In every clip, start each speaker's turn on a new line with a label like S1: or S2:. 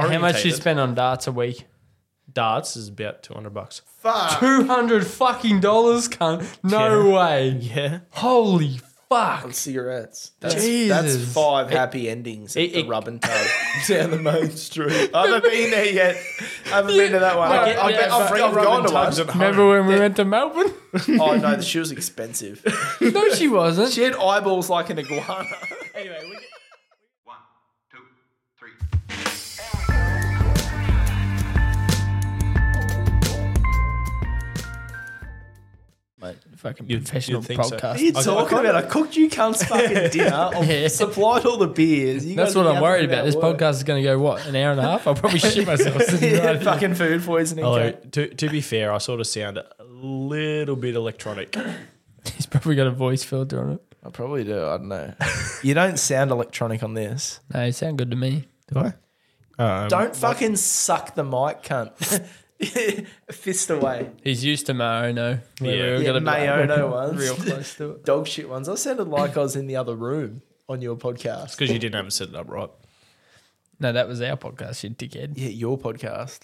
S1: How much you
S2: orientated.
S1: spend on darts a week?
S2: Darts is about two hundred bucks.
S3: Fuck.
S1: Two hundred fucking dollars, cunt. No way.
S2: Yeah,
S1: Holy fuck.
S3: Cigarettes. That's,
S1: Jesus.
S3: that's five happy endings at
S2: it-
S3: the
S2: it-
S3: rub and tug down the main street. I haven't been there yet. I haven't been to that one. I,
S2: get-
S3: I,
S2: yeah,
S3: have
S2: free
S3: I've
S2: rub
S3: gone
S2: and
S3: to one.
S2: tugs at home.
S1: Remember when we went to Melbourne?
S3: Oh no, the shoe was expensive.
S1: no, she wasn't.
S3: she had eyeballs like an iguana.
S4: One, two, three.
S1: Mate, fucking
S2: You'd-
S1: professional
S2: you'd think so.
S1: podcast.
S3: What are you
S2: I- I
S3: talking
S2: kinda-
S3: about? I cooked you cunts fucking dinner. I
S1: Yeah.
S3: supplied all the beers. You
S1: That's
S3: guys
S1: what
S3: didn't
S1: I'm
S3: have
S1: worried
S3: to
S1: about. This
S3: do our work.
S1: podcast is going to go what an hour and a half. I'll probably shit myself. sitting
S3: Yeah,
S1: right here.
S3: fucking food poisoning.
S1: Oh,
S2: Although,
S3: cunt.
S2: to, to be fair, I sort of sound a little bit electronic.
S1: He's probably got a voice filter on it.
S3: I probably do. I don't know. you don't sound electronic on this.
S1: No, it sound good to me.
S2: Do I? Um,
S3: Don't fucking suck the mic, cunt. Fist away.
S1: He's used to Mayono. where
S2: Yeah.
S1: we were
S3: Yeah,
S1: gonna be like,
S3: Mayono ones.
S1: real close to it.
S3: Dog shit ones. I sounded like I was in the other room on your podcast.
S2: because you didn't have it set it up right.
S1: No, that was our podcast, you dickhead.
S3: Yeah, your podcast.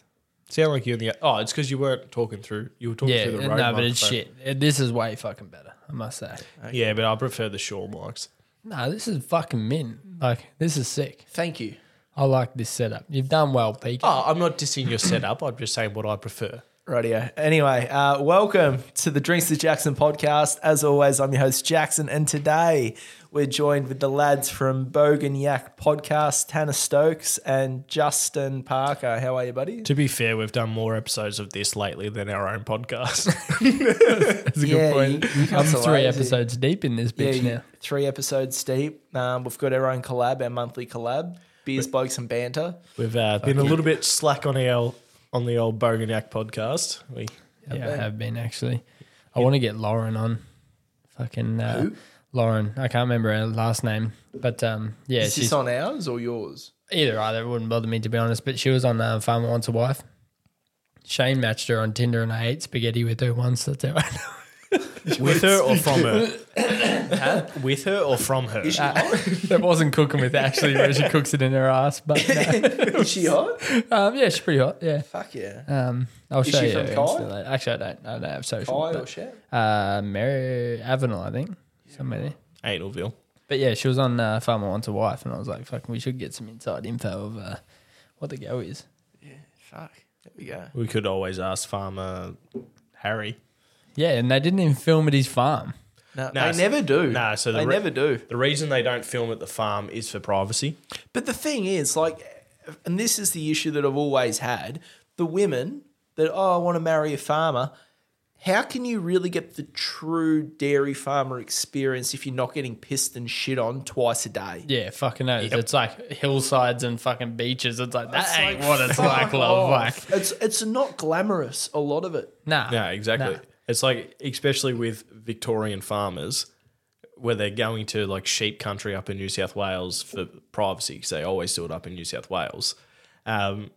S2: Sound like you're in the oh, it's because you weren't talking through. You were talking
S1: Yeah,
S2: through the road.
S1: no, but it's
S2: microphone.
S1: shit. Uh, This is way fucking better, I must say.
S2: Yeah, but I prefer the Shaw mics.
S1: No, this is fucking mint. Like, this is sick.
S3: Thank you.
S1: I like this setup. You've done well, Pete.
S2: Oh, I'm not dissing your setup. I'm just saying what I prefer.
S3: Radio. Anyway, uh, welcome to the Drinks to Jackson podcast. As always, I'm your host, Jackson, and today we're joined with the lads from Bogan Yak podcast, Tanner Stokes and Justin Parker. How are you, buddy?
S2: To be fair, we've done more episodes of this lately than our own podcast.
S1: That's a
S3: yeah, you- you
S1: I'm
S3: cunts are
S1: three
S3: lazy.
S1: episodes deep in this
S3: Yeah,
S1: bitch
S3: you-
S1: now.
S3: three episodes deep. Um, we've got our own collab, our monthly collab, Beers, Blokes, and Banter.
S2: We've uh, been a little bit slack on our on the old Boganak podcast. We
S1: Yeah, I have been actually. I want to get Lauren on. Fucking uh, Lauren. I can't remember her last name, but um, yeah,
S3: Is
S1: she's
S3: this on ours or yours?
S1: either either. It wouldn't bother me to be honest. But she was on uh, Farmer Wants a Wife. Shane matched her on Tinder, and I ate spaghetti with her once. That's how I know.
S2: with her or from her? With her or from her?
S1: that wasn't cooking with actually where she cooks it in her ass. But no.
S3: Is she hot?
S1: um, yeah, she's pretty hot. Yeah.
S3: Fuck yeah.
S1: Um, I'll
S3: Is
S1: show
S3: she
S1: you.
S3: from
S1: her
S3: Kai?
S1: Insta later. Actually, I don't. I don't have social.
S3: Pie or
S1: but,
S3: shit?
S1: uh, Mary Avenel, I think. Somewhere there.
S2: Anelville.
S1: But yeah, she was on uh, Farmer Wants a Wife, and I was like, "Fucking, we should get some inside info of uh, what the go is."
S3: Fuck. There we go.
S2: We could always ask Farmer Harry.
S1: Yeah, and they didn't even film at his farm.
S3: No,
S2: No,
S3: they
S2: so-
S3: never do.
S2: no, so the
S3: they
S2: re-
S3: never do.
S2: The reason they don't film at the farm is for privacy.
S3: But the thing is, like, and this is the issue that I've always had the women that, oh, I want to marry a farmer. How can you really get the true dairy farmer experience if you're not getting pissed and shit on twice a day?
S1: Yeah, fucking knows. It's like hillsides and fucking beaches. It's like that
S3: It's
S1: ain't
S3: like,
S1: what it's
S3: fuck
S1: like, love. Like,
S3: off. It's, it's not glamorous, a lot of it.
S1: nah,
S2: Yeah, exactly.
S1: nah.
S2: It's like, especially with Victorian farmers, where they're going to like sheep country up in New South Wales for privacy, because they always do it up in New South Wales. Um,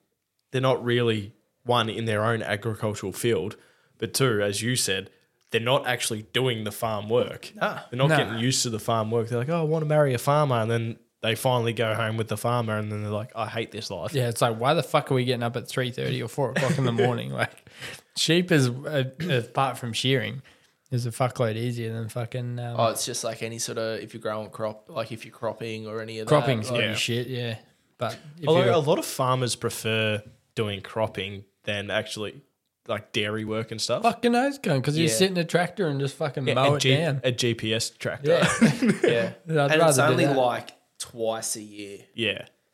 S2: they're not really, one, in their own agricultural field, but two, as you said, they're not actually doing the farm work. They're not
S1: Nah.
S2: getting used to the farm work. They're like, oh, I want to marry a farmer. And then they finally go home with the farmer, and then they're like, I hate this life.
S1: Yeah, it's like why the fuck are we getting up at three thirty or four o'clock in the morning? Like, sheep is uh, apart from shearing, is a fuckload easier than fucking um,
S3: Oh, it's just like any sort of, if you're growing crop, like if you're cropping or any of
S1: cropping's
S3: that. like-
S1: pretty shit. Yeah, but if
S2: Although
S1: you're-
S2: a lot of farmers prefer doing cropping than actually like dairy work and stuff.
S1: fucking nose cone because you
S3: Yeah.
S1: sit in a tractor and just fucking
S2: Yeah,
S1: mow
S2: a,
S1: it
S2: G-
S1: down.
S2: a GPS tractor.
S1: Yeah,
S2: Yeah.
S3: yeah.
S1: I'd
S3: and
S1: rather
S3: it's
S1: do
S3: only
S1: that.
S3: like twice a year.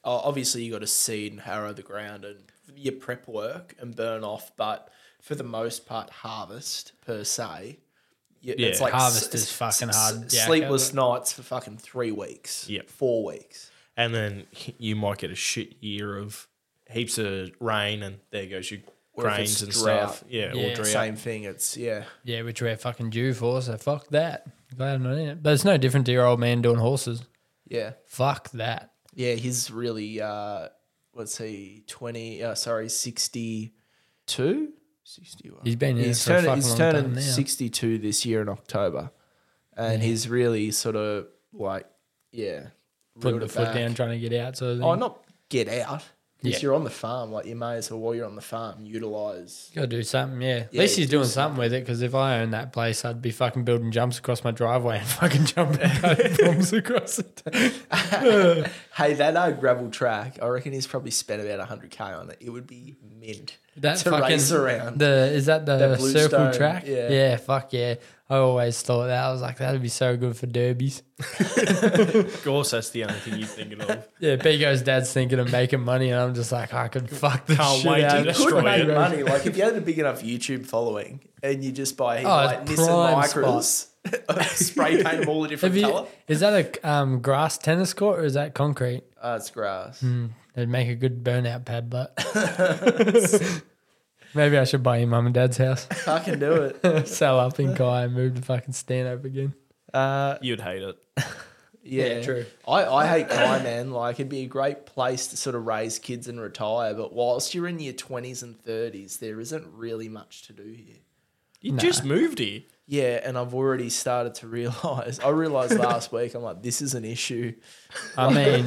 S3: Oh, obviously you got to seed and harrow the ground and your prep work and burn off, but for the most part, harvest per se. y-
S2: Yeah,
S3: it's like
S1: harvest is fucking hard, yeah,
S3: sleepless nights for fucking three weeks.
S2: Yep.
S3: four weeks.
S2: And then you might get a shit year of heaps of rain and there goes your
S3: Or if it's
S2: grains and
S3: drought.
S2: stuff. Yeah,
S1: Yeah,
S2: or drought.
S3: Same thing. It's yeah.
S1: yeah, which we're fucking due for. So fuck that. Glad I'm not in it. But it's no different to your old man doing horses.
S3: Yeah.
S1: Fuck that.
S3: Yeah, he's really uh let's see, twenty uh sorry, sixty two? Sixty one.
S1: He's been in
S3: he's
S1: it for a
S3: turning,
S1: fucking
S3: he's
S1: long
S3: turning
S1: time now.
S3: 62 this year in October. And he's really sort of like yeah,
S1: Putting
S3: reeled
S1: the
S3: it
S1: foot
S3: back.
S1: down, trying to get out. So
S3: Oh, not get out. Because
S1: Yeah.
S3: you're on the farm, like you may as well while you're on the farm utilize.
S1: Got to do something, yeah. At
S3: Yeah,
S1: least he's
S3: do
S1: doing something with it because if I owned that place, I'd be fucking building jumps across my driveway and fucking jumping bombs across it.
S3: Hey, that uh, gravel track, I reckon he's probably spent about 100k on it. It would be mint
S1: That
S3: to
S1: fucking
S3: race around.
S1: the is that the
S3: That blue
S1: circle
S3: stone,
S1: track?
S3: yeah.
S1: fuck yeah. I always thought that I was like that'd be so good for derbies.
S2: Of course, that's the only thing you're thinking of.
S1: Yeah, Pigo's dad's thinking of making money, and I'm just like I could fuck the
S2: Can't
S1: shit
S2: wait to
S1: out.
S2: do
S1: of it.
S2: that.
S3: could
S2: destroy
S3: make
S2: it.
S3: money. Like if you had a big enough YouTube following and you just buy like
S1: Oh, it's
S3: Nissan
S1: prime
S3: Micros, spray paint them all a different
S1: Have you,
S3: color.
S1: is that a um, grass tennis court or is that concrete?
S3: Oh, it's grass.
S1: Hmm. It'd make a good burnout pad, but maybe I should buy your mum and dad's house,
S3: I can do it.
S1: sell up in Kai, and move to fucking stand up again.
S3: Uh,
S2: You'd hate it.
S3: yeah.
S1: Yeah, true.
S3: I, I hate Kai, man. Like it'd be a great place to sort of raise kids and retire, but whilst you're in your twenties and thirties, there isn't really much to do here.
S2: You just moved here.
S3: Yeah, and I've already started to realize. I realized last week. I'm like, this is an issue.
S1: I mean,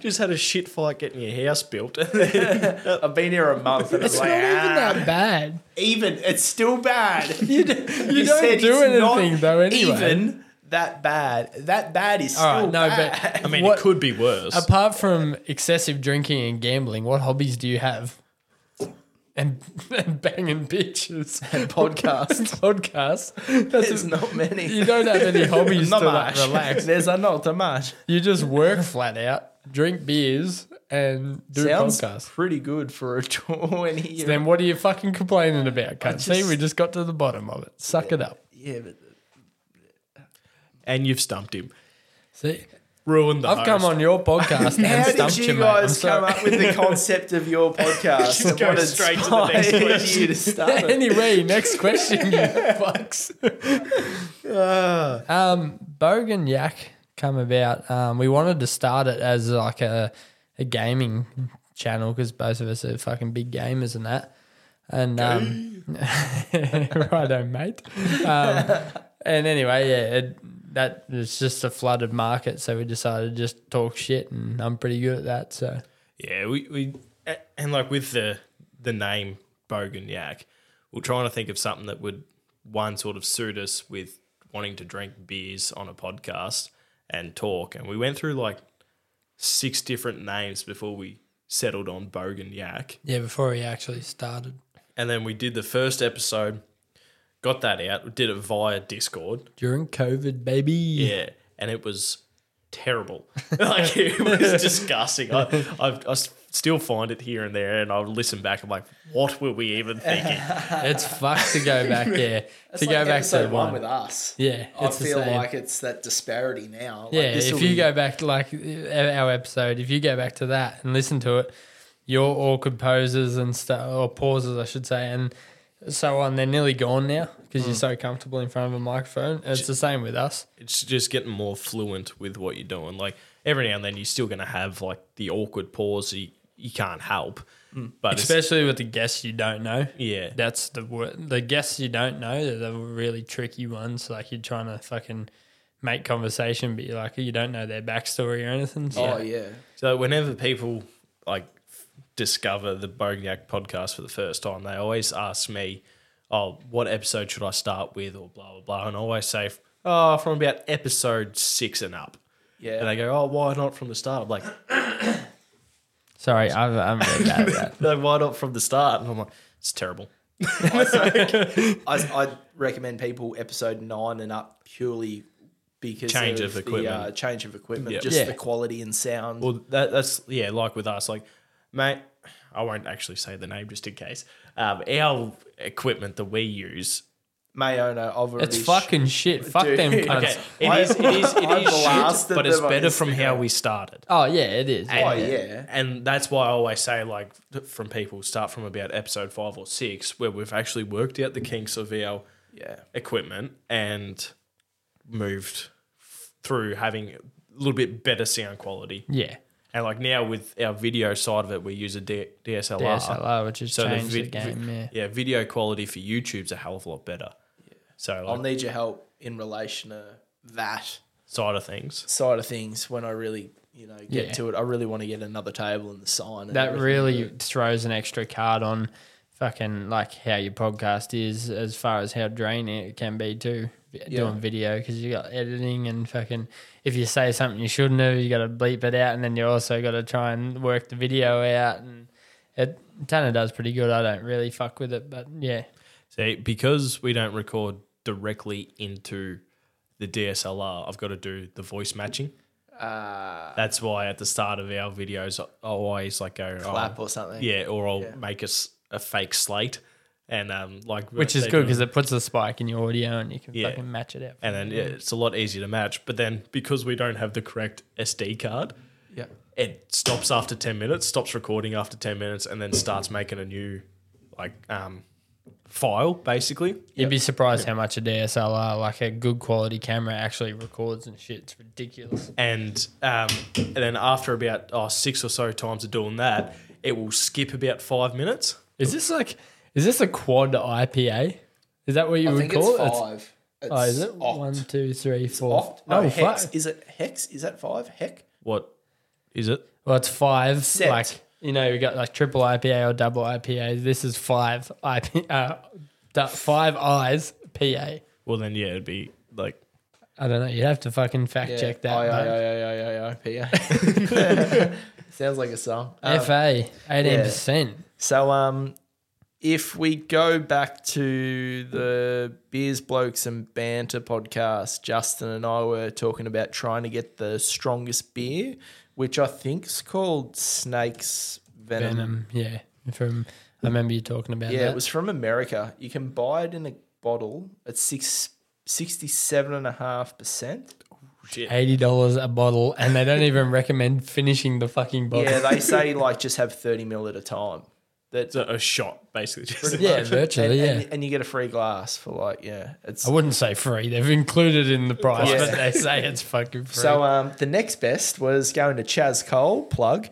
S2: Just had a shit fight getting your house built.
S3: I've been here a month, and
S1: it's
S3: I'm
S1: not
S3: like,
S1: even
S3: ah,
S1: that bad.
S3: even it's still bad.
S1: You, d- you
S3: He
S1: don't
S3: said
S1: do
S3: it's not
S1: anything though, anyway.
S3: Even that bad. That bad is still
S1: All right, no,
S3: bad.
S1: but
S2: I mean,
S1: What-
S2: it could be worse.
S1: apart from excessive drinking and gambling, what hobbies do you have? And, and banging bitches and
S3: podcasts.
S1: podcasts. That's
S3: There's not many.
S1: you don't have any hobbies
S3: not
S1: to like,
S3: much.
S1: relax.
S3: There's a not a much.
S1: You just work flat out, drink beers, and do
S3: Sounds
S1: podcasts.
S3: pretty good for a 20 year
S1: Then what are you fucking complaining about? Can't see.
S3: just-
S1: We just got to the bottom of it. Suck it up.
S3: Yeah, but
S2: and you've stumped him.
S1: See,
S2: Ruined the
S1: I've come
S2: host.
S1: on your podcast and
S3: how
S1: stumped
S3: did you,
S1: mate. I'm
S3: guys come
S1: sorry.
S3: up with the concept of your podcast?
S2: Just
S3: and
S2: go
S3: what
S2: straight to the next
S3: inspired
S2: question.
S3: you to start it?
S1: anyway, next question, you fucks. um, Bogan Yak come about. Um, we wanted to start it as like a, a gaming channel because both of us are fucking big gamers and that. And um, righto, mate. Um, and anyway, yeah, it, that was just a flooded market, so we decided to just talk shit, and I'm pretty good at that. So
S2: Yeah, we, we a- and like with the the name Bogan Yak, we're trying to think of something that would one sort of suit us with wanting to drink beers on a podcast and talk. And we went through like six different names before we settled on Bogan Yak.
S1: yeah, before we actually started.
S2: And then we did the first episode, got that out, we did it via Discord.
S1: During COVID, baby.
S2: Yeah. And it was terrible. like it was disgusting. I, I've, I s- still find it here and there, and I'll listen back. I'm like, what were we even thinking?
S1: It's fucked to go back there. to
S3: It's
S1: go
S3: like
S1: back to
S3: episode
S1: one.
S3: with us.
S1: yeah,
S3: I
S1: it's the
S3: feel
S1: same.
S3: like it's that disparity now. Like,
S1: yeah,
S3: this'll
S1: if you
S3: be-
S1: go back like uh, our episode, if you go back to that and listen to it, you're all composers and stuff, or pauses, I should say, and so on. They're nearly gone now because
S3: Mm.
S1: you're so comfortable in front of a microphone. It's the same with us.
S2: it's just getting more fluent with what you're doing. Like every now and then, you're still going to have like the awkward pause you, you can't help. But it's-
S1: especially with the guests you don't know.
S2: Yeah.
S1: that's the wor- the guests you don't know. They're the really tricky ones. Like you're trying to fucking make conversation, but you're like you don't know their backstory or anything. So.
S3: Oh, yeah.
S2: So whenever people like f- discover the Bognac podcast for the first time, they always ask me, "Oh, what episode should I start with?" or blah blah blah, and I always say, "Oh, from about episode six and up."
S3: Yeah.
S2: And they go, "Oh, why not from the start?" I'm like,
S1: Sorry, I'm, I'm really bad at that.
S2: "No, why not from the start?" And I'm like, "It's terrible."
S3: I, I recommend people episode nine and up purely because
S2: Change of
S3: the,
S2: equipment.
S3: uh, change of equipment,
S2: Yep.
S3: just
S1: Yeah.
S3: the quality and sound.
S2: Well, that, that's yeah, like with us, like mate, I won't actually say the name just in case. Um, our equipment that we use,
S3: Mayona, I've already
S1: It's fucking shit. Fuck
S3: Dude.
S1: them cunts.
S2: okay, it
S3: I-
S2: is, it is, it
S3: I
S2: is shit,
S3: blasted
S2: but it's
S3: them on
S2: better from how
S3: Instagram.
S2: we started.
S1: Oh yeah, it is.
S3: Oh
S1: Yeah.
S3: yeah,
S2: And that's why I always say, like, from people start from about episode five or six, where we've actually worked out the kinks of our
S3: yeah.
S2: equipment and moved through having a little bit better sound quality.
S1: yeah.
S2: And like now with our video side of it, we use a D- DSLR.
S1: DSLR, which has
S2: So the
S1: oh, changed the,
S2: vid-
S1: game.
S2: vi-
S1: yeah.
S2: video quality for YouTube's a hell of a lot better. So
S3: I'll
S2: like
S3: need your help in relation to that
S2: side of things.
S3: side of things when I really you know, get
S1: Yeah.
S3: to it. I really want to get another table and the sign. And
S1: That
S3: everything.
S1: really throws an extra card on fucking like how your podcast is as far as how draining it can be too v- doing video because you got editing and fucking if you say something you shouldn't have you got to bleep it out and then you also got to try and work the video out and it Tanner does pretty good I don't really fuck with it but yeah
S2: See, because we don't record directly into the DSLR, I've got to do the voice matching. That's why at the start of our videos, I always like go
S3: clap
S2: oh,
S3: or something.
S2: yeah, or I'll make us a fake slate, and um, like
S1: which is
S2: they
S1: good
S2: do-
S1: because it puts a spike in your audio and you can
S2: Yeah.
S1: fucking match it out
S2: and then yeah, it's a lot easier to match. But then because we don't have the correct SD card,
S3: yeah.
S2: it stops after 10 minutes, stops recording after 10 minutes, and then starts making a new like um, file basically.
S1: You'd be surprised how much a DSLR, like a good quality camera, actually records and shit. It's ridiculous.
S2: And, um, and then after about oh, six or so times of doing that, it will skip about five minutes.
S1: Is this like, is this a quad IPA? Is that what you
S3: I
S1: would
S3: think
S1: call
S3: it's
S1: it?
S3: five. It's
S1: oh, is it
S3: opt.
S1: one, two, three, four?
S3: Opt? No,
S1: oh,
S3: hex.
S1: fuck.
S3: Is it hex? Is that five? Heck.
S2: What is it?
S1: Well, it's five.
S3: Set.
S1: Like you know, you got like triple IPA or double IPA. This is five IP, uh, du- five eyes PA.
S2: Well, then, yeah, it'd be like,
S1: I don't know. You'd have to fucking fact check that.
S3: I,
S1: but-
S3: Sounds like a song. Um,
S1: FA eighteen percent.
S3: so, um, if we go back to the Beers, Blokes, and Banter podcast, Justin and I were talking about trying to get the strongest beer, which I think's called Snake's Venom.
S1: Venom. Yeah, from I remember you talking about
S3: Yeah,
S1: that.
S3: it was from America. You can buy it in a bottle at six, 67.5%.
S1: Oh. eighty dollars a bottle, and they don't even recommend finishing the fucking bottle.
S3: Yeah, they say like just have 30 mil at a time. That's
S2: it's a, a shot basically. Just
S1: Yeah,
S3: and,
S1: virtually. yeah,
S3: and, and you get a free glass for like yeah. It's
S1: I wouldn't say free. They've included it in the price,
S3: Yeah.
S1: but they say it's fucking free.
S3: so um the next best was going to Chaz Cole plug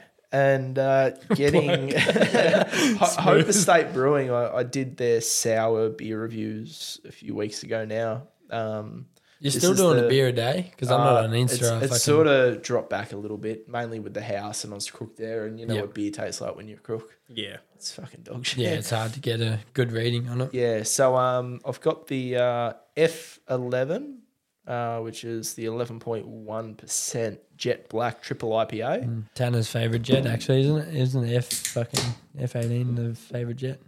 S3: and uh, getting Ho- Hope Estate Brewing. I, I did their sour beer reviews a few weeks ago now. Um,
S1: you're
S3: this
S1: still
S3: is
S1: doing
S3: the- Uh,
S1: a beer a day because I'm not on Insta.
S3: It's,
S1: I fucking-
S3: it's sort of dropped back a little bit, mainly with the house, and I was crook there, and you know
S1: Yep.
S3: what beer tastes like when you're crook.
S2: yeah.
S3: It's fucking dog shit.
S1: yeah, it's hard to get a good reading on it.
S3: Yeah, so um, I've got the uh, F11, uh, which is the 11.1% Jet Black Triple IPA.
S1: Tanner's favorite jet, actually, isn't it? Isn't F fucking F eighteen the favorite jet?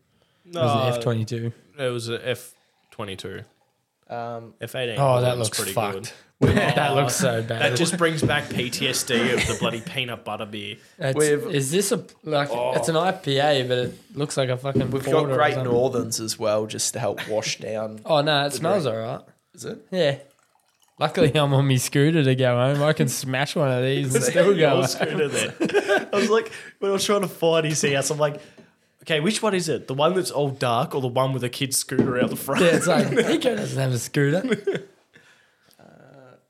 S2: No,
S1: Or is
S3: Uh,
S1: it F twenty two?
S2: It was a F twenty two.
S3: Um,
S2: F eighteen.
S1: Oh, that looks fucked.
S3: Oh.
S1: that looks so bad.
S2: That just brings back PTSD of the bloody peanut butter beer.
S1: It's-
S3: we've- Oh.
S1: is this a like? It's an IPA, but it looks like a fucking.
S3: We've got
S1: porter or
S3: Great
S1: something.
S3: Northerns as well, just to help wash down.
S1: Oh no, it smells alright.
S3: Is it?
S1: Yeah. Luckily, I'm on my scooter to go home. I can smash one of these and still go.
S2: Your scooter there. I was like, when I was trying to find his house, I'm like, okay, which one is it? The one that's all dark, or the one with a kid's scooter out the front?
S1: Yeah, it's like Nico doesn't have a scooter.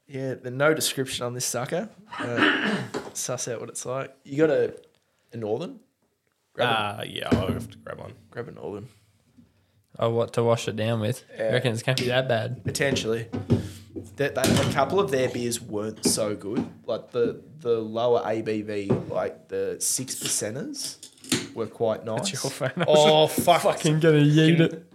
S3: Yeah, the no description on this sucker. Uh, suss out what it's like. You got a, a Northern? Grab,
S2: Ah, yeah, I'll have to grab one.
S3: a, grab a Northern.
S1: Oh, what to wash it down with? I reckon it's can't be that bad.
S3: Potentially. That they, a couple of their beers weren't so good. Like the the lower ABV, like the six percenters, were quite nice.
S1: your phone.
S3: Oh fuck! Uh,
S1: Fucking gonna yeet it.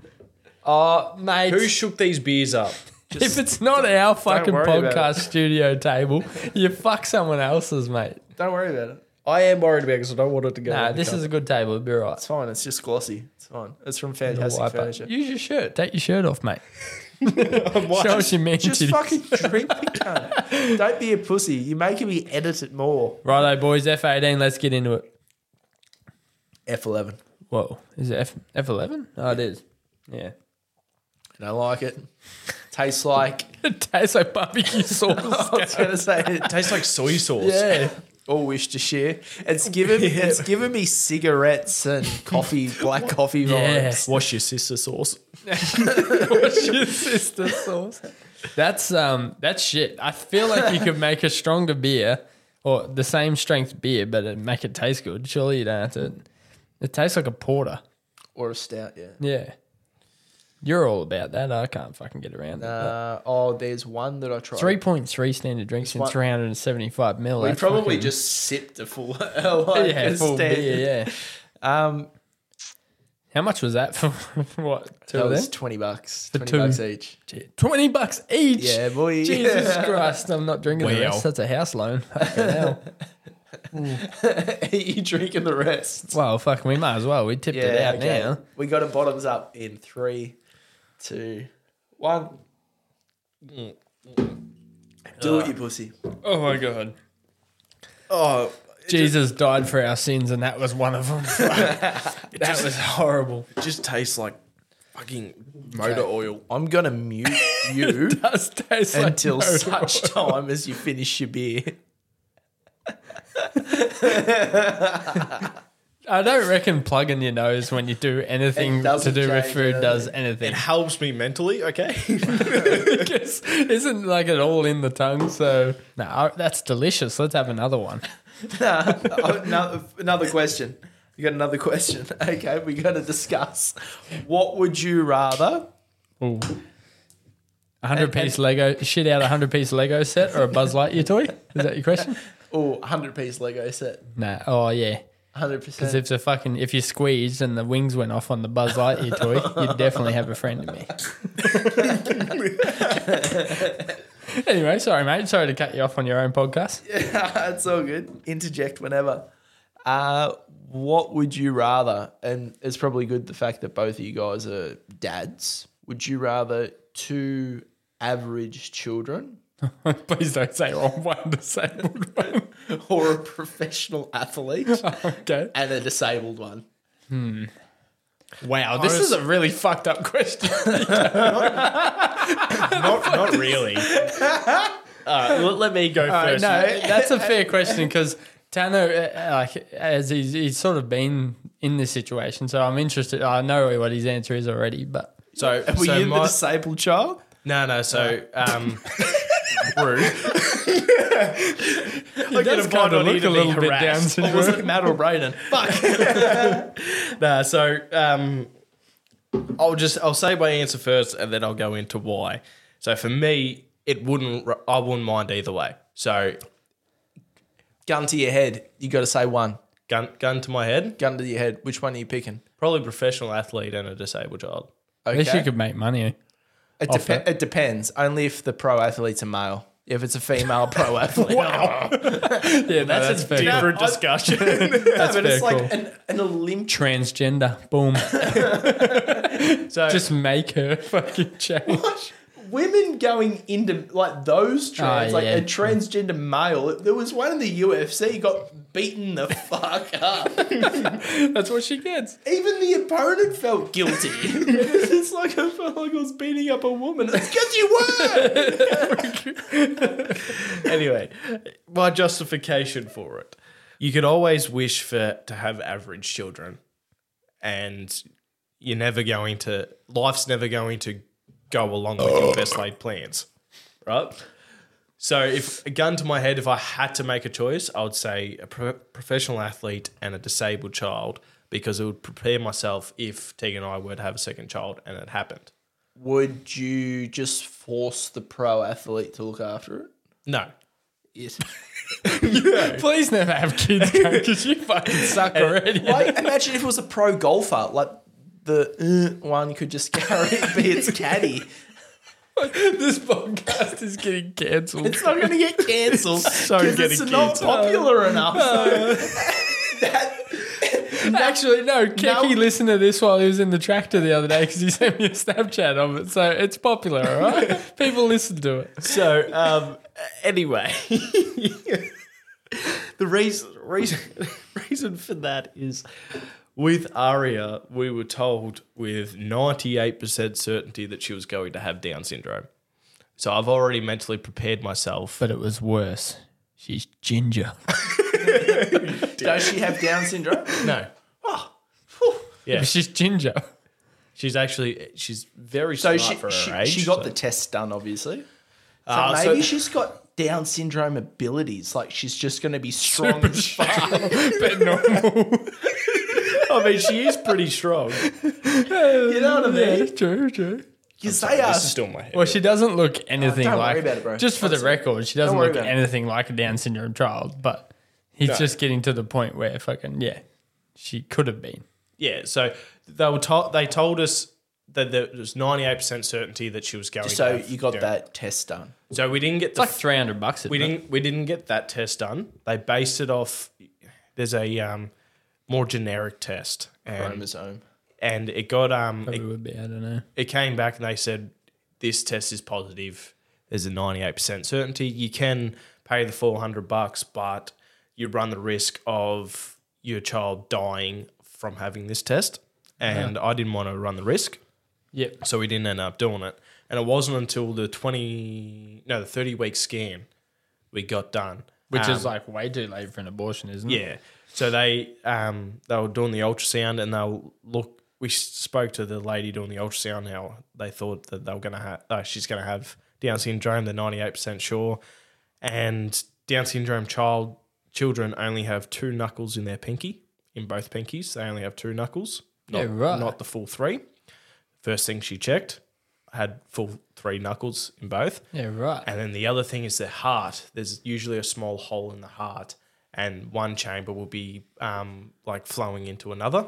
S1: Oh, mate.
S2: Who shook these beers up?
S1: if it's not our fucking
S3: worry about
S1: podcast studio table, you fuck someone else's, mate.
S3: Don't worry about it.
S2: I am worried about because I don't want it to go.
S1: Nah, this is a good table. It'll be all
S3: It's
S1: right.
S3: fine. It's just glossy. It's fine. It's from
S1: Wipe
S3: Fantastic
S1: up.
S3: Furniture.
S1: Use your shirt. Take your shirt off, mate. Show us your man
S3: just
S1: titties.
S3: fucking drink it, cunt. Don't be a pussy. You're making me edit it more.
S1: Righto, boys. F18. Let's get into it.
S3: F11.
S1: Whoa, is it F F11? Oh, it is. Yeah.
S3: I don't like it. Tastes like.
S1: It tastes like barbecue sauce.
S3: I was gonna say it
S2: tastes like soy sauce.
S3: Yeah. Or Worcestershire. It's given it's given me cigarettes and coffee, black coffee
S1: Yeah.
S3: vibes.
S2: Wash your sister sauce.
S1: sister sauce. That's um that's shit. I feel like you could make a stronger beer or the same strength beer, but it make it taste good. Surely you don't have to. It tastes like a porter.
S3: Or a stout, yeah.
S1: Yeah. You're all about that. I can't fucking get around that.
S3: Uh, oh, there's one that I tried.
S1: Three point three standard drinks and
S3: one-
S1: three hundred and seventy five mil.
S3: We
S1: that's
S3: probably
S1: fucking-
S3: just sipped a full, like
S1: yeah,
S3: a
S1: full
S3: standard.
S1: beer, yeah.
S3: Um,
S1: How much was that for? for what? Two
S3: that
S1: of
S3: was
S1: them?
S3: twenty bucks.
S1: For
S3: Twenty
S1: two.
S3: bucks each.
S1: Gee, Twenty bucks each.
S3: Yeah, boy.
S1: Jesus Christ, I'm not drinking the
S2: Wow.
S1: rest. That's a house loan. Fucking hell.
S3: you drinking the rest?
S1: Well, fuck, we might as well. We tipped it out
S3: okay.
S1: now.
S3: We got a bottoms up in three, two, one. Do it, you pussy.
S1: Oh my god.
S3: Oh,
S1: Jesus died for our sins, and that was one of them. that was horrible.
S2: It just tastes like fucking motor oil.
S3: I'm gonna mute you
S1: Does taste like
S3: until
S1: no-
S3: such time as you finish your beer.
S1: I don't reckon plugging your nose when you do anything
S3: It
S1: to
S3: doesn't
S1: do with
S3: change
S1: food
S3: anything.
S1: does anything.
S2: It helps me mentally, okay?
S1: Because isn't like it all in the tongue? So no, I- that's delicious. Let's have another one.
S3: Nah, oh, no- another question. You got another question. Okay, we got to discuss. What would you rather?
S1: Ooh. A hundred piece Lego shit out a hundred piece Lego set or a Buzz Lightyear toy? Is that your question?
S3: Oh, 100 piece Lego set.
S1: Nah. Oh yeah.
S3: 100%.
S1: Because if the fucking if you squeezed and the wings went off on the Buzz Lightyear toy, you'd definitely have a friend in me. anyway, sorry mate, sorry to cut you off on your own podcast.
S3: it's all good. Interject whenever. Uh, what would you rather? And it's probably good the fact that both of you guys are dads. Would you rather two average children
S1: Please don't say wrong one disabled one.
S3: or a professional athlete
S1: Okay.
S3: and a disabled one?
S1: Wow, this is a really fucked up question.
S2: not, not really.
S1: let me go
S2: first.
S1: No, that's a fair question because Tanner, uh, like, as he's, he's sort of been in this situation, so I'm interested. I know what his answer is already, but
S2: So,
S3: Were
S2: so
S3: you the
S2: my,
S3: disabled child?
S2: no, no. So, um, rude.
S1: he does
S2: bond
S1: kinda
S2: on you to be harassed.
S1: syndrome.
S3: Or was it Matt or Braden?
S2: Nah, Uh, so um, I'll just I'll say my answer first, and then I'll go into why. So for me, it wouldn't I wouldn't mind either way. So
S3: Gun to your head. You got to say one.
S2: gun gun to my head,
S3: Gun to your head. Which one are you picking?
S2: probably professional athlete and a disabled child.
S1: At least you
S3: Okay.
S1: could make money.
S3: It,
S1: off
S3: depe-
S1: it.
S3: it depends. Only if the pro athlete's a male. If it's a female pro athlete,
S1: Yeah, that's, a fair.
S2: Uh, Different discussion.
S3: that's but it's
S1: fair
S3: like an, an Olympic.
S1: Transgender, boom.
S2: so
S1: Just make her fucking change.
S3: Women going into like those trans,
S1: Ah,
S3: like
S1: yeah.
S3: a transgender male. There was one in the UFC got beaten the fuck up.
S1: That's what she gets.
S3: Even the opponent felt guilty. it's like I felt like I was beating up a woman. It's because you were.
S2: anyway, my justification for it. You could always wish for to have average children, and you're never going to life's never going to go along with your best laid plans, right? So, if a gun to my head, if I had to make a choice, I would say a pro- professional athlete and a disabled child because it would prepare myself if Tegan and I were to have a second child and it happened.
S3: Would you just force the pro athlete to look after it?
S2: No,
S3: Yes.
S1: Please never have kids because you fucking suck already.
S3: Like, imagine if it was a pro golfer, like the uh, one could just carry it, be its caddy.
S1: this podcast is getting cancelled.
S3: It's not going to get cancelled. so
S2: getting
S3: it's not
S2: cancelled.
S3: popular enough. So
S1: Actually, no. Keki
S3: No.
S1: listened to this while he was in the tractor the other day because he sent me a Snapchat of it. So it's popular, all right? People listen to it.
S2: So um, anyway, the reason reason reason for that is with Aria, we were told with ninety eight percent certainty that she was going to have Down syndrome. So I've already mentally prepared myself.
S1: But it was worse. She's ginger.
S3: does she have Down syndrome?
S2: no, Yeah.
S1: She's ginger.
S2: she's actually she's very
S3: So
S2: smart
S3: she,
S2: for her
S3: she,
S2: age.
S3: she got
S2: so-
S3: the test done, obviously. So
S2: Ah, so-
S3: maybe she's got Down syndrome abilities. Like she's just going to be strong as fuck.
S1: But normal.
S2: I mean, she is pretty strong.
S3: You know what I mean?
S1: true, true.
S3: Because they are.
S2: This is still in my head.
S1: Well, she doesn't look anything
S3: Oh, don't worry
S1: like.
S3: about it, bro.
S1: Just for the record, she doesn't
S3: worry
S1: look
S3: about it.
S1: anything like a Down syndrome child. But he's
S2: No.
S1: just getting to the point where fucking yeah, she could have been.
S2: yeah, so they were told they told us that there was ninety eight percent certainty that she was going.
S3: So
S2: to have
S3: you got
S2: Down.
S3: that test done.
S2: So we didn't get
S1: It's
S2: the
S1: like three hundred bucks.
S2: we didn't we didn't get that test done. They based it off. There's a um, more generic test, and,
S3: Chromosome.
S2: and it got um
S1: It
S2: it,
S1: would be. I don't know.
S2: it came back and they said this test is positive. There's a 98 percent certainty you can pay the 400 bucks, but you run the risk of your child dying from having this test. And I didn't want to run the risk.
S1: Yep.
S2: So we didn't end up doing it. And it wasn't until the 20, no, the 30 week scan we got done.
S1: Which is
S2: Um,
S1: like way too late for an abortion, isn't it?
S2: yeah. So they, um, they were doing the ultrasound and they'll look, we spoke to the lady doing the ultrasound how they thought that they were going to have, uh, she's going to have Down syndrome. They're 98% sure. And Down syndrome child, children only have two knuckles in their pinky, in both pinkies. They only have two knuckles, not,
S1: Yeah, right.
S2: not the full three. First thing she checked, had full three knuckles in both.
S1: Yeah. Right.
S2: And then the other thing is the heart. There's usually a small hole in the heart, and one chamber will be um, like flowing into another.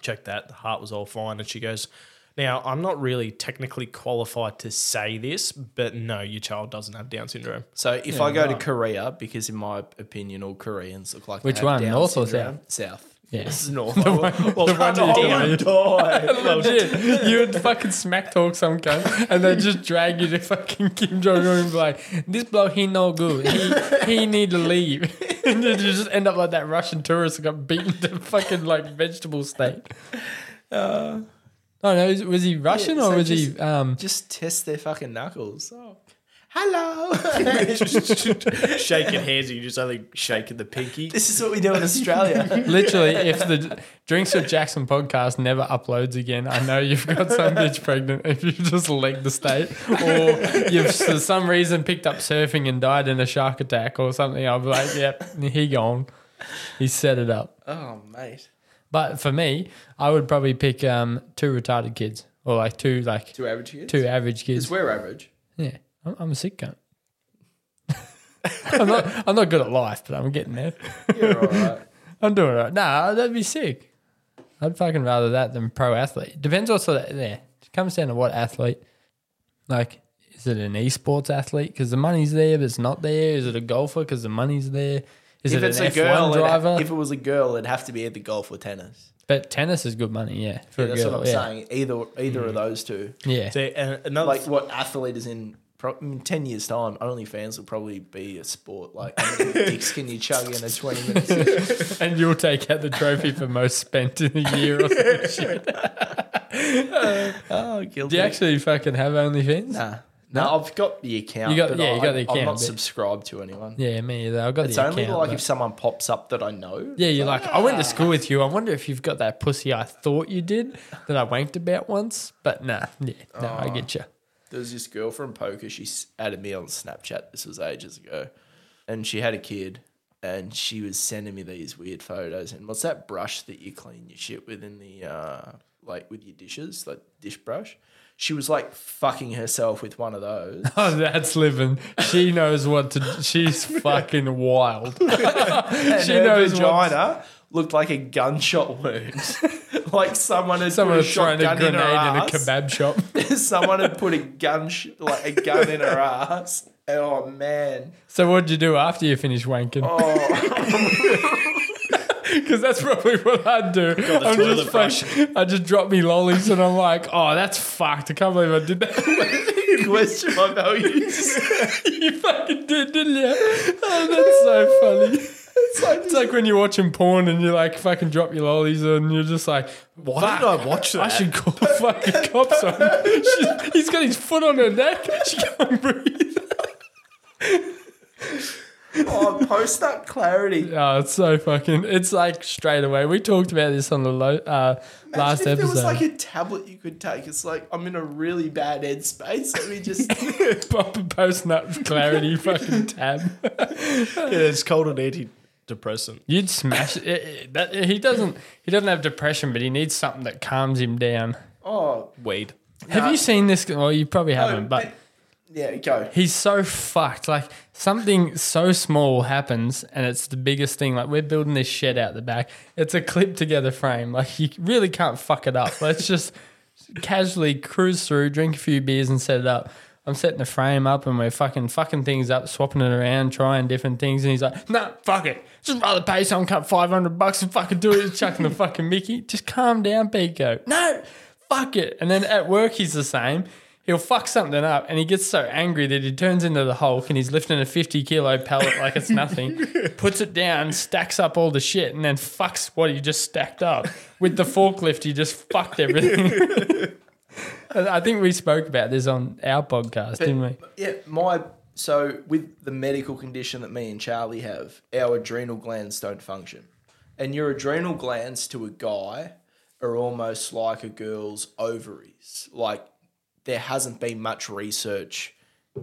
S2: Check that. The heart was all fine. And she goes, Now, I'm not really technically qualified to say this, but no, your child doesn't have Down syndrome.
S3: So if I go to Korea, because in my opinion, all Koreans look like they
S1: Which
S3: have
S1: one,
S3: Down
S1: north or
S3: syndrome. South.
S1: Yeah.
S3: This is north. well, well,
S1: you
S3: I
S1: don't
S3: would die.
S1: Well, dude, you would fucking smack talk some cunt and then just drag you to fucking Kim Jong Un and be like, this bloke, he no good. He, he need to leave. and then you just end up like that Russian tourist who got beaten to fucking like vegetable steak. oh, no, was, was he Russian
S3: Uh, Yeah,
S1: or
S3: so
S1: was
S3: just-
S1: he. Um,
S3: Just test their fucking knuckles. Oh. Hello.
S2: shaking hands, and you just only shaking the pinky.
S3: this is what we do in Australia.
S1: literally, if the Drinks with Jackson podcast never uploads again, I know you've got some bitch pregnant if you've just legged the state or you've for some reason picked up surfing and died in a shark attack or something. I'll be like, yep, he gone. He set it up.
S3: oh, mate.
S1: But for me, I would probably pick um, two retarded kids or like two like
S3: Two average kids?
S1: two average
S3: Because
S1: kids.
S3: we're average.
S1: Yeah, I'm, I'm a sick cunt. I'm not. I'm not good at life, but I'm getting there.
S3: You're all right.
S1: I'm doing it. Nah, that'd be sick. I'd fucking rather that than pro athlete. Depends also that there. It comes down to what athlete. Like, is it an esports athlete because the money's there, but it's not there? Is it a golfer because the money's there? Is
S3: If
S1: it
S3: it's
S1: an
S3: a
S1: F1
S3: girl, it'd ha-
S1: driver?
S3: if it was a girl, it'd have to be either golf or tennis.
S1: but tennis is good money, yeah. For
S3: Yeah, that's
S1: a girl,
S3: what I'm
S1: yeah. Mm.
S3: saying. Either either of those two.
S1: Yeah.
S2: So, and another
S3: like what athlete is in, pro- in 10 years time OnlyFans will probably be a sport like how many dicks can you chug in a 20 minutes
S1: and you'll take out the trophy for most spent in a year or some shit.
S3: oh guilty
S1: Do you actually fucking have OnlyFans?
S3: nah. no I've got the account
S1: You got-
S3: but
S1: yeah, you got the
S3: I'm
S1: account,
S3: not
S1: but-
S3: subscribed to anyone
S1: Yeah, me either. I've got
S3: it's
S1: the
S3: only
S1: account,
S3: like
S1: but-
S3: if someone pops up that I know
S1: Yeah, you're like, I went to school with you. I wonder if you've got that pussy I thought you did that I wanked about once. But nah, yeah, no, I get you.
S3: there was this girl from poker she s- added me on Snapchat this was ages ago and she had a kid and she was sending me these weird photos and what's that brush that you clean your shit with in the uh like with your dishes like dish brush she was like fucking herself with one of those
S1: Oh, that's living. She knows what to. She's fucking wild.
S3: and
S1: she
S3: her
S1: knows what.
S3: vagina looked like a gunshot wound. like someone had
S1: Someone
S3: put a
S1: was throwing a
S3: shotgun
S1: grenade in,
S3: in her
S1: a
S3: ass.
S1: kebab shop.
S3: someone had put a gun sh- like a gun in her ass. Oh man!
S1: So what'd you do after you finish wanking?
S3: Oh.
S1: Because that's probably what I'd do. I'm
S2: toilet
S1: just fuck, I just drop me lollies and I'm like, oh, that's fucked. I can't believe I did that.
S3: Question my values.
S1: you fucking did, didn't you? Oh, that's so funny.
S3: It's like,
S1: It's like when you're watching porn and you like fucking drop your lollies and you're just like, why
S2: did I watch
S1: I
S2: that?
S1: should call the fucking cops on. him." She, he's got his foot on her neck. She can't breathe.
S3: oh, post that clarity.
S1: Oh, it's so fucking. It's like straight away. We talked about this on the lo- uh, last
S3: if there
S1: episode.
S3: was like a tablet you could take, it's like I'm in a really bad headspace. Let me just.
S1: Proper post nut clarity fucking tab.
S2: Yeah, it's called an anti depressant.
S1: You'd smash it, it- that, he doesn't. He doesn't have depression, but he needs something that calms him down.
S3: Oh,
S2: Weed.
S1: Have you seen this? Well, you probably haven't, Um, but
S3: but- yeah, go.
S1: he's so fucked. Like something so small happens, and it's the biggest thing. Like we're building this shed out the back. It's a clip together frame. Like you really can't fuck it up. Let's just casually cruise through, drink a few beers, and set it up. I'm setting the frame up, and we're fucking fucking things up, swapping it around, trying different things. And he's like, "No, fuck it. Just rather pay some cut five hundred bucks and fucking do it." Chucking the fucking Mickey. Just calm down, Pico. No, fuck it. And then at work, he's the same. He'll fuck something up and he gets so angry that he turns into the Hulk and he's lifting a 50 kilo pallet like it's nothing, puts it down, stacks up all the shit, and then fucks what he just stacked up. With the forklift, he just fucked everything. And I think we spoke about this on our podcast, didn't we?
S3: Yeah, my so with the medical condition that me and Charlie have, our adrenal glands don't function, and your adrenal glands to a guy are almost like a girl's ovaries. Like there hasn't been much research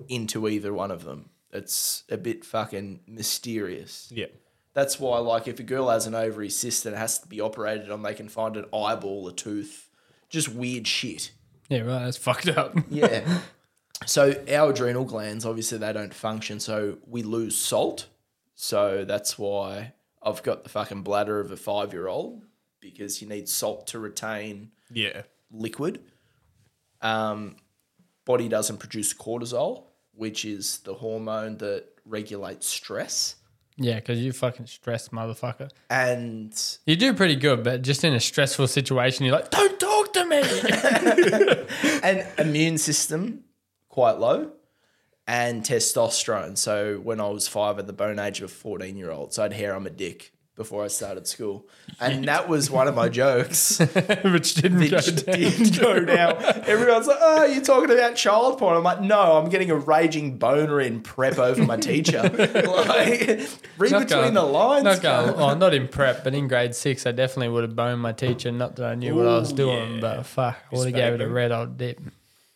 S3: into either one of them. It's a bit fucking mysterious.
S2: Yeah.
S3: That's why, like, if a girl has an ovary cyst and it has to be operated on, they can find an eyeball, a tooth, just weird shit.
S1: Yeah, right. That's fucked up.
S3: Yeah. so our adrenal glands, obviously, they don't function, so we lose salt. So that's why I've got the fucking bladder of a five year old because you need salt to retain
S2: Yeah.
S3: liquid. Um, body doesn't produce cortisol, which is the hormone that regulates stress.
S1: Yeah, because you fucking stressed, motherfucker.
S3: And
S1: You do pretty good, but just in a stressful situation, you're like, don't talk to me.
S3: and immune system quite low and testosterone so when i was five at the bone age of a 14 year old so i'd hair on my dick before i started school and that was one of my jokes
S1: Which didn't go
S3: which
S1: down.
S3: did go down everyone's like oh you're talking about child porn i'm like no i'm getting a raging boner in prep over my teacher like read
S1: Not
S3: between
S1: going-
S3: the lines
S1: Not going, well, not in prep, but in grade six, I definitely would have boned my teacher. Not that I knew what I was
S2: Ooh,
S1: doing,
S2: yeah.
S1: but fuck, I would have gave it a
S2: Respect.
S1: red old dip.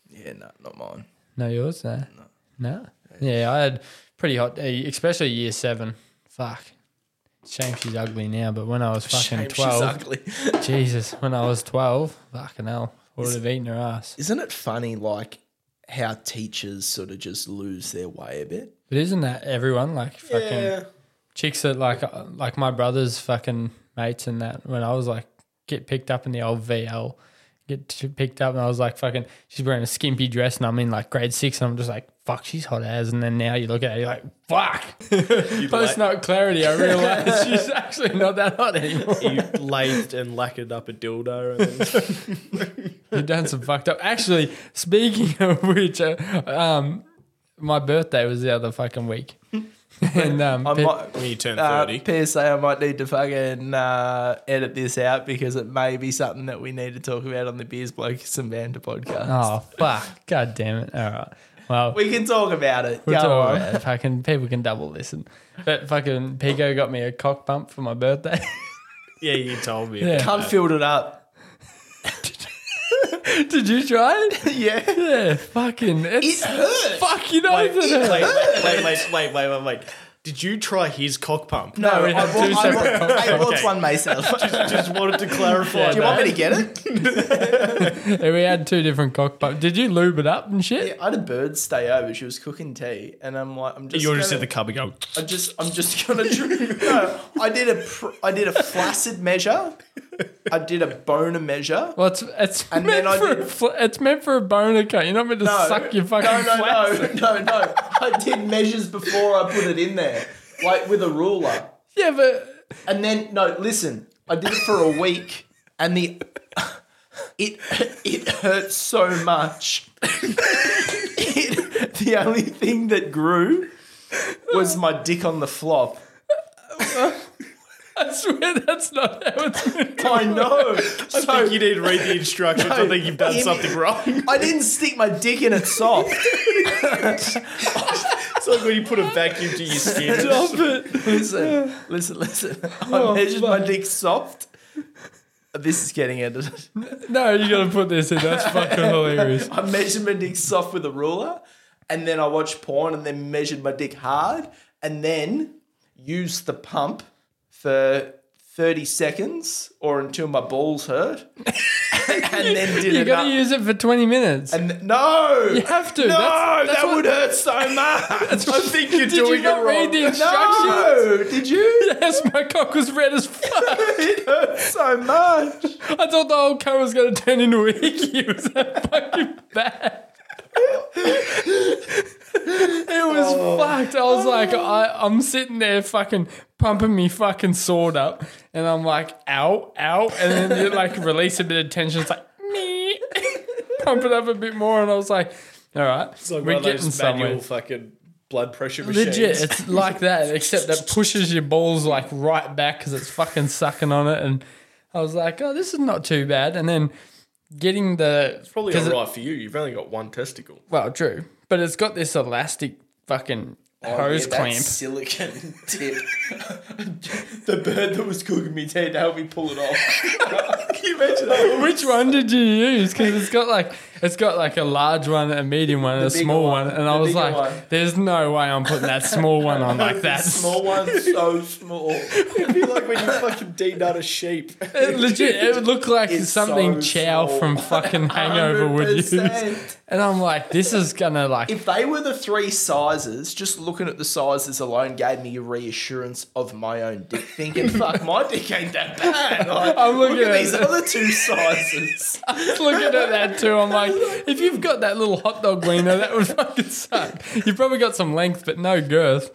S3: yeah no not mine
S1: No, yours, no, no. Yeah, I had pretty hot, eh, especially year seven. Fuck, shame she's ugly now, but when I was fucking
S3: Shame she's
S1: twelve,
S3: ugly
S1: Jesus, when I was twelve, fucking hell, I would have eaten her ass.
S3: Isn't it funny, like how teachers sort of just lose their way a bit?
S1: But isn't that everyone like fucking? chicks that like uh, like my brother's fucking mates and that when I was like get picked up in the old VL, get t- picked up and I was like fucking she's wearing a skimpy dress and I'm in like grade six and I'm just like fuck she's hot as and then now you look at her you're like fuck post note clarity I realize she's actually not that hot anymore.
S2: You lathed and lacquered up a dildo. And then,
S1: You've done some fucked up. Actually, speaking of which, uh, um, my birthday was the other fucking week. and um,
S3: I
S1: pe-
S3: might.
S2: when you turn
S3: Uh,
S2: 30.
S3: PSA, I might need to fucking uh, edit this out because it may be something that we need to talk about on the Beers, Blokes, and Banter podcast.
S1: oh fuck, god damn it! All right, well,
S3: We can talk about it.
S1: We'll
S3: Go
S1: talk
S3: on.
S1: about it. Fucking people can double listen. But fucking Pico got me a cock bump for my birthday.
S2: yeah, you told me.
S1: Yeah.
S3: Can't filled it up.
S1: Did you try it?
S3: yeah.
S1: Yeah, fucking it's
S3: It hurt.
S1: fucking over
S2: Wait,
S1: there.
S2: wait, wait, wait, wait, wait, wait, wait. Did you try his cock pump?
S3: No,
S1: we
S3: I
S1: have
S3: bought-
S1: two
S3: I
S1: separate
S3: bought- I bought
S2: Okay.
S3: one myself. Do
S2: Just wanted to clarify
S3: you want
S2: that.
S3: me to get it?
S1: we had two different cock bumps. Did you lube it up and shit?
S3: I had a bird stay over. She was cooking tea, and I'm like, I'm just.
S2: You were just
S3: gonna-
S2: in the cupboard going,
S3: I'm just, I'm just gonna. Drink. No, I did a, pr- I did a flaccid measure. I did a boner measure.
S1: Well, it's it's
S3: And
S1: meant
S3: then I
S1: for a
S3: did-
S1: fl- it's meant for a boner cut. You're not meant to
S3: No,
S1: suck your fucking
S3: no, no,
S1: flaccid.
S3: no, no, no. I did measures before I put it in there, like with a ruler.
S1: Yeah, but
S3: And then, no, listen. I did it for a week, and the, it, it hurt so much. It, the only thing that grew was my dick on the flop.
S1: I swear that's not how it's meant. to-
S3: I know.
S2: I think you need to read the instructions. I think you've done
S3: Give me-
S2: something wrong.
S3: I didn't stick my dick in it soft.
S2: It's like when you put a vacuum to your skin.
S1: Stop it. Oh,
S3: listen, listen, listen. I measured my dick soft. This is getting edited.
S1: No, you gotta put this in. That's fucking hilarious.
S3: I measured my dick soft with a ruler, and then I watched porn, and then measured my dick hard, and then used the pump for 30 seconds or until my balls hurt. and then did
S1: You
S3: it.
S1: got to use it for 20 minutes.
S3: And no,
S1: You have to.
S3: No,
S1: That's- that's
S3: that
S1: what-
S3: would hurt so much. I think you're
S1: Did you
S3: doing
S1: not
S3: it
S1: read
S3: wrong.
S1: the
S3: No,
S1: instructions?
S3: did you?
S1: Yes, my cock was red as fuck.
S3: It hurt so much.
S1: I thought the whole car was going to turn into a hickey. It was that fucking bad. It was fucked. I was like, I, I'm sitting there fucking pumping me fucking sword up, and I'm like, ow, ow, and then it like release a bit of tension. It's like, me, pump it up a bit more, and I was like, all right, we're getting somewhere.
S2: fucking blood pressure
S1: Legit, it's like that, except that pushes your balls like right back because it's fucking sucking on it. And I was like, oh, this is not too bad. And then getting the it's
S2: Probably all right for you. You've only got one testicle.
S1: well, true, but it's got this elastic fucking
S3: Oh,
S1: hose clamp.
S3: Silicon tip. the bird that was cooking me tea to help me pull it off. Can you imagine that?
S1: Which one did you use? Because it's got like it's got like a large one, a medium one, and a
S3: bigger
S1: small
S3: one.
S1: one. And
S3: The
S1: I was
S3: bigger
S1: like,
S3: one.
S1: there's no way I'm putting that small one on like that.
S3: small one's so small.
S2: It'd be like when you fucking denut a sheep.
S1: It legit, it would look like
S3: It's
S1: something
S3: so
S1: Chow
S3: small.
S1: from fucking Hangover would use.
S3: 100%.
S1: And I'm like, this is gonna like
S3: If they were the three sizes, just looking at the sizes alone gave me a reassurance of my own dick, thinking, fuck, my dick ain't that bad. Like,
S1: I'm looking
S3: look at
S1: at
S3: these
S1: it.
S3: other two sizes.
S1: looking at that too. I'm like, if you've got that little hot dog wiener, that would fucking suck. You've probably got some length, but no girth.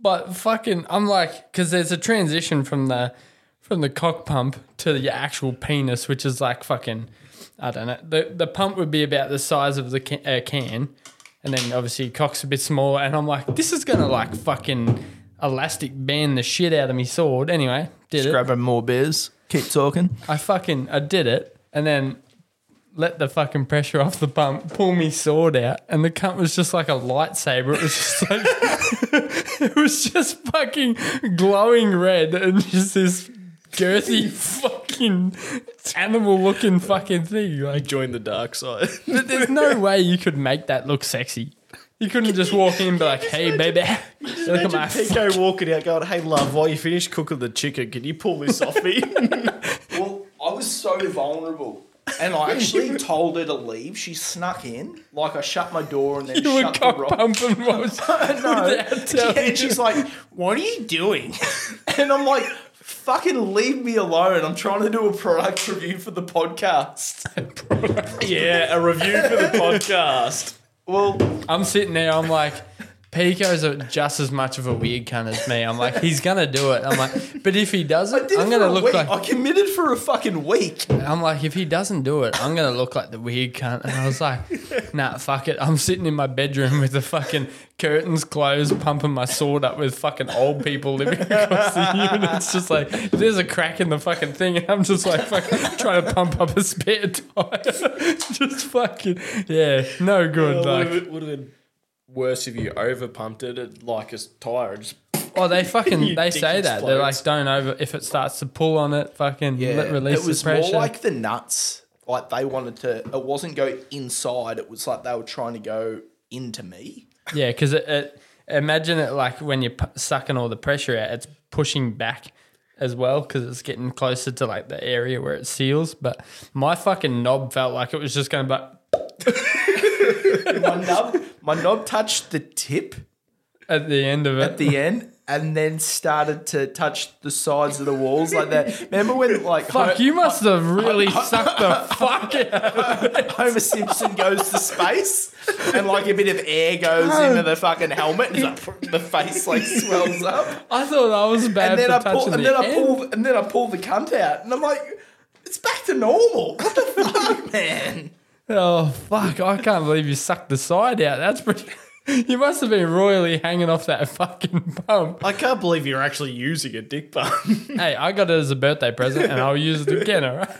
S1: But fucking, I'm like, because there's a transition from the from the cock pump to your actual penis, which is like fucking, I don't know. The the pump would be about the size of the can, uh, can and then obviously cock's a bit smaller. And I'm like, this is gonna like fucking elastic band the shit out of me sword. Anyway, did it.
S3: Grabbing more beers. Keep talking.
S1: I fucking I did it and then let the fucking pressure off the pump, pull me sword out, and the cunt was just like a lightsaber. It was just like it was just fucking glowing red and just this girthy fucking animal looking fucking thing. Like
S2: Join the dark side.
S1: but there's no way you could make that look sexy. You couldn't just walk in and be like, hey baby, look at my fuck.
S2: Pico walking out going, hey, love, while you finish cooking the chicken, can you pull this off me?
S3: Well, I was so vulnerable. And I actually told her to leave. She snuck in. Like, I shut my door and then
S1: You were
S3: shut the
S1: cock
S3: rock.
S1: pumping whilst without telling
S3: And she's like, What are you doing? And I'm like, Fucking leave me alone. I'm trying to do a product review for the podcast.
S2: yeah, a review for the podcast.
S3: Well,
S1: I'm sitting there, I'm like, Pico's a, just as much of a weird cunt as me. I'm like, he's gonna do it. I'm like, but if he
S3: I
S1: doesn't,
S3: did
S1: I'm
S3: it for
S1: gonna
S3: a
S1: look
S3: week.
S1: like
S3: I committed for a fucking week.
S1: I'm like, if he doesn't do it, I'm gonna look like the weird cunt. And I was like, nah, fuck it. I'm sitting in my bedroom with the fucking curtains closed, pumping my sword up with fucking old people living across the unit. It's just like there's a crack in the fucking thing, and I'm just like fucking trying to pump up a spare tire. just fucking yeah, no good. like
S2: it would have been worse if you over pumped it, it like a tire. and Just
S1: Oh, they fucking
S2: You
S1: they
S2: dick
S1: say that they're
S2: explodes.
S1: like don't over if it starts to pull on it, fucking let release
S3: it was
S1: the pressure.
S3: more like the nuts. Like they wanted to. It wasn't go inside. It was like they were trying to go into me.
S1: yeah, because it, it imagine it like when you're pu- sucking all the pressure out, it's pushing back as well because it's getting closer to like the area where it seals. But my fucking knob felt like it was just going back.
S3: My knob, my knob touched the tip
S1: At the end of
S3: at
S1: it,
S3: the end, and then started to touch the sides of the walls like that. Remember when like
S1: fuck! You must have really sucked the fuck out.
S3: Homer Simpson goes to space and like a bit of air goes into the fucking helmet and it's like, the face like swells up.
S1: I thought I was bad
S3: And then
S1: for
S3: I
S1: touching
S3: pull and
S1: the
S3: then I
S1: end.
S3: pull and then I pull the cunt out and I'm like, it's back to normal. What the fuck, man?
S1: Oh fuck! I can't believe you sucked the side out. That's pretty. You must have been royally hanging off that fucking pump.
S2: I can't believe you're actually using a dick pump.
S1: Hey, I got it as a birthday present, and I'll use it again. All right.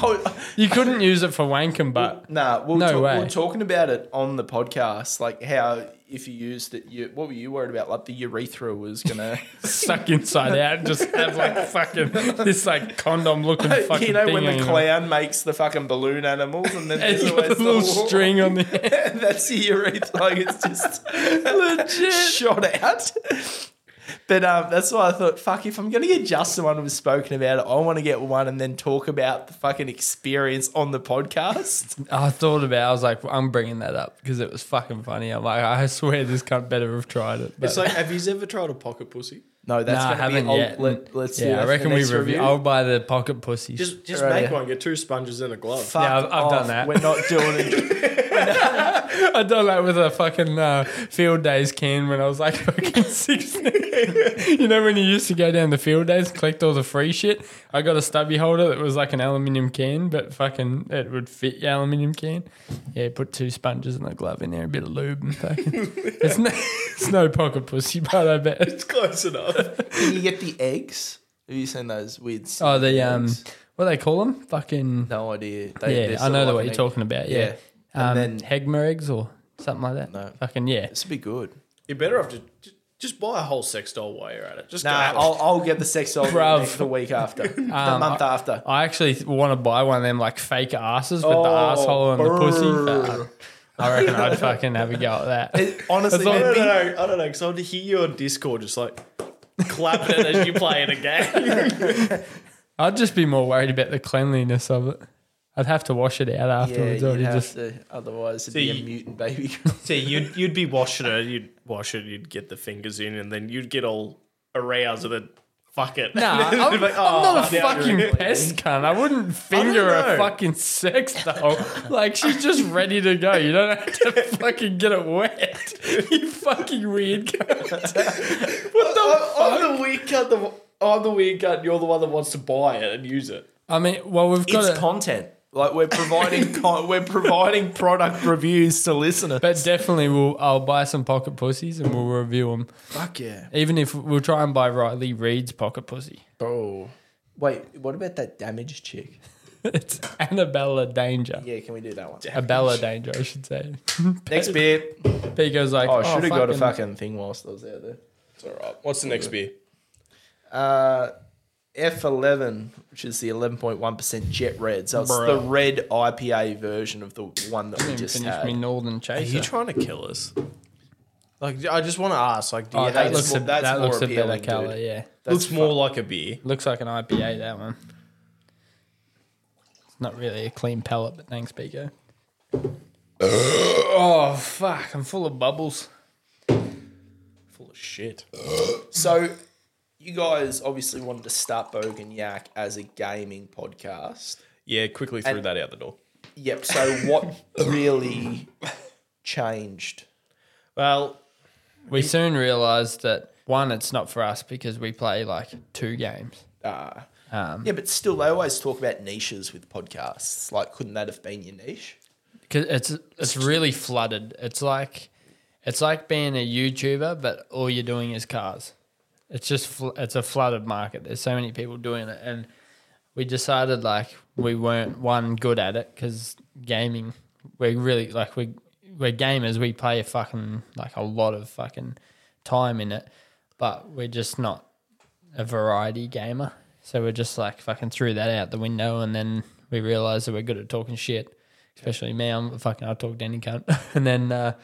S3: Oh,
S1: You couldn't use it for wanking, but
S3: nah, we'll
S1: No
S3: talk,
S1: way.
S3: we're talking about it on the podcast, like how if you used it, you, what were you worried about? Like the urethra was gonna,
S1: suck inside out. and Just have like fucking this like condom looking fucking
S3: you know,
S1: thing
S3: when the
S1: hanging on.
S3: clown makes the fucking balloon animals, and then
S1: It's
S3: there's
S1: got
S3: always
S1: a
S3: the
S1: little
S3: wall.
S1: string on the end.
S3: And that's the urethra. Like it's just legit shot out. But um, that's why I thought, fuck, if I'm going to get Justin one who's spoken about it, I want to get one and then talk about the fucking experience on the podcast.
S1: I thought about. it. I was like, I'm bringing that up because it was fucking funny. I'm like, I swear this cunt better have tried it. But
S2: It's like, have you ever tried a pocket pussy?
S3: No, that's
S1: nah, I
S3: going to
S1: haven't
S3: be old.
S1: yet.
S3: Let, let's do
S1: yeah,
S3: that
S1: I
S3: for
S1: reckon
S3: the
S1: we
S3: next
S1: review.
S3: review.
S1: I'll buy the pocket pussies.
S2: Just just
S3: Right,
S2: make
S3: yeah.
S2: one. Get two sponges and a glove.
S3: Fuck
S1: Yeah, I've- I've done
S3: off.
S1: that.
S3: We're not doing it.
S1: I done that with a fucking uh, field days can when I was like fucking 16. you know, when you used to go down the field days, collect all the free shit? I got a stubby holder that was like an aluminium can, but fucking it would fit your aluminium can. Yeah, put two sponges and a glove in there, a bit of lube and fucking. it's, no, it's no pocket pussy, but I bet.
S2: It's close enough.
S3: Can you get the eggs? Have you seen those weird?
S1: Oh, the, um,
S3: eggs?
S1: what do they call them? Fucking.
S3: No idea.
S1: yeah, I know the what you're talking about. Yeah.
S3: Yeah.
S1: Um,
S3: And then-
S1: Hegmer eggs or something like that.
S3: No.
S1: Fucking, yeah.
S3: This would be good.
S2: You're better off to j- just buy a whole sex doll while you're at it. Just
S3: Nah,
S2: go.
S3: I'll, I'll get the sex doll
S1: Bruv.
S3: the week after, the month after.
S1: I actually want to buy one of them like fake asses with the
S3: Oh,
S1: asshole and the pussy.
S3: brr.
S1: But I reckon I'd fucking have a go at that.
S3: It- honestly,
S1: As long-
S2: I
S3: it'd
S2: don't
S3: be-
S2: know. I don't know. Because I would hear you on Discord just like clapping it as you play it again.
S1: I'd just be more worried about the cleanliness of it. I'd have to wash it out
S3: yeah,
S1: afterwards.
S3: you'd
S1: already
S3: have
S1: just
S3: to. Otherwise, it'd
S2: See,
S3: be a
S2: you-
S3: mutant baby.
S2: See, you'd you'd be washing it. You'd wash it. You'd get the fingers in, and then you'd get all aroused and then fuck it.
S1: Nah, I'm,
S2: You'd be like,
S1: I'm
S2: "Oh,
S1: not a
S2: now you're
S1: fucking
S2: in."
S1: pest cunt. I wouldn't finger
S2: I don't
S1: a
S2: know.
S1: fucking sex doll. Like she's just ready to go. You don't have to fucking get it wet. You fucking weird cunt.
S2: I'm, I'm the weird cut. The I'm the weird cut. You're the one that wants to buy it and use it.
S1: I mean, well, we've got
S3: it's
S1: it.
S3: content. Like we're providing, con- we're providing product reviews to listeners.
S1: But definitely, we'll I'll buy some pocket pussies and we'll review them.
S3: Fuck yeah,
S1: Even if we'll try and buy Riley Reed's pocket pussy.
S3: bro. Wait, what about that damaged chick?
S1: It's Annabella Danger.
S3: Yeah, can we do that one?
S1: Abella Danger, I should say.
S3: Next beer.
S1: Pico's like,
S3: Oh, I should have got a fucking thing whilst I was out there.
S2: It's all right. What's the next beer?
S3: Uh, F11, which is the 11.1% Jet Red. So it's
S1: Bruh.
S3: the red IPA version of the one that we
S1: Just
S3: just uh,
S1: finish
S3: had.
S1: me Northern
S2: Are
S1: Chaser.
S2: you trying to kill us? Like, I just want to ask. Like, do you
S1: oh,
S2: hate
S1: that
S3: that's
S1: looks
S3: more-
S1: a,
S3: that's
S1: that
S3: more
S1: looks a better
S3: appealing,
S1: colour,
S3: dude.
S1: yeah.
S2: Uh, looks more like a beer.
S1: Looks like an IPA, that one. It's not really a clean palate, but thanks, Pico. oh, fuck. I'm full of bubbles.
S2: Full of shit.
S3: So, you guys obviously wanted to start Bogan Yak as a gaming podcast.
S2: Yeah, quickly threw that out the door.
S3: Yep. So, what really changed?
S2: Well,
S1: We soon realised that, one, it's not for us because we play like two games.
S3: Uh,
S1: Um,
S3: yeah, but still, they always talk about niches with podcasts. Like, couldn't that have been your niche?
S1: Cause it's it's really flooded. It's like it's like being a YouTuber, but all you're doing is cars. It's just fl- it's a flooded market. There's so many people doing it, and we decided like we weren't one good at it because gaming. We're really like we we're gamers. We play a fucking like a lot of fucking time in it, but we're just not a variety gamer. So we're just like fucking threw that out the window, and then we realized that we're good at talking shit. Especially me, I'm fucking. I talk to any cunt, and then uh,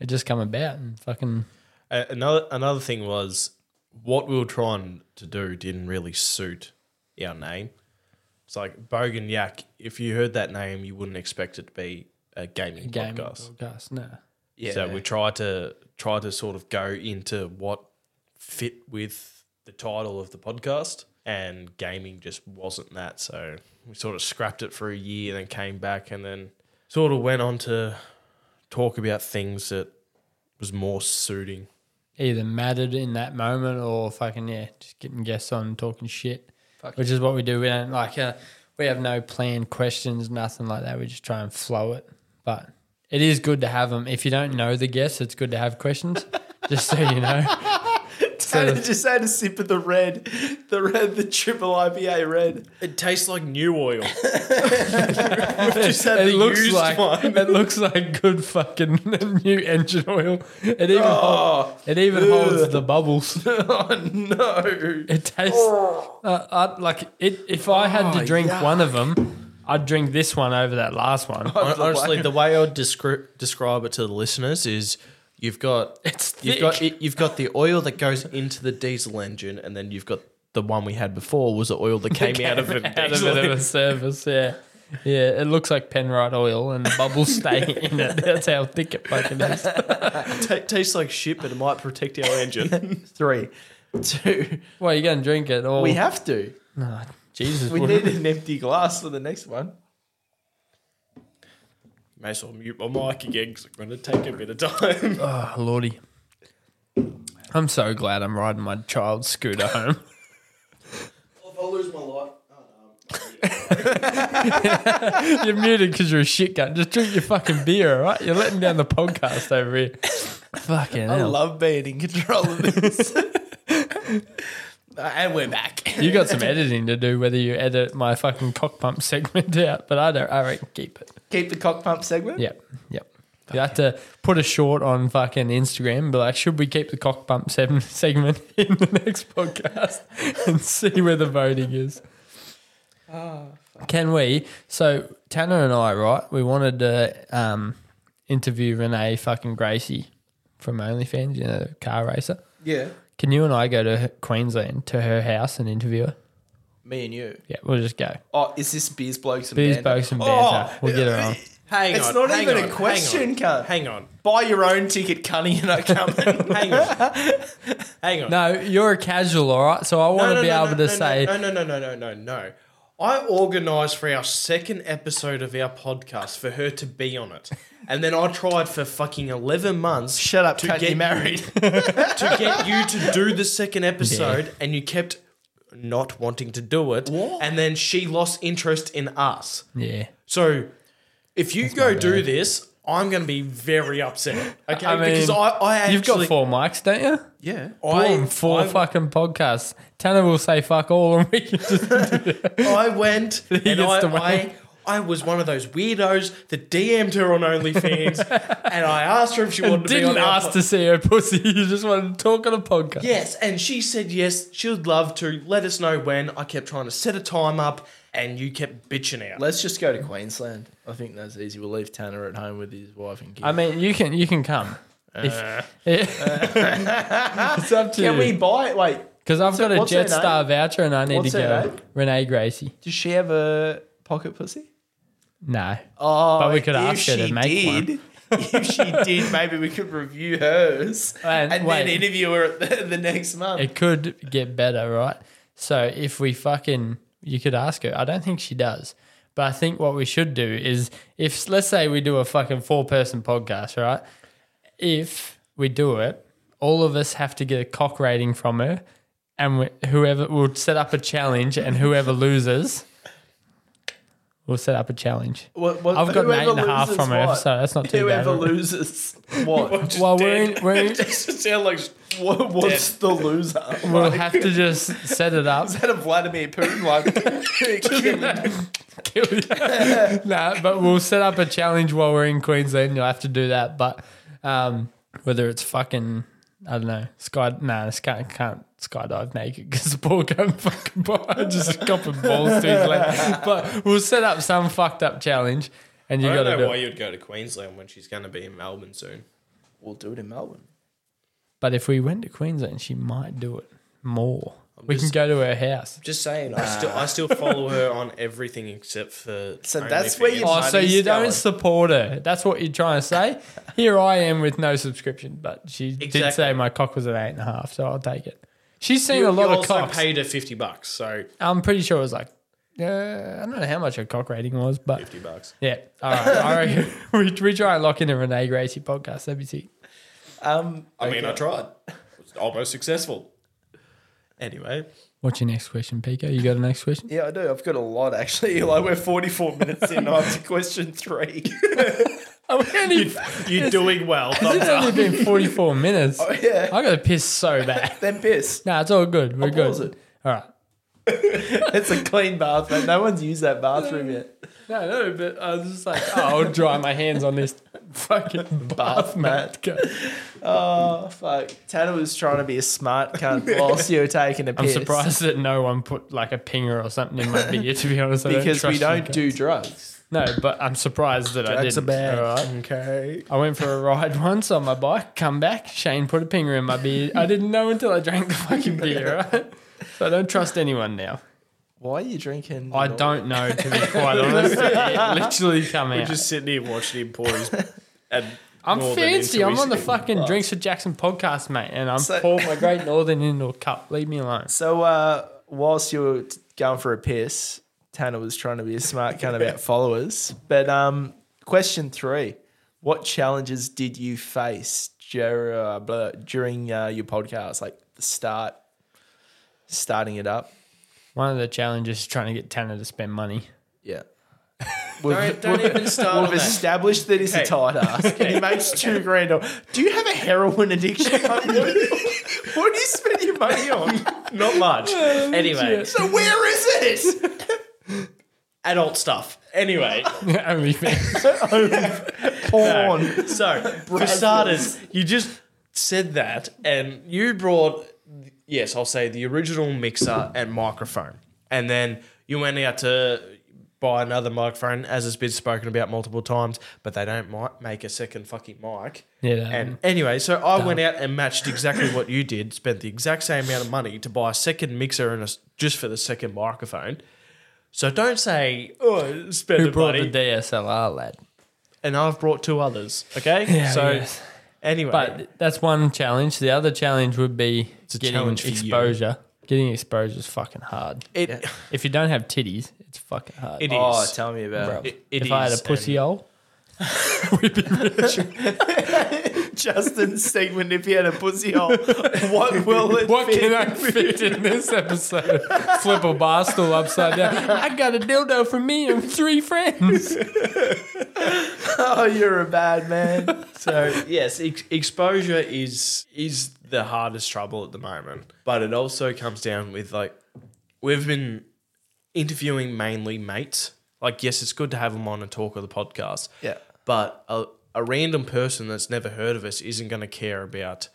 S1: it just come about and fucking.
S2: a- another another thing was what we were trying to do didn't really suit our name. It's like Bogan Yak. If you heard that name, you wouldn't expect it to be a gaming
S1: Game
S2: podcast.
S1: podcast, no.
S3: Yeah.
S2: So we tried to try to sort of go into what fit with the title of the podcast, and gaming just wasn't that. So we sort of scrapped it for a year, then came back, and then sort of went on to talk about things that was more suiting.
S1: Either mattered in that moment or fucking yeah, just getting guests on and talking shit, which is what we do. We don't like uh, we have no planned questions, nothing like that. We just try and flow it. But it is good to have them. If you don't know the guests, it's good to have questions, just so you know.
S3: So just had a sip of the red, the red, the triple IPA red.
S2: It tastes like new oil.
S3: Just had
S1: it
S3: the
S1: looks
S3: used
S1: like
S3: one.
S1: it looks like good fucking new engine oil. It even
S3: Oh,
S1: it even holds the bubbles.
S3: oh no.
S1: It tastes uh, I, like it. If I had to
S3: Oh,
S1: drink
S3: yuck.
S1: one of them, I'd drink
S3: Oh,
S1: this one over that last one.
S2: Hon- Honestly, the way I would descri- describe it to the listeners is You've got
S1: It's
S2: you've got you've got the oil that goes into the diesel engine, and then you've got the one we had before was the oil that came, out of it.
S1: out of it of a service, yeah. Yeah, it looks like Penrite oil and the bubbles stay in it. That's how thick it fucking is.
S2: Ta- tastes like shit, but it might protect our engine.
S3: Three, two.
S1: Well, you're going to drink it all.
S3: We have to.
S1: No, Jesus.
S3: We
S1: wouldn't-
S3: need an empty glass for the next one.
S2: May as well mute my mic again because it's going to take a bit of time.
S1: Oh, lordy. I'm so glad I'm riding my child's scooter home.
S3: I'll lose my life.
S1: you're muted because you're a shit gun. Just drink your fucking beer, all right? You're letting down the podcast over here. Fucking
S3: I
S1: hell.
S3: love being in control of this. and we're back.
S1: you got some editing to do, whether you edit my fucking cock pump segment out, but I don't. I reckon keep it.
S3: Keep the cock pump segment.
S1: Yep. Yep. You have to put a short on fucking Instagram, and be like, should we keep the cock bump seven segment in the next podcast and see where the voting is?
S2: Ah,
S1: Can we? So Tanner and I, right? We wanted to um, interview Renee fucking Gracie from OnlyFans, you know, the car racer.
S3: Yeah.
S1: Can you and I go to her- Queensland to her house and interview her?
S3: Me and you.
S1: Yeah, we'll just go.
S3: Oh, is this beers, blokes, and
S1: Beers,
S3: Banter?
S1: blokes, and
S3: Oh,
S1: banter. we'll get her on.
S2: Hang
S3: It's
S2: on,
S3: not
S2: hang
S3: even
S2: on,
S3: a
S2: hang
S3: question, cunt.
S2: Hang on,
S3: Buy your own ticket, cunny, and I coming.
S2: hang on, hang on.
S1: No, you're a casual, all right? So I want to be able to
S2: no,
S1: say,
S2: no, no, no, no, no, no, no. I organised for our second episode of our podcast for her to be on it, and then I tried for fucking eleven months.
S3: Shut up,
S2: to
S3: cunt.
S2: get
S3: You're married.
S2: to get you to do the second episode, and you kept not wanting to do it,
S3: What?
S2: and then she lost interest in us.
S1: yeah.
S2: So if you go do this, I'm going to be very upset. Okay,
S1: I mean,
S2: because I, I actually,
S1: You've got four mics, don't you?
S3: yeah.
S2: I-
S1: Boom, four
S2: I-
S1: fucking podcasts. Tanner will say fuck all, and we can just.
S2: I went and
S1: gets
S2: I,
S1: to win.
S2: I, I was one of those weirdos that DM'd her on OnlyFans and I asked her if she wanted to be on
S1: didn't
S2: our
S1: ask
S2: po-
S1: to see her pussy. You just wanted to talk on a podcast.
S2: Yes, and she said yes, she would love to. Let us know when. I kept trying to set a time up and you kept bitching out.
S3: Let's just go to Queensland. I think that's easy. We'll leave Tanner at home with his wife and kids.
S1: I mean, you can you can come.
S3: Uh,
S1: If, eh, it's up to
S3: Can we
S1: you.
S3: buy it? Wait,
S1: Because I've got a
S3: what's her
S1: Jetstar voucher, and I need
S3: What's
S1: to
S3: her
S1: go.
S3: name?
S1: Renee Gracie.
S3: does she have a pocket pussy?
S1: No.
S3: Oh,
S1: But we could
S3: if
S1: ask her to
S3: she
S1: make one.
S3: did, If she did, maybe we could review hers
S1: And
S3: and, then
S1: wait.
S3: interview her at the, the next month.
S1: It could get better, right? So if we fucking, you could ask her. I don't think she does, but I think what we should do is if let's say we do a fucking four person podcast, right? If we do it, all of us have to get a cock rating from her, and we, whoever will set up a challenge, and whoever loses, will set up a challenge.
S3: What- what-
S1: I've got an eight
S3: whoever
S1: and a half
S3: loses
S1: from her,
S3: what?
S1: so that's not too
S3: whoever
S1: bad.
S3: loses what?
S1: Well, we're in, we're in,
S2: it sound like
S3: what what's the loser?
S1: we'll
S3: Like,
S1: have to just set it up.
S3: is that a Vladimir Putin like?
S1: kill you. nah, but we'll set up a challenge while we're in Queensland. You'll have to do that. But um, whether it's fucking, I don't know, sky, nah, this can't, can't skydive naked because the ball can't fucking by. Just copping balls to his leg. But we'll set up some fucked up challenge and you
S2: I
S1: got to
S2: don't know
S1: do
S2: why
S1: it.
S2: you'd go to Queensland when she's going to be in Melbourne soon.
S3: we'll do it in Melbourne.
S1: But if we went to Queensland, she might do it more. we
S2: just-
S1: can go to her house.
S2: Just saying, I still I still follow her on everything except for.
S3: So that's where you-
S1: Oh, so
S3: Money's
S1: you don't
S3: going.
S1: support her. That's what you're trying to say. Here I am with no subscription, but she
S2: Exactly.
S1: did say my cock was an eight and a half, so I'll take it. She's seen a
S2: You,
S1: lot
S2: you
S1: of
S2: also
S1: cocks.
S2: paid her fifty bucks, so
S1: I'm pretty sure it was like, uh, I don't know how much her cock rating was, but
S2: fifty bucks.
S1: yeah. All right. I reckon we, we try and lock in a Renee Gracie podcast. That'd be sick.
S3: Um,
S2: I mean, I tried. It was almost successful. Anyway,
S1: What's your next question, Pico? You got a next question?
S3: yeah, I do. I've got a lot actually. Like we're forty-four minutes in. I'm to question three.
S1: Oh, we only,
S2: you're doing well.
S1: it's only been 44 minutes.
S2: Oh,
S3: yeah.
S1: I got to piss so bad.
S3: then piss.
S1: Nah, it's all good. We're
S3: Pause
S1: good.
S3: it.
S1: All right.
S3: It's a clean bathroom. No one's used that bathroom yet.
S1: No, no, but I was just like, oh, I'll dry my hands on this fucking bath mat.
S3: Oh fuck! Tanner was trying to be a smart cunt whilst you were taking a
S1: I'm
S3: piss.
S1: surprised that no one put like a pinger or something in my beer, to be honest. I
S3: because
S1: don't
S3: we
S1: trust you
S3: don't do drugs.
S1: No, but I'm surprised that I
S3: Drugs are
S1: didn't.
S3: bad.
S1: all right?
S3: Okay.
S1: I went for a ride once on my bike, come back, Shane put a pinger in my beer. I didn't know until I drank the fucking beer, right? So I don't trust anyone now.
S3: Why are you drinking?
S1: I
S3: not-
S1: don't know, to be quite honest. It literally come out.
S2: Just sitting here watching him pour his. And
S1: I'm
S2: Northern
S1: fancy.
S2: into
S1: I'm on the
S2: his-
S1: fucking Drinks with Jackson podcast, mate, and I'm
S3: So-
S1: pouring my Great Northern into a cup. Leave me alone.
S3: So, uh, whilst you were t- going for a piss, Tanner was trying to be a smart cunt about followers. But um, question three What challenges did you face dur- uh, blah, during uh, your podcast? Like the start, starting it up?
S1: One of the challenges is trying to get Tanner to spend money.
S3: Yeah. We've,
S2: don't even start
S3: we've established that he's a
S2: Okay.
S3: tight ass and he makes two grand. a- Do you have a heroin addiction? what, do you- what do you spend your money on?
S2: Not much. Anyway,
S3: Oh, So, where is it?
S2: adult stuff. Anyway,
S1: OnlyFans.
S3: Porn.
S2: so for starters, you just said that, and you brought yes, I'll say the original mixer and microphone, and then you went out to buy another microphone, as has been spoken about multiple times, but they don't mi- make a second fucking mic.
S1: Yeah, they
S2: And anyway, so I went out and matched exactly what you did. Spent the exact same amount of money to buy a second mixer and a s just for the second microphone. So don't say, oh, spend
S1: Who
S2: the
S1: brought
S2: money
S1: the DSLR, lad?
S2: and I've brought two others. Okay, so
S1: yes.
S2: anyway,
S1: But that's one challenge. The other challenge would be
S2: a
S1: getting
S2: challenge for you.
S1: exposure. Getting exposure is fucking hard.
S3: It,
S1: If you don't have titties, it's fucking hard.
S2: it is.
S3: Oh, tell me about
S1: Bruv.
S3: it.
S2: it- it
S1: if I had a
S2: is,
S1: pussy
S2: and-
S1: hole,
S3: Justin's segment. If he had a pussy hole, what will it
S1: what
S3: be?
S1: can I fit in this episode? Flip a bar stool upside down. I got a dildo for me and three friends.
S3: Oh, you're a bad man.
S2: so yes, ex- exposure is is the hardest trouble at the moment. But it also comes down with like we've been interviewing mainly mates. Like yes, it's good to have them on and talk of the podcast.
S3: Yeah.
S2: but a, a random person that's never heard of us isn't going to care about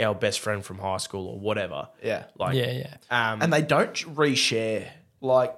S2: our best friend from high school or whatever.
S3: Yeah.
S2: like
S1: yeah, yeah.
S2: Um,
S3: and they don't reshare. Like,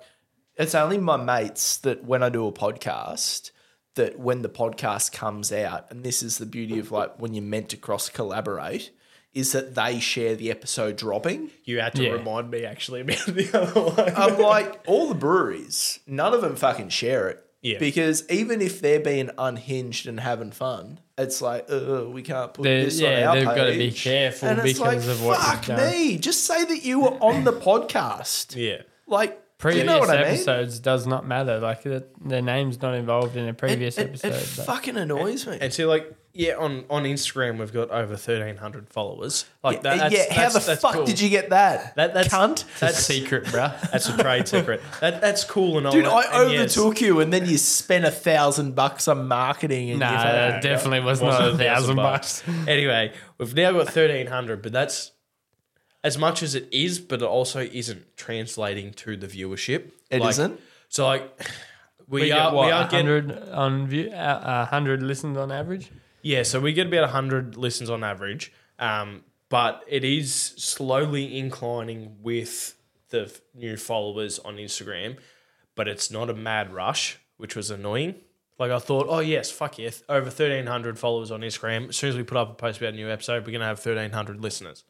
S3: it's only my mates that when I do a podcast, that when the podcast comes out, and this is the beauty of like when you're meant to cross collaborate, is that they share the episode dropping.
S2: you had to
S1: Yeah.
S2: remind me actually about the other one.
S3: I'm Um, like, all the breweries, none of them fucking share it.
S2: Yeah.
S3: Because even if they're being unhinged and having fun, it's like, uh, we can't put
S1: They-
S3: this
S1: yeah,
S3: on our
S1: they've gotta be
S3: page."
S1: careful
S3: and it's
S1: because
S3: like,
S1: of what
S3: Fuck
S1: you've done.
S3: me, just say that you were on the podcast.
S2: yeah.
S3: Like, do
S1: Previous
S3: you know what I mean?
S1: episodes does not matter. Like the, their name's not involved in a previous
S3: it,
S1: episode.
S3: It
S1: but-
S3: fucking annoys me.
S2: And so, like, yeah, on, on Instagram, we've got over 1,300 followers. Like,
S3: Uh,
S2: that, that's,
S3: yeah, how
S2: that's-
S3: the
S2: that's
S3: fuck
S2: cool.
S3: did you get that?
S2: That, that's,
S3: Cunt.
S1: that's
S2: That's,
S1: secret, bro.
S2: that's a trade secret. That, that's cool and all
S3: Dude,
S2: that.
S3: I
S2: and yes,
S3: overtook you, and then you spent a thousand bucks on marketing. And
S1: Nah,
S3: you've
S1: that definitely was
S2: it was
S1: not a thousand bucks.
S2: anyway, we've now got 1,300, but that's as much as it is, but it also isn't translating to the viewership.
S3: It
S2: It
S3: isn't?
S2: So, like, we,
S1: We
S2: are,
S1: got what,
S2: we are getting
S1: 100 on view, uh, uh, 100 listens on average.
S2: Yeah, so we get about 100 listens on average, um, but it is slowly inclining with the f- new followers on Instagram, but it's not a mad rush, which was annoying. Like I thought, oh yes, fuck yeah, th- over 1,300 followers on Instagram. As soon as we put up a post about a new episode, we're going to have 1,300 listeners.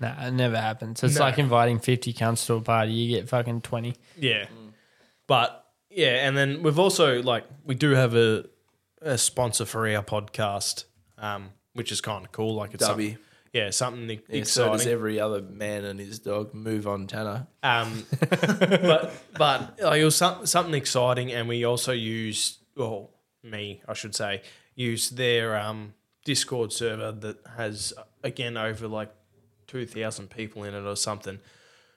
S1: Nah, it never happens. It's
S2: No.
S1: like inviting 50 cunts to a party. You get fucking 20.
S2: Yeah.
S3: Mm.
S2: But yeah, and then we've also like we do have a a sponsor for our podcast, um, which is kind of cool. Like it's
S3: Dubby.
S2: something, yeah, something e-
S3: Yeah, so
S2: exciting.
S3: does every other man and his dog. Move on, Tanner.
S2: Um, but but like, it was some, something exciting, and we also used, well, me, I should say, used their um, Discord server that has again over like two thousand people in it or something.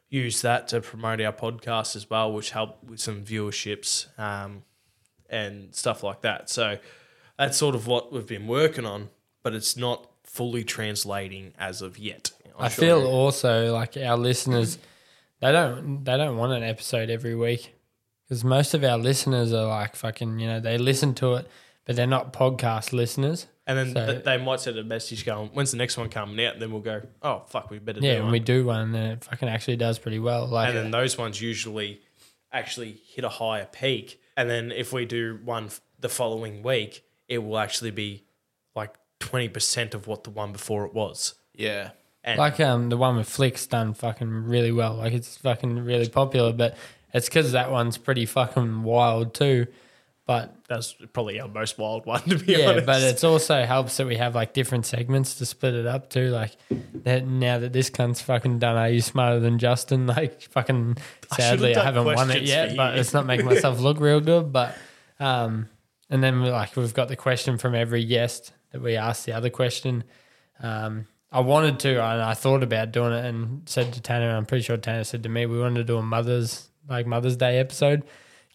S2: Use that to promote our podcast as well, which helped with some viewerships um, and stuff like that. So that's sort of what we've been working on, but it's not fully translating as of yet. I'm
S1: I
S2: sure.
S1: feel also like our listeners, they don't they don't want an episode every week because most of our listeners are like fucking you know they listen to it, but they're not podcast listeners.
S2: And then
S1: So-
S2: th- they might send a message going, "When's the next one coming out?" And then we'll go, "Oh fuck, we better
S1: Yeah,
S2: do
S1: when
S2: one."
S1: we do one, then it fucking actually does pretty well. Like
S2: and then those ones usually actually hit a higher peak And then if we do one f- the following week, it will actually be like 20% of what the one before it was.
S3: Yeah.
S2: And
S1: Like um, the one with Flick's done fucking really well. Like it's fucking really popular, but it's because that one's pretty fucking wild too. But
S2: that's probably our most wild one, to be
S1: yeah,
S2: honest.
S1: but it's also helps that we have like different segments to split it up too. Like that now that this cunt's fucking done, are you smarter than Justin? Like fucking
S2: I should've
S1: sadly, I,
S2: done
S1: haven't won it
S2: questions for
S1: yet, but
S2: you.
S1: it's not making myself look real good. But um, and then we like we've got the question from every guest that we asked the other question. Um, I wanted to, and I thought about doing it, and said to Tanner, and I'm pretty sure Tanner said to me, we wanted to do a Mother's like Mother's Day episode.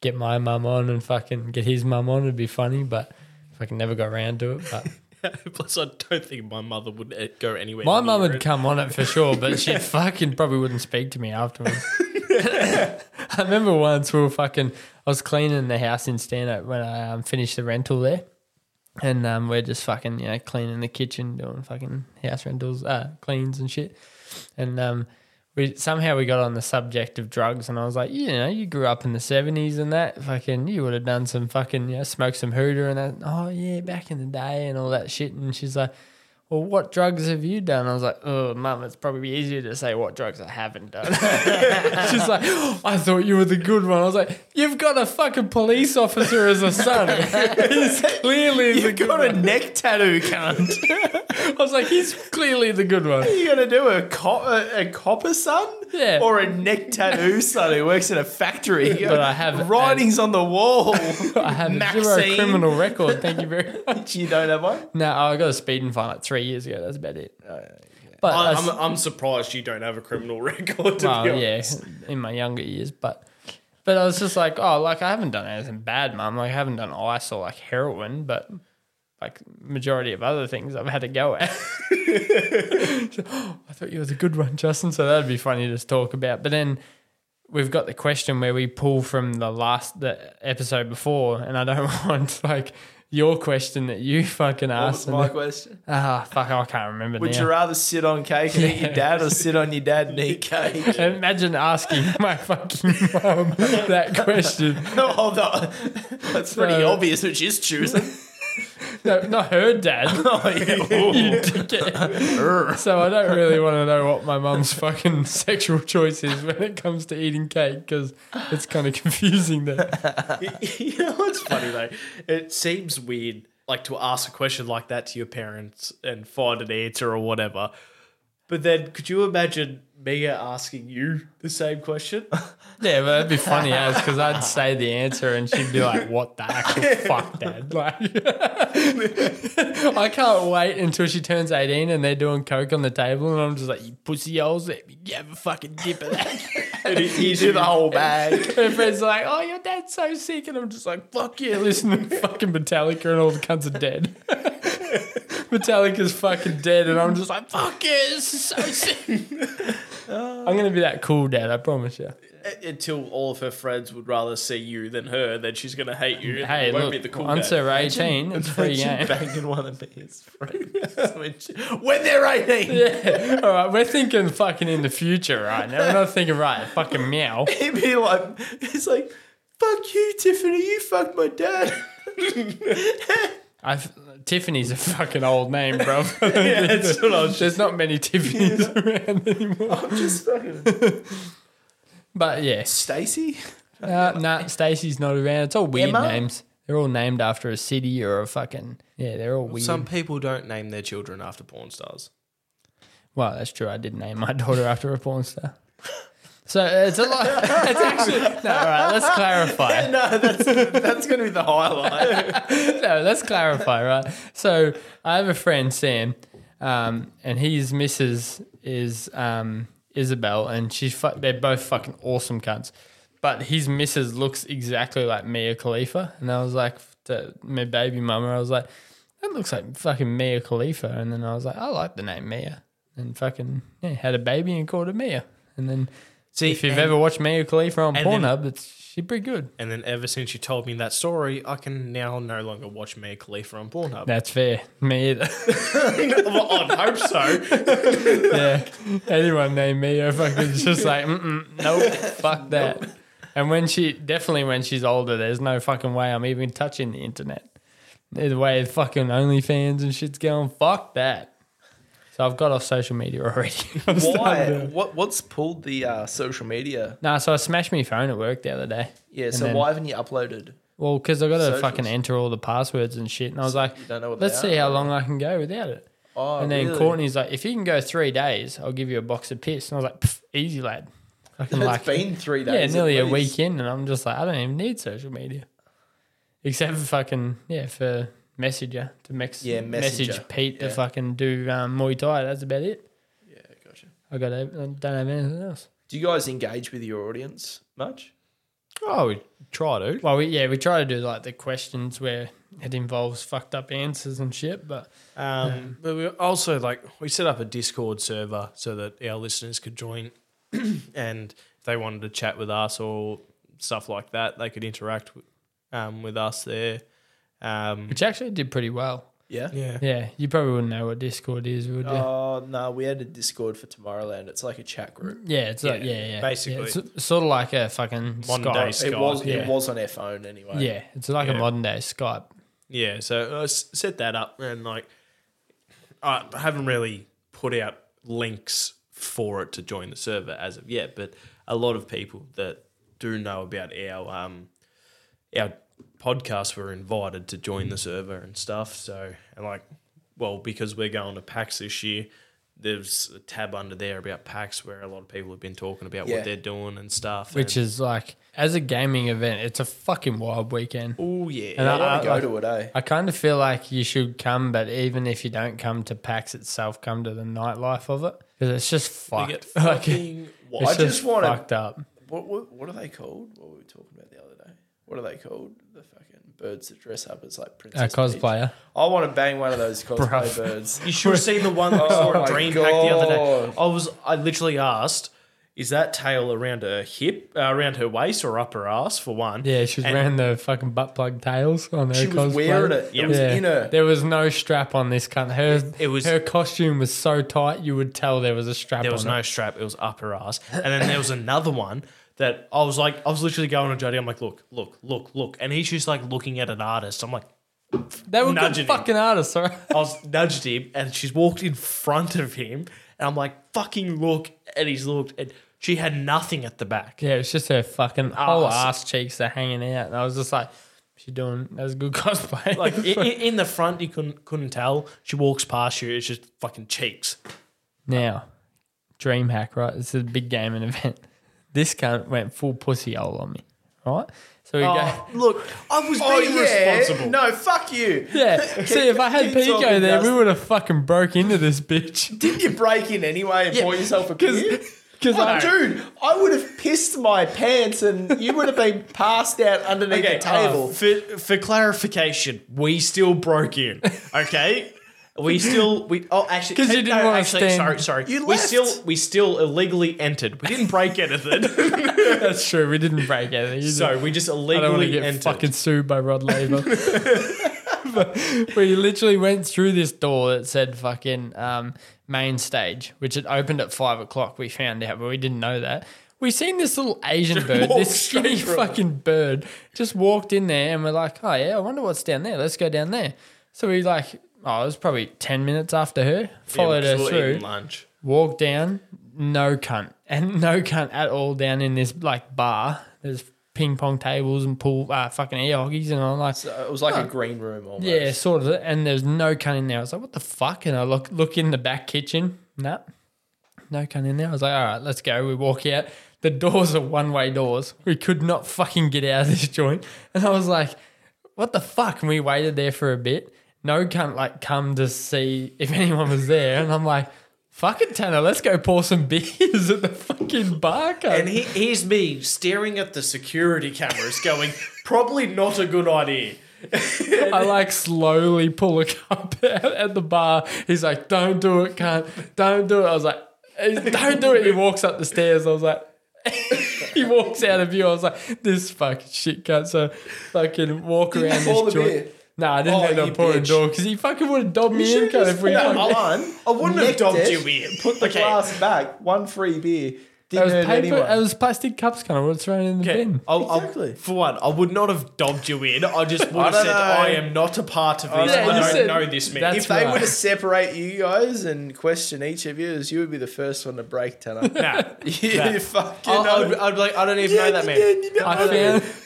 S1: Get my mum on and fucking get his mum on. It'd be funny, but if I can never go around to it, but
S2: Plus, I don't think my mother would eh, go anywhere.
S1: my
S2: near
S1: mum
S2: it.
S1: would come on it for sure, but she fucking probably wouldn't speak to me afterwards. I remember once we were fucking. I was cleaning the house in Stanhope when I um, finished the rental there, and um, we're just fucking you know cleaning the kitchen, doing fucking house rentals, uh, cleans and shit. And um, we somehow we got on the subject of drugs, and I was like, you know, you grew up in the seventies and that fucking, you would have done some fucking, you know, smoked some hooter and that. Oh yeah, back in the day and all that shit. And she's like. Well, what drugs have you done? I was like, oh, mum, it's probably easier to say what drugs I haven't done. She's like, I thought you were the good one. I was like, you've got a fucking police officer as a son. he's clearly the good
S3: Got a
S1: one.
S3: neck tattoo, cunt.
S1: I was like, he's clearly the good one.
S3: you gonna do a, co- a, a copper son?
S1: Yeah.
S3: Or a neck tattoo son who works in a factory?
S1: But I have-
S3: writings on the wall.
S1: I have a
S3: Maxine.
S1: zero criminal record. Thank you very much.
S3: you don't have one.
S1: No, I got a speeding fine like three years ago. That's about it. But
S2: I,
S1: that's-
S2: I'm, I'm surprised you don't have a criminal record. To
S1: well,
S2: be
S1: yeah,
S2: honest.
S1: in my younger years, but but I was just like, oh, like I haven't done anything bad, mum. Like I haven't done ice or like heroin, but like majority of other things I've had a go at. So, "Oh, I thought you was a good one, Justin. So that'd be funny to just talk about. But then we've got the question where we pull from the last the episode before, and I don't want like your question that you fucking
S3: That was
S1: asked.
S3: my
S1: and-
S3: question.
S1: Ah, fuck, I can't remember
S3: Would
S1: now.
S3: you rather sit on cake and eat your dad or sit on your dad and eat cake?
S1: Imagine asking my fucking mum that question.
S3: No, hold on. That's pretty
S1: So-
S3: obvious which is choosing.
S1: No, not her dad.
S3: Oh,
S1: You dickhead. so I don't really want to know what my mum's fucking sexual choice is when it comes to eating cake because it's kind of confusing there.
S2: you know what's funny though? It seems weird, like to ask a question like that to your parents and find an answer or whatever. But then, could you imagine Mia asking you the same question?
S1: Yeah, but that'd be funny as because I'd say the answer and she'd be like, "What the actual fuck, dad?" Like, I can't wait until she turns eighteen and they're doing coke on the table and I'm just like, "You pussy holes, let me have a fucking dip of that."
S3: you do the whole bag.
S1: My friends are like, "Oh, your dad's so sick," and I'm just like, "Fuck yeah!" Listen to fucking Metallica, and all the cunts are dead. Metallica's fucking dead, and I'm just like, "Fuck yeah, this is so sick." I'm gonna be that cool dad, I promise you.
S2: Until all of her friends would rather see you than her, then she's gonna hate you. and
S1: Hey,
S2: it won't
S1: look,
S2: be the cool
S1: once
S2: dad.
S1: they're 18, it's free game.
S3: Banging one of his friends which- when they're 18.
S1: Yeah. All right, we're thinking fucking in the future right now. We're not thinking right, fucking meow.
S3: He'd be like, it's like, fuck you, Tiffany, you fucked my dad.
S1: I've, Tiffany's a fucking old name, bro.
S2: that's what I was
S1: There's not many Tiffany's around anymore.
S3: I'm just fucking.
S1: But yes.
S3: Stacy?
S1: Uh, nah, Stacy's not around. It's all weird
S3: Emma?
S1: names. They're all named after a city or a fucking yeah. They're all weird.
S2: Some people don't name their children after porn stars.
S1: well, that's true. I did name my daughter after a porn star. So it's a lot. It's actually no. All right, let's clarify.
S3: No, that's, that's going to be the highlight.
S1: No, let's clarify. Right. So I have a friend Sam, um, and his missus is um, Isabel, and she's fu- they're both fucking awesome cunts. But his missus looks exactly like Mia Khalifa, and I was like, to my baby mama, I was like, that looks like fucking Mia Khalifa. And then I was like, I like the name Mia. And fucking yeah, had a baby and called her Mia. And then
S2: See,
S1: if you've
S2: and-
S1: ever watched Mia Khalifa on
S2: and then-
S1: Pornhub, it's she's pretty good.
S2: And then ever since you told me that story, I can now no longer watch Mia Khalifa on Pornhub.
S1: That's fair. Me either.
S2: well, I'd hope so.
S1: yeah. Anyone named Mia fucking is just like, Mm-mm, nope, fuck that. And when she definitely when she's older, there's no fucking way I'm even touching the internet. The way fucking OnlyFans and shit's going, fuck that. So I've got off social media already. I'm starting
S3: Why?
S1: to-
S3: What what's pulled the uh, social media?
S1: Nah, so I smashed my phone at work the other day.
S3: Yeah.
S1: And
S3: So
S1: then-
S3: why haven't you uploaded?
S1: Well, because I got to
S3: Socials.
S1: fucking enter all the passwords and shit, and I was like,
S3: don't know what they
S1: let's see
S3: are,
S1: how long I can go without it.
S3: Oh,
S1: and then
S3: really?
S1: Courtney's like, if you can go three days, I'll give you a box of piss. And I was like, "Pff, easy lad. Fucking
S3: It's been three
S1: Yeah,
S3: days. at
S1: nearly a
S3: least.
S1: weekend, and I'm just like, I don't even need social media, except for fucking yeah for messenger to mex-
S3: Yeah, Messenger,
S1: message Pete to
S3: yeah.
S1: fucking do um, Muay Thai. That's about it.
S3: Yeah, gotcha.
S1: I got I don't have anything else.
S3: Do you guys engage with your audience much?
S2: Oh, we try to.
S1: Well, we, yeah, we try to do like the questions where it involves fucked up answers and shit, but
S2: Um, But we also like we set up a Discord server so that our listeners could join, and if they wanted to chat with us or stuff like that, they could interact w- um, with us there. Um,
S1: which actually did pretty well.
S3: Yeah.
S2: yeah.
S1: Yeah, you probably wouldn't know what Discord is, would you?
S3: Oh no, we had a Discord for Tomorrowland. It's like a chat group.
S1: yeah, it's like
S2: yeah,
S1: yeah, yeah,
S2: basically.
S1: Yeah, it's sort of like a fucking
S2: Modern day
S1: Skype.
S2: Skype.
S3: it was
S1: yeah.
S3: it was on our phone anyway.
S1: Yeah, it's like a
S2: Yeah.
S1: modern day Skype.
S2: Yeah, so I s- set that up and like I haven't really put out links for it to join the server as of yet, but a lot of people that do know about our um our podcast were invited to join the server and stuff. So and like well, because we're going to PAX this year, there's a tab under there about PAX where a lot of people have been talking about
S3: Yeah.
S2: what they're doing and stuff.
S1: which is like as a gaming event, it's a fucking wild weekend.
S2: oh yeah.
S1: And
S3: I
S1: I,
S3: don't
S1: I,
S3: go
S1: like,
S3: to it, eh?
S1: I kind of feel like you should come, but even if you don't come to PAX itself, come to the nightlife of it because it's just
S2: we get
S1: fucked. Like, it's
S2: fucking wild.
S3: I just wanna-
S1: fucked up.
S3: What, what what are they called? What were we talking about the other day? What are they called? The fucking birds that dress up as like
S1: A
S3: princess. Peach.
S1: cosplayer.
S3: I want to bang one of those cosplay
S1: Bruv.
S3: birds.
S2: You should have seen the one that I
S3: Oh
S2: saw
S3: my
S2: at DreamHack the other day.
S3: God.
S2: I was, I literally asked, is that tail around her hip, uh, around her waist, or up her ass for one?
S1: Yeah, she's
S2: And-
S1: wearing the fucking butt plug tails on her
S3: She was
S1: cosplay.
S3: wearing it. It
S2: Yeah.
S3: was in her.
S1: There was no strap on this cunt. Her
S2: It was-
S1: her costume was so tight you would tell there was a strap
S2: There
S1: on
S2: was
S1: it.
S2: no strap. It was up her ass. And then there was another one that I was like, I was literally going to Jody. I'm like, look, look, look, look. And he's just like looking at an artist. I'm like,
S1: They were good
S2: nudging him.
S1: fucking artists, all right?
S2: I was nudged him and she's walked in front of him. And I'm like, fucking look. And he's looked and she had nothing at the back.
S1: Yeah, it's just her fucking whole
S2: Ass.
S1: ass cheeks are hanging out. And I was just like, she doing that's good cosplay.
S2: Like i i in the front, you couldn't couldn't tell. She walks past you. It's just fucking cheeks.
S1: now, dream hack, right? This is a big gaming event. This cunt went full pussy hole on me, right? So we
S2: Oh,
S1: go.
S2: look, I was
S3: Oh
S2: being
S3: yeah.
S2: responsible.
S3: No, fuck you.
S1: Yeah, see, if I had
S3: Keep
S1: Pico
S3: talking,
S1: there, we
S3: Dustin.
S1: would have fucking broke into this bitch.
S3: Didn't you break in anyway and pour yourself a beer?
S1: Because
S3: Oh,
S1: I
S3: dude, I would have pissed my pants and you would have been passed out underneath the table.
S2: for, for clarification, we still broke in. Okay, we still we. Oh, actually,
S1: 'Cause you didn't
S2: no,
S1: wanna
S2: actually,
S1: stand-
S2: Sorry, sorry.
S3: You
S2: we
S3: left.
S2: still we still illegally entered. We didn't break anything,
S1: that's true. We didn't break anything. You
S2: so we just
S1: I don't want to
S2: illegally
S1: get
S2: entered.
S1: fucking sued by Rod Laver. but we literally went through this door that said fucking um, main stage, which had opened at five o'clock. We found out, but we didn't know that. We seen this little Asian bird,
S3: walked
S1: this skinny
S3: straight through it.
S1: fucking bird, just walked in there, and we're like, oh yeah, I wonder what's down there. Let's go down there. So we like, oh, it was probably ten minutes after her.
S2: Yeah,
S1: Followed
S2: because
S1: her
S2: we were
S1: through
S2: eating lunch.
S1: walk down, no cunt, and no cunt at all down in this like bar. There's ping pong tables and pool uh, fucking air hockeys, and I'm like,
S3: So it was like a green room almost.
S1: yeah, sort of. And there's no cunt in there. I was like, what the fuck? And I look look in the back kitchen. Nah, no cunt in there. I was like, all right, let's go. We walk out. The doors are one way doors. We could not fucking get out of this joint. And I was like, what the fuck? And we waited there for a bit. No cunt like come to see if anyone was there. And I'm like, fuck it, Tanner, let's go pour some beers at the fucking bar. cunt."
S2: And he, here's me staring at the security cameras, going, probably not a good idea.
S1: I like slowly pull a cup out at the bar. He's like, "Don't do it, can't, don't do it." I was like, "Don't do it." He walks up the stairs. I was like, he walks out of view. I was like, "This fucking shit cunt." So fucking walk
S3: Did you
S1: around
S3: pour
S1: this
S3: the
S1: joint.
S3: beer?
S1: Nah, I didn't
S3: Oh,
S1: end
S3: you
S1: up pouring
S3: bitch.
S1: door because he fucking would have dobbed me in.
S3: Should've
S1: Cunt,
S3: just
S1: if we
S3: bought
S1: fucking,
S3: one, I wouldn't
S2: Nicked it.
S3: Put the
S2: Okay.
S3: glass back. One free beer.
S1: It
S3: Didn't
S1: was
S3: hurt
S1: paper.
S3: anyone.
S1: It was plastic cups, kind of. What's thrown in the
S2: Okay,
S1: bin?
S2: I'll- I'll-
S3: Exactly.
S2: for one, I would not have dobbed you in. I just would
S3: I
S2: have
S3: don't
S2: said,
S3: know.
S2: I am not a part of this.
S3: Yeah, you
S2: I don't
S3: said-
S2: know this man.
S1: that's
S2: If
S3: If they
S1: right.
S3: were to separate you guys and question each of you, you would be the first one to break, Tanner.
S2: nah,
S3: you fucking
S2: I'll- I'd,
S3: know.
S2: I'd be like, I don't even know that man.
S1: I found.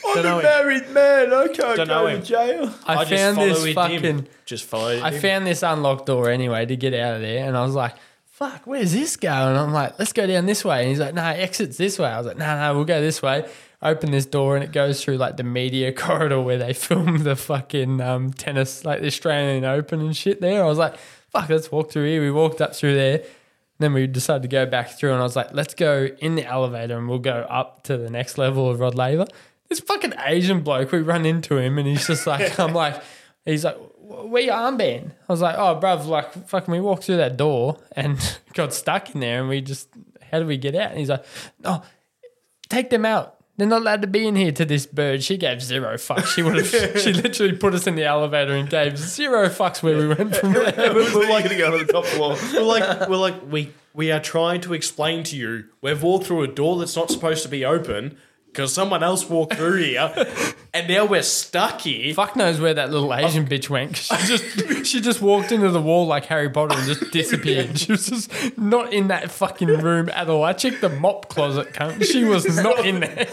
S3: I'm
S2: Don't know
S3: a
S2: him.
S3: married man. I can't
S2: Don't know
S3: go
S2: him.
S3: to jail.
S1: I,
S2: I
S1: found
S2: just
S1: this
S2: followed
S1: fucking.
S2: him. Just followed
S1: I
S2: him.
S1: found this unlocked door anyway to get out of there, and I was like, "Fuck, where's this go?" And I'm like, "Let's go down this way." And he's like, "No, exits this way." I was like, "No, no, we'll go this way." Open this door, and it goes through like the media corridor where they film the fucking um, tennis, like the Australian Open and shit. There, I was like, "Fuck, let's walk through here." We walked up through there. Then we decided to go back through, and I was like, "Let's go in the elevator, and we'll go up to the next level of Rod Laver." This fucking Asian bloke, we run into him, and he's just like, "I'm like, he's like, "Wh- where your armband?" I was like, "Oh, bruv, like, fucking, we walked through that door and got stuck in there, and we just, how do we get out?" And he's like, "No, take them out." They're not allowed to be in here to this bird. She gave zero fucks. She would have. she literally put us in the elevator and gave zero fucks where we went from there.
S2: we're, like to go to the top floor. We're like we're like we we are trying to explain to you we've walked through a door that's not supposed to be open because someone else walked through here, and now we're stuck here.
S1: Fuck knows where that little Asian bitch went. 'cause She just she just walked into the wall like Harry Potter and just disappeared. She was just not in that fucking room at all. I checked the mop closet, cunt. She was not in there.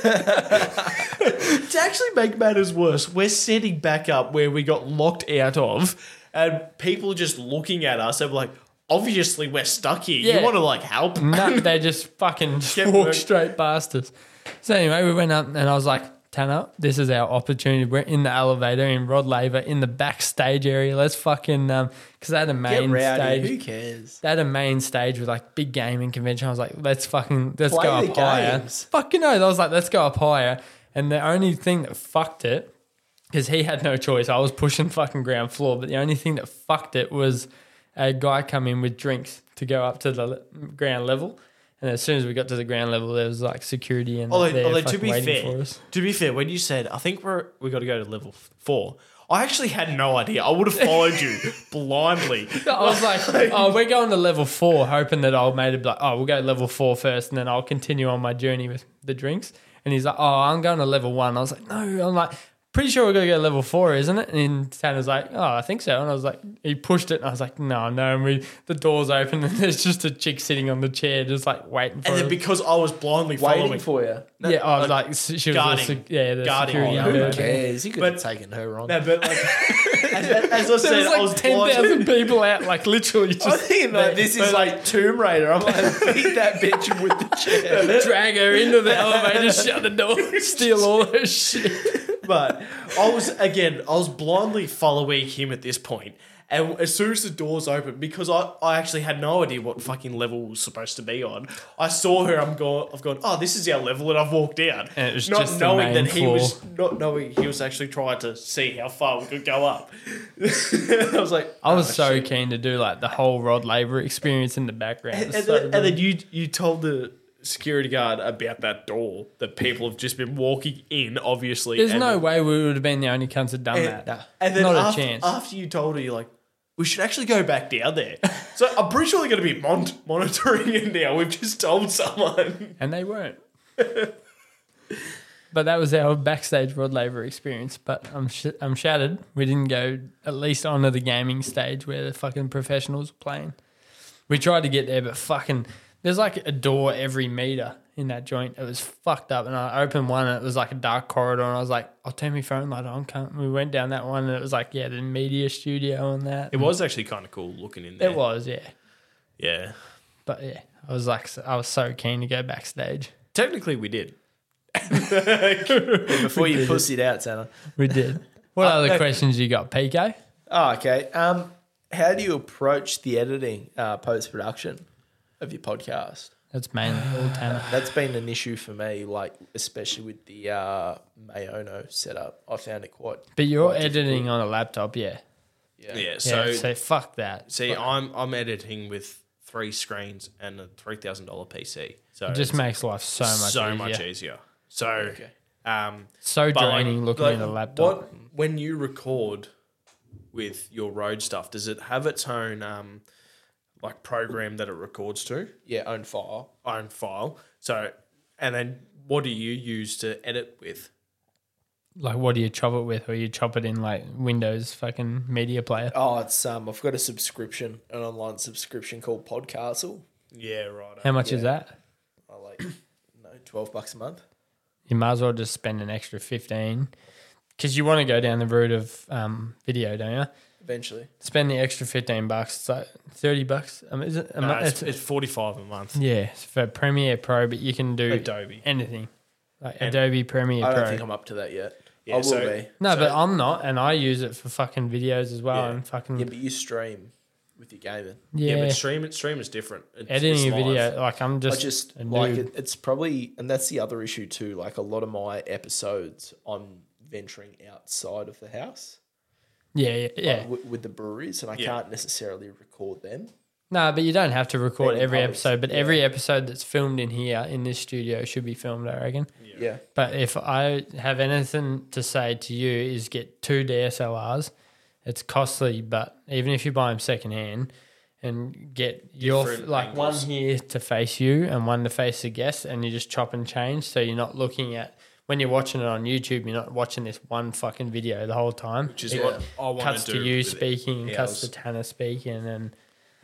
S2: To actually make matters worse, we're sitting back up where we got locked out of, and people just looking at us and like, obviously we're stuck here.
S1: Yeah.
S2: You want to like help?
S1: No, they just fucking just
S2: Get
S1: walked
S2: worked.
S1: straight past us. So anyway, we went up and I was like, Tanner, this is our opportunity. We're in the elevator in Rod Laver in the backstage area. Let's fucking um because they had a main stage.
S3: Who cares?
S1: they had a main stage with like big gaming convention. I was like, let's fucking let's
S3: Play
S1: go up
S3: the
S1: higher.
S3: games.
S1: Fucking no. I was like, let's go up higher. And the only thing that fucked it, because he had no choice. I was pushing fucking ground floor, but the only thing that fucked it was a guy come in with drinks to go up to the le- ground level. And as soon as we got to the ground level, there was like security and
S2: Although,
S1: they're
S2: although to
S1: fucking
S2: be
S1: waiting for
S2: fair,
S1: us.
S2: to be fair, when you said I think we're we got to go to level f- four, I actually had no idea. I would have followed you blindly.
S1: I was like, oh, we're going to level four, hoping that old mate would be like, oh, we'll go level four first, and then I'll continue on my journey with the drinks. And he's like, oh, I'm going to level one. I was like, no, I'm like, pretty sure we're going to go to level four, isn't it? And Tanner's like, oh, I think so. And I was like, he pushed it, and I was like, no, no. And we, the door's open, and there's just a chick sitting on the chair, just like waiting for
S2: And then
S1: us.
S2: because I was blindly
S3: Waiting
S2: following,
S3: for you.
S1: yeah, I was like, s- she was
S2: guarding.
S1: a sec- yeah, the
S2: Guarding.
S1: security.
S2: Oh,
S1: guard.
S2: okay.
S3: Who cares? You could
S2: But-
S3: have taken her on.
S2: No, but like, as, as I
S1: There
S2: said,
S1: was
S2: I was
S1: like ten
S2: blindly-
S1: thousand people out, like literally
S3: I'm
S1: just
S3: thinking like this is like Tomb Raider. I'm like beat that bitch with the chair.
S1: drag her into the elevator, shut the door, steal all her shit.
S2: But I was again, I was blindly following him at this point. And as soon as the doors opened, because I, I actually had no idea what fucking level was supposed to be on, I saw her. I'm going. I've gone. Oh, this is our level, and I've walked out,
S1: And it was
S2: not
S1: just the
S2: knowing
S1: main
S2: that he was not knowing he was actually trying to see how far we could go up. I was like,
S1: I was so keen to do like the whole Rod Laver experience in the background.
S2: and,
S1: It's
S2: and
S1: so
S2: then, and then you you told the security guard about that door that people have just been walking in, obviously.
S1: There's
S2: and
S1: no way we would have been the only cunts that done
S2: And,
S1: that.
S2: and then
S1: Not a
S2: after,
S1: chance.
S2: after you told her, you're like, we should actually go back down there. So I'm pretty sure they're going to be mon- monitoring it now. We've just told someone.
S1: and they weren't. but that was our backstage Rod Laver experience. But I'm sh- I'm shattered. We didn't go at least onto the gaming stage where the fucking professionals were playing. We tried to get there, but fucking there's like a door every meter in that joint. It was fucked up, and I opened one and it was like a dark corridor, and I was like, "I'll turn my phone light on." Can't. We went down that one, and it was like, yeah, the media studio and that.
S2: It was actually kind of cool looking in there.
S1: It was, yeah.
S2: Yeah.
S1: But yeah, I was like, I was so keen to go backstage.
S2: Technically, we did.
S3: Before you pussied out, Tanner.
S1: We did. What other questions you got, Pico?
S3: Oh, okay. Um, how do you approach the editing uh, post production of your podcast?
S1: That's mainly all Tanner.
S3: That's been an issue for me, like especially with the uh, Mayono setup. I found it quite.
S1: But you're editing on a laptop, yeah.
S3: Yeah.
S2: Yeah.
S1: So,
S2: So,
S1: yeah, so fuck that.
S2: see, I'm I'm editing with three screens and a three thousand dollar PC. So
S1: It just
S2: it's
S1: makes life so much
S2: so
S1: easier.
S2: much easier. So, um,
S1: So
S2: But like-
S1: draining looking
S2: like,
S1: at a laptop.
S2: What when you record with your road stuff, does it have its own um, like program that it records to,
S3: Yeah, own file.
S2: own file. So, and then what do you use to edit with?
S1: Like, what do you chop it with? Or you chop it in like Windows fucking media player?
S3: Oh, it's um, I've got a subscription, an online subscription called Podcastle.
S2: Yeah, right.
S1: How much is that?
S3: I like no twelve bucks a month.
S1: You might as well just spend an extra fifteen, because you want to go down the route of um, video, don't you?
S3: Eventually,
S1: Spend the extra fifteen bucks, it's like thirty bucks. Um, is it? a
S2: No,
S1: mo-
S2: it's,
S1: it's-
S2: it's forty five a month.
S1: yeah, it's for Premiere Pro, but you can do
S2: Adobe.
S1: anything, like
S2: And-
S1: Adobe Premiere
S3: I
S1: Pro.
S3: don't think I'm up to that yet.
S2: Yeah,
S3: I will
S2: so-
S3: be.
S1: no, but
S2: so-
S1: I'm not, and I use it for fucking videos as well,
S2: Yeah.
S1: and fucking
S3: Yeah,
S1: yeah,
S3: but you stream with your gaming.
S2: Yeah, but stream stream is different. It's, it's
S1: editing a
S2: live.
S1: video. Like I'm
S3: I
S1: just,
S3: just
S1: a
S3: like
S1: noob.
S3: it, it's probably, and that's the other issue too. Like a lot of my episodes, I'm venturing outside of the house
S1: Yeah, yeah, yeah.
S3: like, with, with the breweries, and I
S2: Yeah.
S3: can't necessarily record them.
S1: No, but you don't have to record
S3: Being
S1: every
S3: public,
S1: episode, but every episode that's filmed in here in this studio should be filmed, I reckon.
S3: Yeah,
S1: But if I have anything to say to you is get two DSLRs. It's costly, but even if you buy them secondhand and get your
S2: Different
S1: like one
S2: angles.
S1: here to face you and one to face the guest and you just chop and change so you're not looking at when you're watching it on YouTube, you're not watching this one fucking video the whole time.
S2: which is
S1: It
S2: what I want
S1: cuts
S2: to
S1: to,
S2: do.
S1: you
S2: with it.
S1: speaking,
S2: Yeah, I
S1: cuts to
S2: was-
S1: Tanner speaking and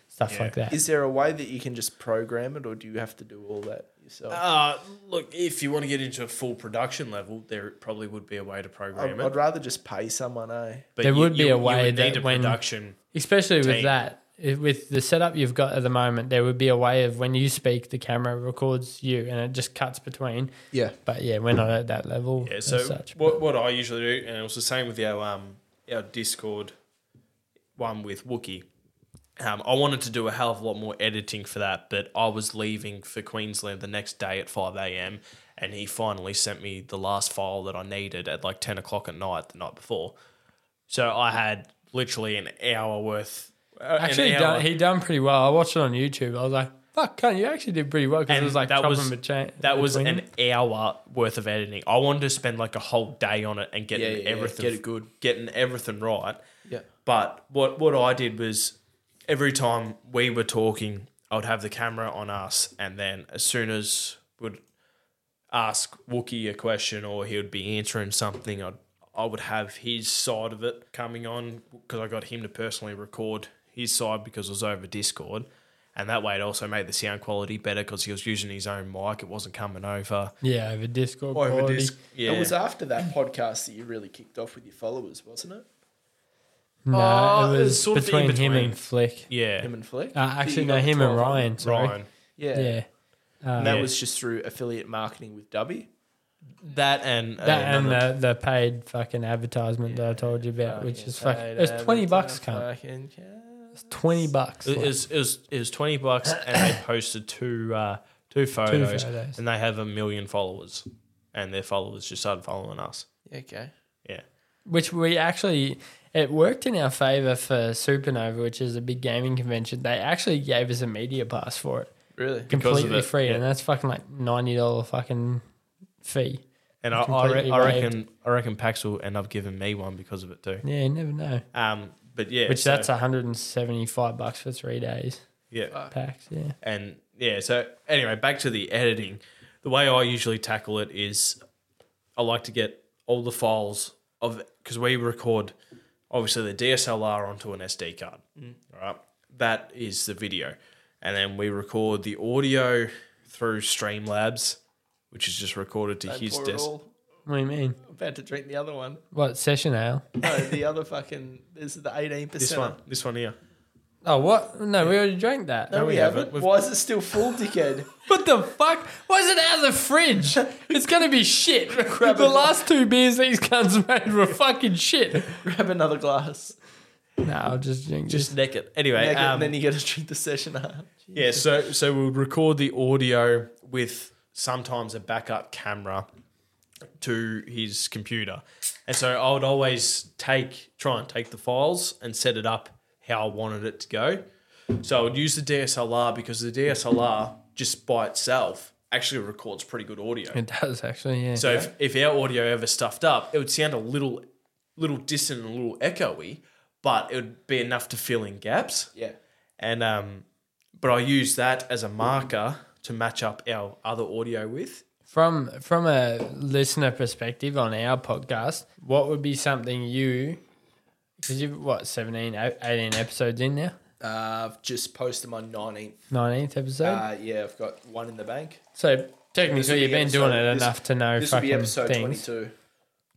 S1: stuff
S2: Yeah.
S1: like that.
S3: Is there a way that you can just program it, or do you have to do all that yourself?
S2: Uh, look, if you want to get into a full production level, there probably would be a way to
S3: I'd,
S2: program
S3: I'd
S2: it.
S3: rather just pay someone, eh?
S2: But
S1: There
S2: you-
S1: would be
S2: you-
S1: a
S2: you
S1: way
S2: would
S1: that
S2: need a
S1: when-
S2: production.
S1: Especially with
S2: team.
S1: that, if- with the setup you've got at the moment, there would be a way of when you speak, the camera records you and it just cuts between.
S3: Yeah.
S1: But yeah, we're not at that level.
S2: Yeah,
S1: as
S2: so
S1: such.
S2: what, what I usually do, and it was the same with our um our Discord one with Wookie. Um, I wanted to do a hell of a lot more editing for that, but I was leaving for Queensland the next day at five a.m. and he finally sent me the last file that I needed at like ten o'clock at night the night before. So I had literally an hour worth. uh, an
S1: actually, he
S2: hour-
S1: done, he done pretty well. I watched it on YouTube. I was like, fuck, cunt, you actually did pretty well because it
S2: And
S1: was like
S2: that
S1: chopping
S2: was-
S1: a chain.
S2: That was
S1: between
S2: an
S1: them.
S2: hour worth of editing. I wanted to spend like a whole day on it and getting
S3: Yeah, yeah, yeah.
S2: everything
S3: Get it good.
S2: getting everything right.
S3: Yeah.
S2: But what what I did was every time we were talking, I would have the camera on us, and then as soon as would ask Wookie a question or he would be answering something, I'd I would have his side of it coming on because I got him to personally record his side because it was over Discord. And that way, it also made the sound quality better because he was using his own mic. It wasn't coming over.
S1: Yeah, over Discord.
S2: Over
S1: quality.
S2: Disc- Yeah.
S3: It was after that podcast that you really kicked off with your followers, wasn't it?
S1: No,
S2: Oh,
S1: it
S2: it's
S1: was
S2: sort of
S1: between,
S2: in
S1: him
S2: between.
S1: and Flick.
S2: yeah.
S3: Him and Flick.
S1: Uh,
S3: That
S1: actually,
S3: you
S1: no,
S3: got the
S1: him and
S3: 12 on.
S1: Ryan. Sorry.
S2: Ryan.
S3: Yeah.
S1: Yeah.
S3: And that
S2: Yeah.
S3: was just through affiliate marketing with Dubby.
S2: That and uh,
S1: That and
S2: another-
S1: the, the paid fucking advertisement that I told you about, which is fucking. It's twenty bucks, cunt. It's twenty bucks.
S2: It
S1: like-
S2: was, it was, it was 20 bucks and they posted two uh, two, photos,
S1: photos.
S2: and they have a million followers and their followers just started following us.
S3: Okay.
S2: Yeah.
S1: which we actually it worked in our favor for Supernova, which is a big gaming convention. They actually gave us a media pass for it,
S3: Really?
S2: of
S1: completely
S2: it,
S1: free,
S2: yeah.
S1: and that's fucking like ninety dollar fucking fee.
S2: And I, I, re-
S1: Completely
S2: I reckon I reckon Pax will end up giving me one because of it too.
S1: Yeah, you never know.
S2: Um, but yeah,
S1: Which
S2: so-
S1: that's one hundred and seventy five bucks for three days
S2: yeah,
S1: packs. Yeah,
S2: and yeah. So anyway, back to the editing. The way I usually tackle it is I like to get all the files of because we record obviously the DSLR onto an SD card.
S3: Mm.
S2: All right, that is the video, and then we record the audio through Streamlabs, which is just recorded to his
S3: Pour it
S2: desk.
S3: all.
S1: what do you mean?
S3: I'm about to drink the other one.
S1: What session ale?
S3: No, the other fucking. This is the 18%.
S2: This one, this one here.
S1: Oh, what? No, we already drank that.
S3: No, we, haven't.
S2: We've-
S3: Why is it still full, dickhead?
S1: What the fuck? Why is it out of the fridge? It's gonna be shit. the last two beers these cunts made were fucking shit.
S3: Grab another glass.
S1: No, I'll just drink this.
S2: Just neck it. Anyway,
S3: Make it,
S2: um,
S3: and then you get to drink the session up.
S2: Yeah, so so we'll record the audio with sometimes a backup camera to his computer. And so I would always take try and take the files and set it up how I wanted it to go. So I would use the DSLR because the DSLR just by itself actually records pretty good audio.
S1: It does actually, yeah.
S2: So if, if our audio ever stuffed up, it would sound a little little distant and a little echoey, but it would be enough to fill in gaps.
S3: Yeah.
S2: And um, But I use that as a marker to match up our other audio with.
S1: From from a listener perspective on our podcast, what would be something you because you've what 17 eight- 18 episodes in now?
S3: Uh, I've just posted my 19th.
S1: 19th episode.
S3: Uh, yeah, I've got one in the bank.
S1: so
S3: this will
S1: technically you've
S3: be
S1: been doing
S3: episode-
S1: it
S3: this-
S1: enough to know
S3: This will be
S1: fucking
S3: episode
S1: things.
S3: 22.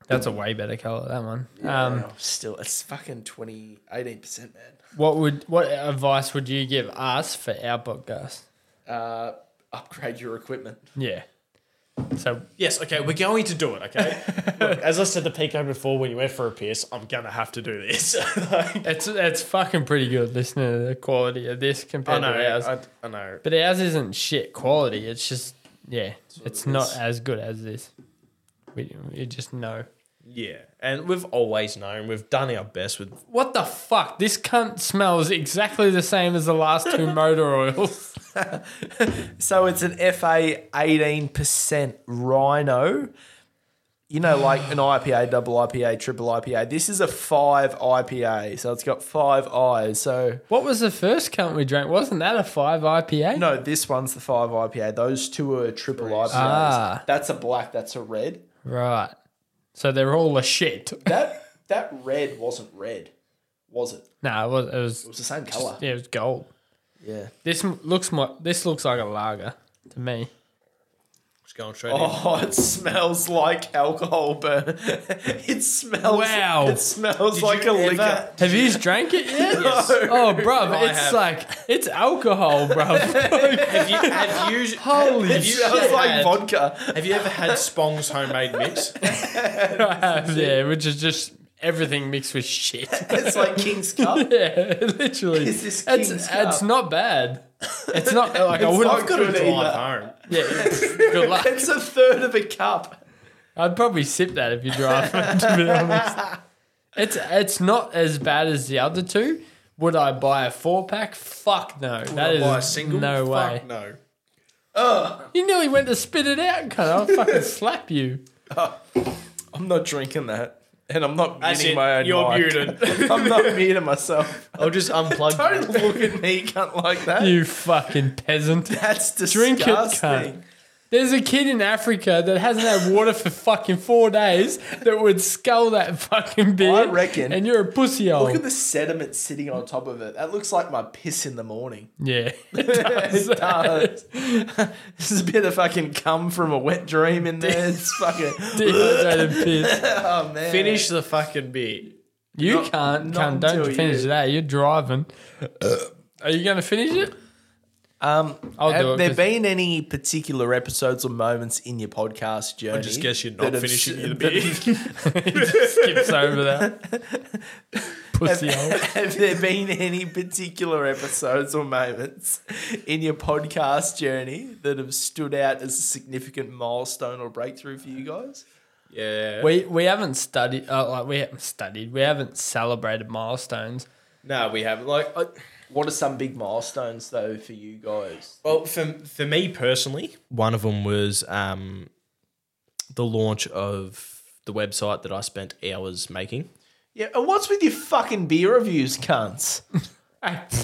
S1: That's a way better color that one. Um
S3: Wow, still, it's fucking 20, 18%, man.
S1: what would what advice would you give us for our podcast?
S3: Uh, upgrade your equipment.
S1: Yeah. So
S2: Yes, okay, we're going to do it, okay? Look, as I said to Pico before when you went for a piss, I'm going to have to do this. like,
S1: it's it's fucking pretty good listening to the quality of this
S2: I
S1: compared
S2: know,
S1: to ours.
S2: I, I know.
S1: But ours isn't shit quality. It's just yeah, it's not as good as this. We you just know.
S2: Yeah, and we've always known, we've done our best with
S1: What the fuck? This cunt smells exactly the same as the last two motor oils.
S3: So it's an FA 18% Rhino. You know, like an IPA, double IPA, triple IPA. This is a five IPA, so it's got five eyes. So
S1: What was the first cunt we drank? Wasn't that a five IPA?
S3: no, this one's the five IPA. Those two are triple IPAs.
S1: Ah.
S3: That's a black. That's a red.
S1: Right. So they're all a shit.
S3: That that red wasn't red, was it? It
S1: No, it was. It was
S3: was the same color.
S1: yeah, it was gold.
S3: Yeah.
S1: This m- looks more. This looks like a lager to me.
S2: Just going straight in.
S3: Oh, it smells like alcohol burn. it smells.
S1: Wow.
S3: It smells like a
S2: you ever-
S3: liquor.
S1: Have you drank it yet? Oh, bruv,
S2: I
S1: it's
S2: have.
S1: like it's alcohol, bruv.
S2: Have you, have you,
S1: Holy
S2: have you
S1: shit.
S2: ever
S3: Smells like
S2: had-
S3: vodka.
S2: Have you ever had Spong's homemade mix?
S1: I have, yeah, which is just everything mixed with shit.
S3: It's like King's Cup.
S1: yeah, literally.
S3: Is this
S1: it's,
S3: King's
S1: it's
S3: Cup?
S1: not bad. It's not like I
S3: It's
S1: wouldn't.
S3: not
S1: have got
S3: good
S1: to
S3: either.
S1: drive.
S2: Drive home.
S1: Yeah, good luck.
S3: It's a third of a cup.
S1: I'd probably sip that if you drive. to be honest, it's it's not as bad as the other two. Would I buy a four pack? Fuck no. That is
S2: Buy a single?
S1: no
S2: Fuck
S1: way.
S2: no.
S1: You nearly went to spit it out, cunt. I'll fucking slap you.
S3: I'm not drinking that. And I'm not
S2: That's
S3: muting
S2: it.
S3: my own
S2: You're
S3: mic.
S2: muted.
S3: I'm not muting myself.
S2: I'll just unplug
S3: Don't look at me, cunt, like that.
S1: You fucking peasant.
S3: That's
S1: Drink it,
S3: disgusting.
S1: cunt. There's a kid in Africa that hasn't had water for fucking four days that would scull that fucking beer.
S3: I reckon-
S1: And you're a pussy hole.
S3: Look at the sediment sitting on top of it. That looks like my piss in the morning.
S1: Yeah. It does.
S3: It does. this is a bit of fucking cum from a wet dream in there. It's fucking
S1: Dehydrated piss.
S3: oh man.
S2: Finish the fucking beer.
S1: You
S3: Not-
S1: can't,
S3: not
S1: can't don't
S3: until
S1: finish
S3: you-
S1: that. You're driving. Are you going to finish it?
S3: Um,
S1: I'll do it
S3: have there
S1: 'cause-
S3: been any particular episodes or moments in your podcast journey? I
S2: Just guess you're not finishing the beer.
S1: Skips over that. Pussy hole.
S3: Have there been any particular episodes or moments in your podcast journey that have stood out as a significant milestone or breakthrough for you guys?
S2: yeah.
S1: We we haven't studied uh, like we haven't studied. We haven't celebrated milestones.
S2: No, we haven't. Like, I,
S3: What are some big milestones though for you guys?
S2: well, for for me personally, one of them was um, the launch of the website that I spent hours making.
S3: Yeah, and what's with your fucking beer reviews, cunts?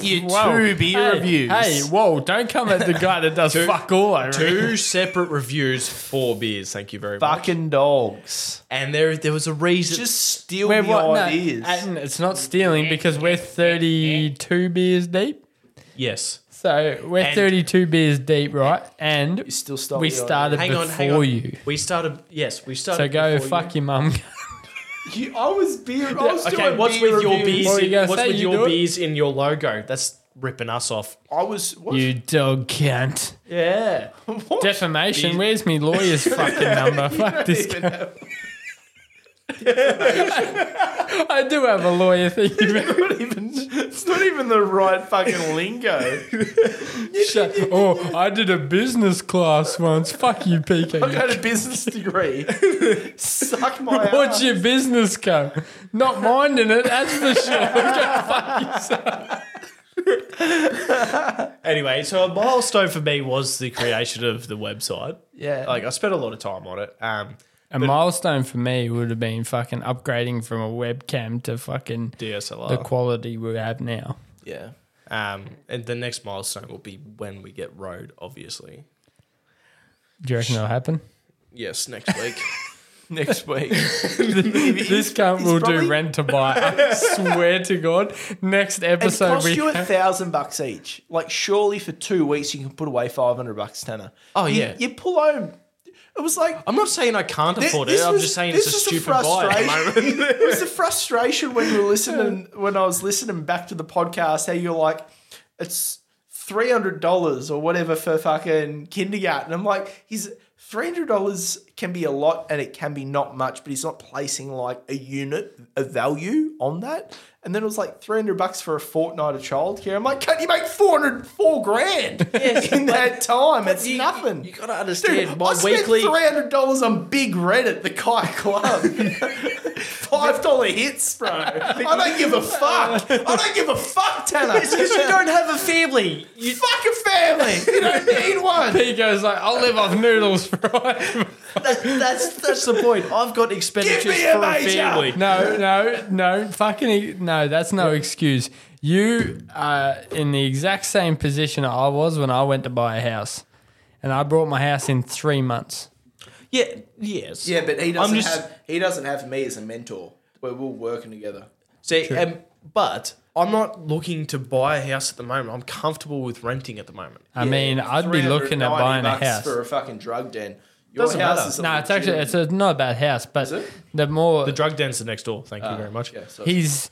S1: You
S3: two beer
S1: hey,
S3: reviews.
S1: Hey, whoa! Don't come at the guy that does fuck all over. it.
S2: Two separate reviews, four beers. Thank you very much.
S3: Fucking dogs.
S2: And there, there was a reason.
S3: Just steal
S1: We're
S3: the
S1: what? No,
S3: ideas.
S1: Atten, it's not stealing because we're thirty-two beers deep.
S2: yes.
S1: So we're
S2: And-
S1: thirty-two beers deep, right? And
S3: you still stole
S1: we
S3: the idea.
S1: started
S2: Hang
S1: before
S2: on, hang on.
S1: you.
S2: We started. Yes, we started.
S1: So go
S2: before you.
S1: fuck your mum.
S3: You, I was beer. I was
S2: Okay,
S3: doing
S2: what's
S3: beer
S2: with your
S3: reviews.
S2: beers?
S1: What were you
S2: In,
S1: gonna
S2: what's
S1: say?
S2: with
S1: You
S2: your
S1: do it?
S2: beers in your logo? That's ripping us off.
S3: I was. What?
S1: you dog cunt.
S3: yeah. What?
S1: Defamation. Where's me lawyer's fucking number? Fuck this guy. I do have a lawyer thing.
S3: Not even, it's not even the right fucking lingo.
S1: oh, I did a business class once. Fuck you,
S3: I
S1: PK.
S3: got a business degree. Suck my
S1: What's
S3: ass.
S1: your business go? Not minding it, that's for sure.
S2: Anyway, so a milestone for me was the creation of the website.
S3: Yeah.
S2: Like I spent a lot of time on it. Um,
S1: A milestone for me would have been fucking upgrading from a webcam to fucking
S3: Oh.
S2: DSLR.
S1: the quality we have now.
S3: yeah.
S2: Um, and the next milestone will be when we get road, obviously.
S1: Do you reckon that'll happen?
S2: Yes, next week.
S3: next week.
S1: this cunt will
S3: probably-
S1: do rent to buy. I swear to God. Next
S3: And it
S1: episode
S3: costs
S1: we
S3: you a thousand bucks each. Like surely for two weeks you can put away five hundred bucks tenner.
S2: Oh,
S3: You-
S2: yeah.
S3: You pull home. It was like
S2: I'm not saying I can't
S3: Thi-
S2: afford
S3: this
S2: it. I'm
S3: was-
S2: just saying
S3: this
S2: it's a
S3: was the
S2: stupid buy at the moment.
S3: frustration- it was the frustration when we were listening when I was listening back to the podcast, how you're like, it's three hundred dollars or whatever for fucking kindergarten. I'm like, he's three hundred dollars can be a lot and it can be not much, but he's not placing like a unit of value on that. And then it was like three hundred bucks for a fortnight of childcare. I'm like, can you make 400, four grand in that time? It's
S2: you-
S3: nothing.
S2: you gotta understand,
S3: Dude,
S2: my
S3: I spent
S2: weekly-
S3: three hundred dollars on Big Red at the Kai Club. Five dollar hits, bro. I don't give a fuck. I don't give a fuck, Tanner.
S2: you don't have a family. You,
S3: fuck a family. You don't need one.
S1: he goes like, I'll live off noodles for
S2: that, that's that's the point. I've got expenditures
S3: Give me a
S2: for a
S3: major!
S2: family.
S1: No, no, no, fucking e, no, that's no excuse. You are in the exact same position I was when I went to buy a house. And I brought my house in three months.
S2: Yeah. Yes.
S3: Yeah, but he
S2: doesn't
S3: doesn't
S2: just-
S3: have he doesn't have me as a mentor. We're all working together.
S2: See, um, but I'm not looking to buy a house at the moment. I'm comfortable with renting at the moment.
S3: Uh,
S1: I mean, I'd be looking at buying a house.
S3: for a fucking drug den. Your
S2: Doesn't
S3: house
S2: matter.
S3: is a
S1: No, it's actually it's a, not a bad house, but
S3: it?
S1: the more
S2: The drug dens are next door. Thank you very much.
S3: legitimate- uh, yeah, so-
S1: his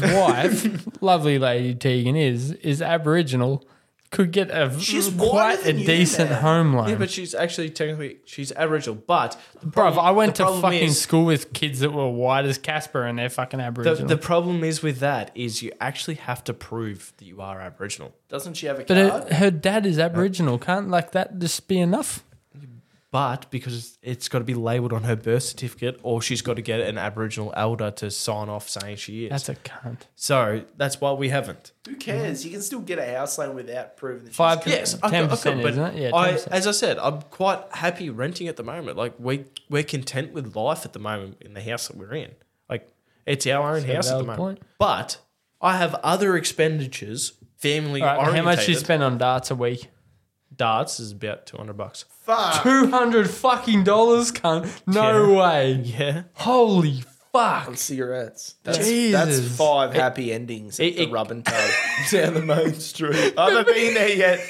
S1: his wife, lovely lady Tegan is, is Aboriginal, could get a
S3: She's whiter
S1: quite a
S3: than you,
S1: decent
S3: man.
S1: home loan.
S2: Yeah, but she's actually technically she's Aboriginal. But the
S1: Bruv, I went to
S2: the problem
S1: fucking
S2: is-
S1: school with kids that were white as Casper and they're fucking
S2: The,
S1: Aboriginal.
S2: the problem is with that is you actually have to prove that you are Aboriginal.
S3: doesn't she have a
S1: but
S3: card?
S1: her, her dad is Aboriginal. Can't like that just be enough?
S2: But because it's got to be labelled on her birth certificate, or she's got to get an Aboriginal elder to sign off saying she is.
S1: That's a cunt.
S2: so that's why we haven't.
S3: Who cares? You can still get a house loan without proving that she's
S1: Five-
S3: got-
S2: Yes, I could- I
S1: 10%,
S2: could, but
S1: isn't it? Yeah,
S2: I,
S1: 10%.
S2: as I said, I'm quite happy renting at the moment. Like we we're content with life at the moment in the house that we're in. Like it's our own house at the
S1: valid point.
S2: moment. But I have other expenditures, family
S1: All right,
S2: oriented.
S1: how much you spend on darts a week?
S2: Darts is about two hundred bucks.
S3: Fuck.
S1: Two hundred fucking dollars, cunt. No way.
S2: Yeah,
S1: Holy fuck.
S3: cigarettes. That's,
S1: Jesus.
S3: that's five happy endings at
S2: it-
S3: the
S2: it-
S3: rub and tug down the main street. I haven't been there yet.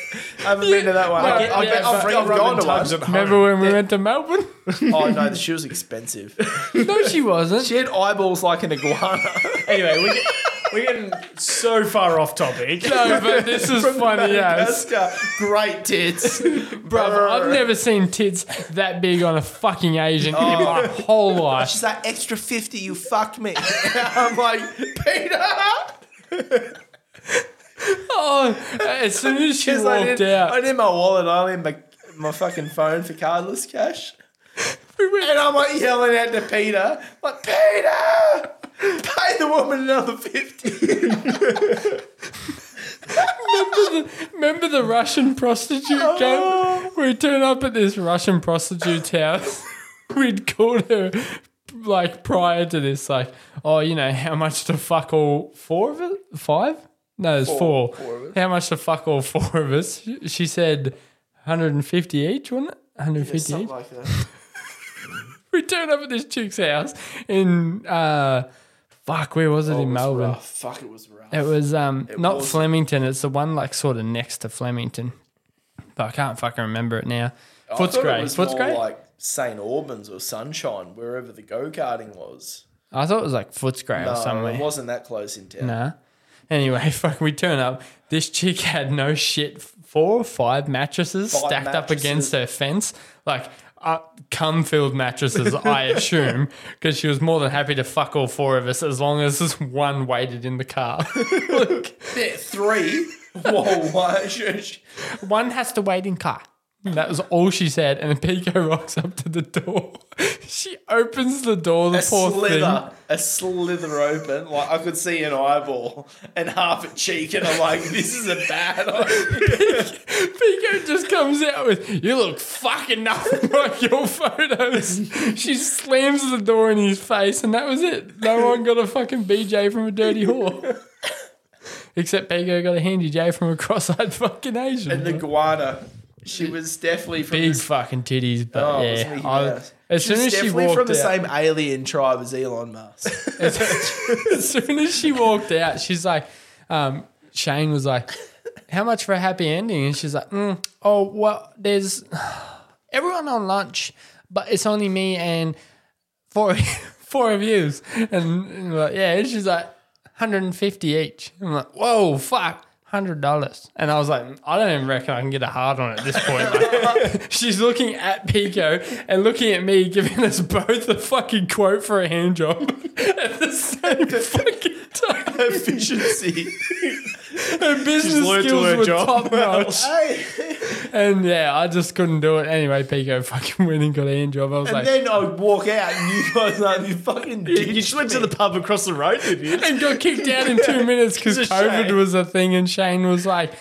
S3: I haven't been to that one.
S1: Well,
S3: I get, I
S1: yeah,
S3: get, I've,
S1: but-
S3: I've gone to
S2: tubs
S3: one.
S2: at home.
S1: Remember when we went to Melbourne?
S3: Oh no, she was expensive.
S1: no, she wasn't.
S3: She had eyeballs like an iguana.
S2: anyway, we get, we're getting so far off topic.
S1: no, but this is funny ass.
S3: Madagascar, great tits,
S1: Bruv, I've never seen tits that big on a fucking Asian in
S2: Oh.
S1: my whole life.
S3: She's like extra fifty. You fucked me. I'm like Peter.
S1: Oh, as soon as she
S3: She's like, I
S1: walked
S3: didn't, I
S1: out,
S3: didn't my wallet. I didn't my my fucking phone for cardless cash.
S1: we went
S3: And I'm like yelling out to Peter, like, Peter, pay the woman another 50.
S1: Remember the Russian prostitute game? We turn up at this Russian prostitute's house. We'd called her like prior to this, like, oh, you know, how much to fuck all four of us? Five? No, it's four. How much to fuck all four of us? She- She said 150 each, wasn't it? 150 each.
S3: like that.
S1: we turn up at this chick's house in uh, fuck, where was Oh, it in Melbourne?
S3: fuck, it was rough.
S1: It was um not
S3: was-
S1: Flemington. It's the one like sort of next to Flemington, but I can't fucking remember it now. Footscray, Footscray.
S3: like St. Albans or Sunshine, wherever the go karting was.
S1: I thought it was like Footscray or
S3: No,
S1: somewhere.
S3: It wasn't that close in town.
S1: Nah. Anyway, fuck, we turn up. This chick had no shit. Four or five mattresses
S3: Five
S1: stacked up
S3: mattresses.
S1: against her fence, like uh, cum filled mattresses, I assume, because she was more than happy to fuck all four of us as long as this one waited in the car. Like,
S3: There, three. Whoa, why? she- she-
S1: One has to wait in car. That was all she said, and Pico rocks up to the door. she opens the door, the
S3: A
S1: poor
S3: slither, a slither open. Like I could see an eyeball and half a cheek, and I'm like, this is a bad.
S1: thing. Pico just comes out with, "You look fucking nothing like your photos." she slams the door in his face, and that was it. No one got a fucking BJ from a dirty whore. Except Bego got a handy J from a cross-eyed fucking Asian.
S3: And the guana, she was definitely from
S1: big
S3: the, s-
S1: fucking titties, but
S3: oh, it was
S1: yeah.
S3: Mickey
S1: I-
S3: Mouse.
S1: as
S3: she
S1: soon
S3: was
S1: as she
S3: definitely
S1: walked
S3: from the
S1: out,
S3: same alien tribe as Elon Musk.
S1: as soon as she walked out, she's like, um, Shane was like, "How much for a happy ending?" And she's like, mm, "Oh well, there's everyone on lunch, but it's only me and four four of yous." And, and we're like, yeah, and she's like, 150 each. I'm like, "Whoa, fuck." Hundred dollars, and I was like, I don't even reckon I can get a hard on at this point. Like, she's looking at Pico and looking at me, giving us both a fucking quote for a hand job at the same fucking time.
S3: Efficiency.
S1: Her business
S2: learned to
S1: skills
S2: her
S1: were
S2: job
S1: top notch.
S3: Hey,
S1: And yeah, I just couldn't do it. Anyway, Pico fucking went and got a hand job. I was
S3: and
S1: like,
S3: then I would walk out and you guys are you fucking
S2: You
S3: ditched
S2: just went to
S3: me.
S2: the pub across the road with you.
S1: and got kicked out in two minutes because
S2: It's a
S1: COVID
S2: shame.
S1: was a thing. And Shane was like,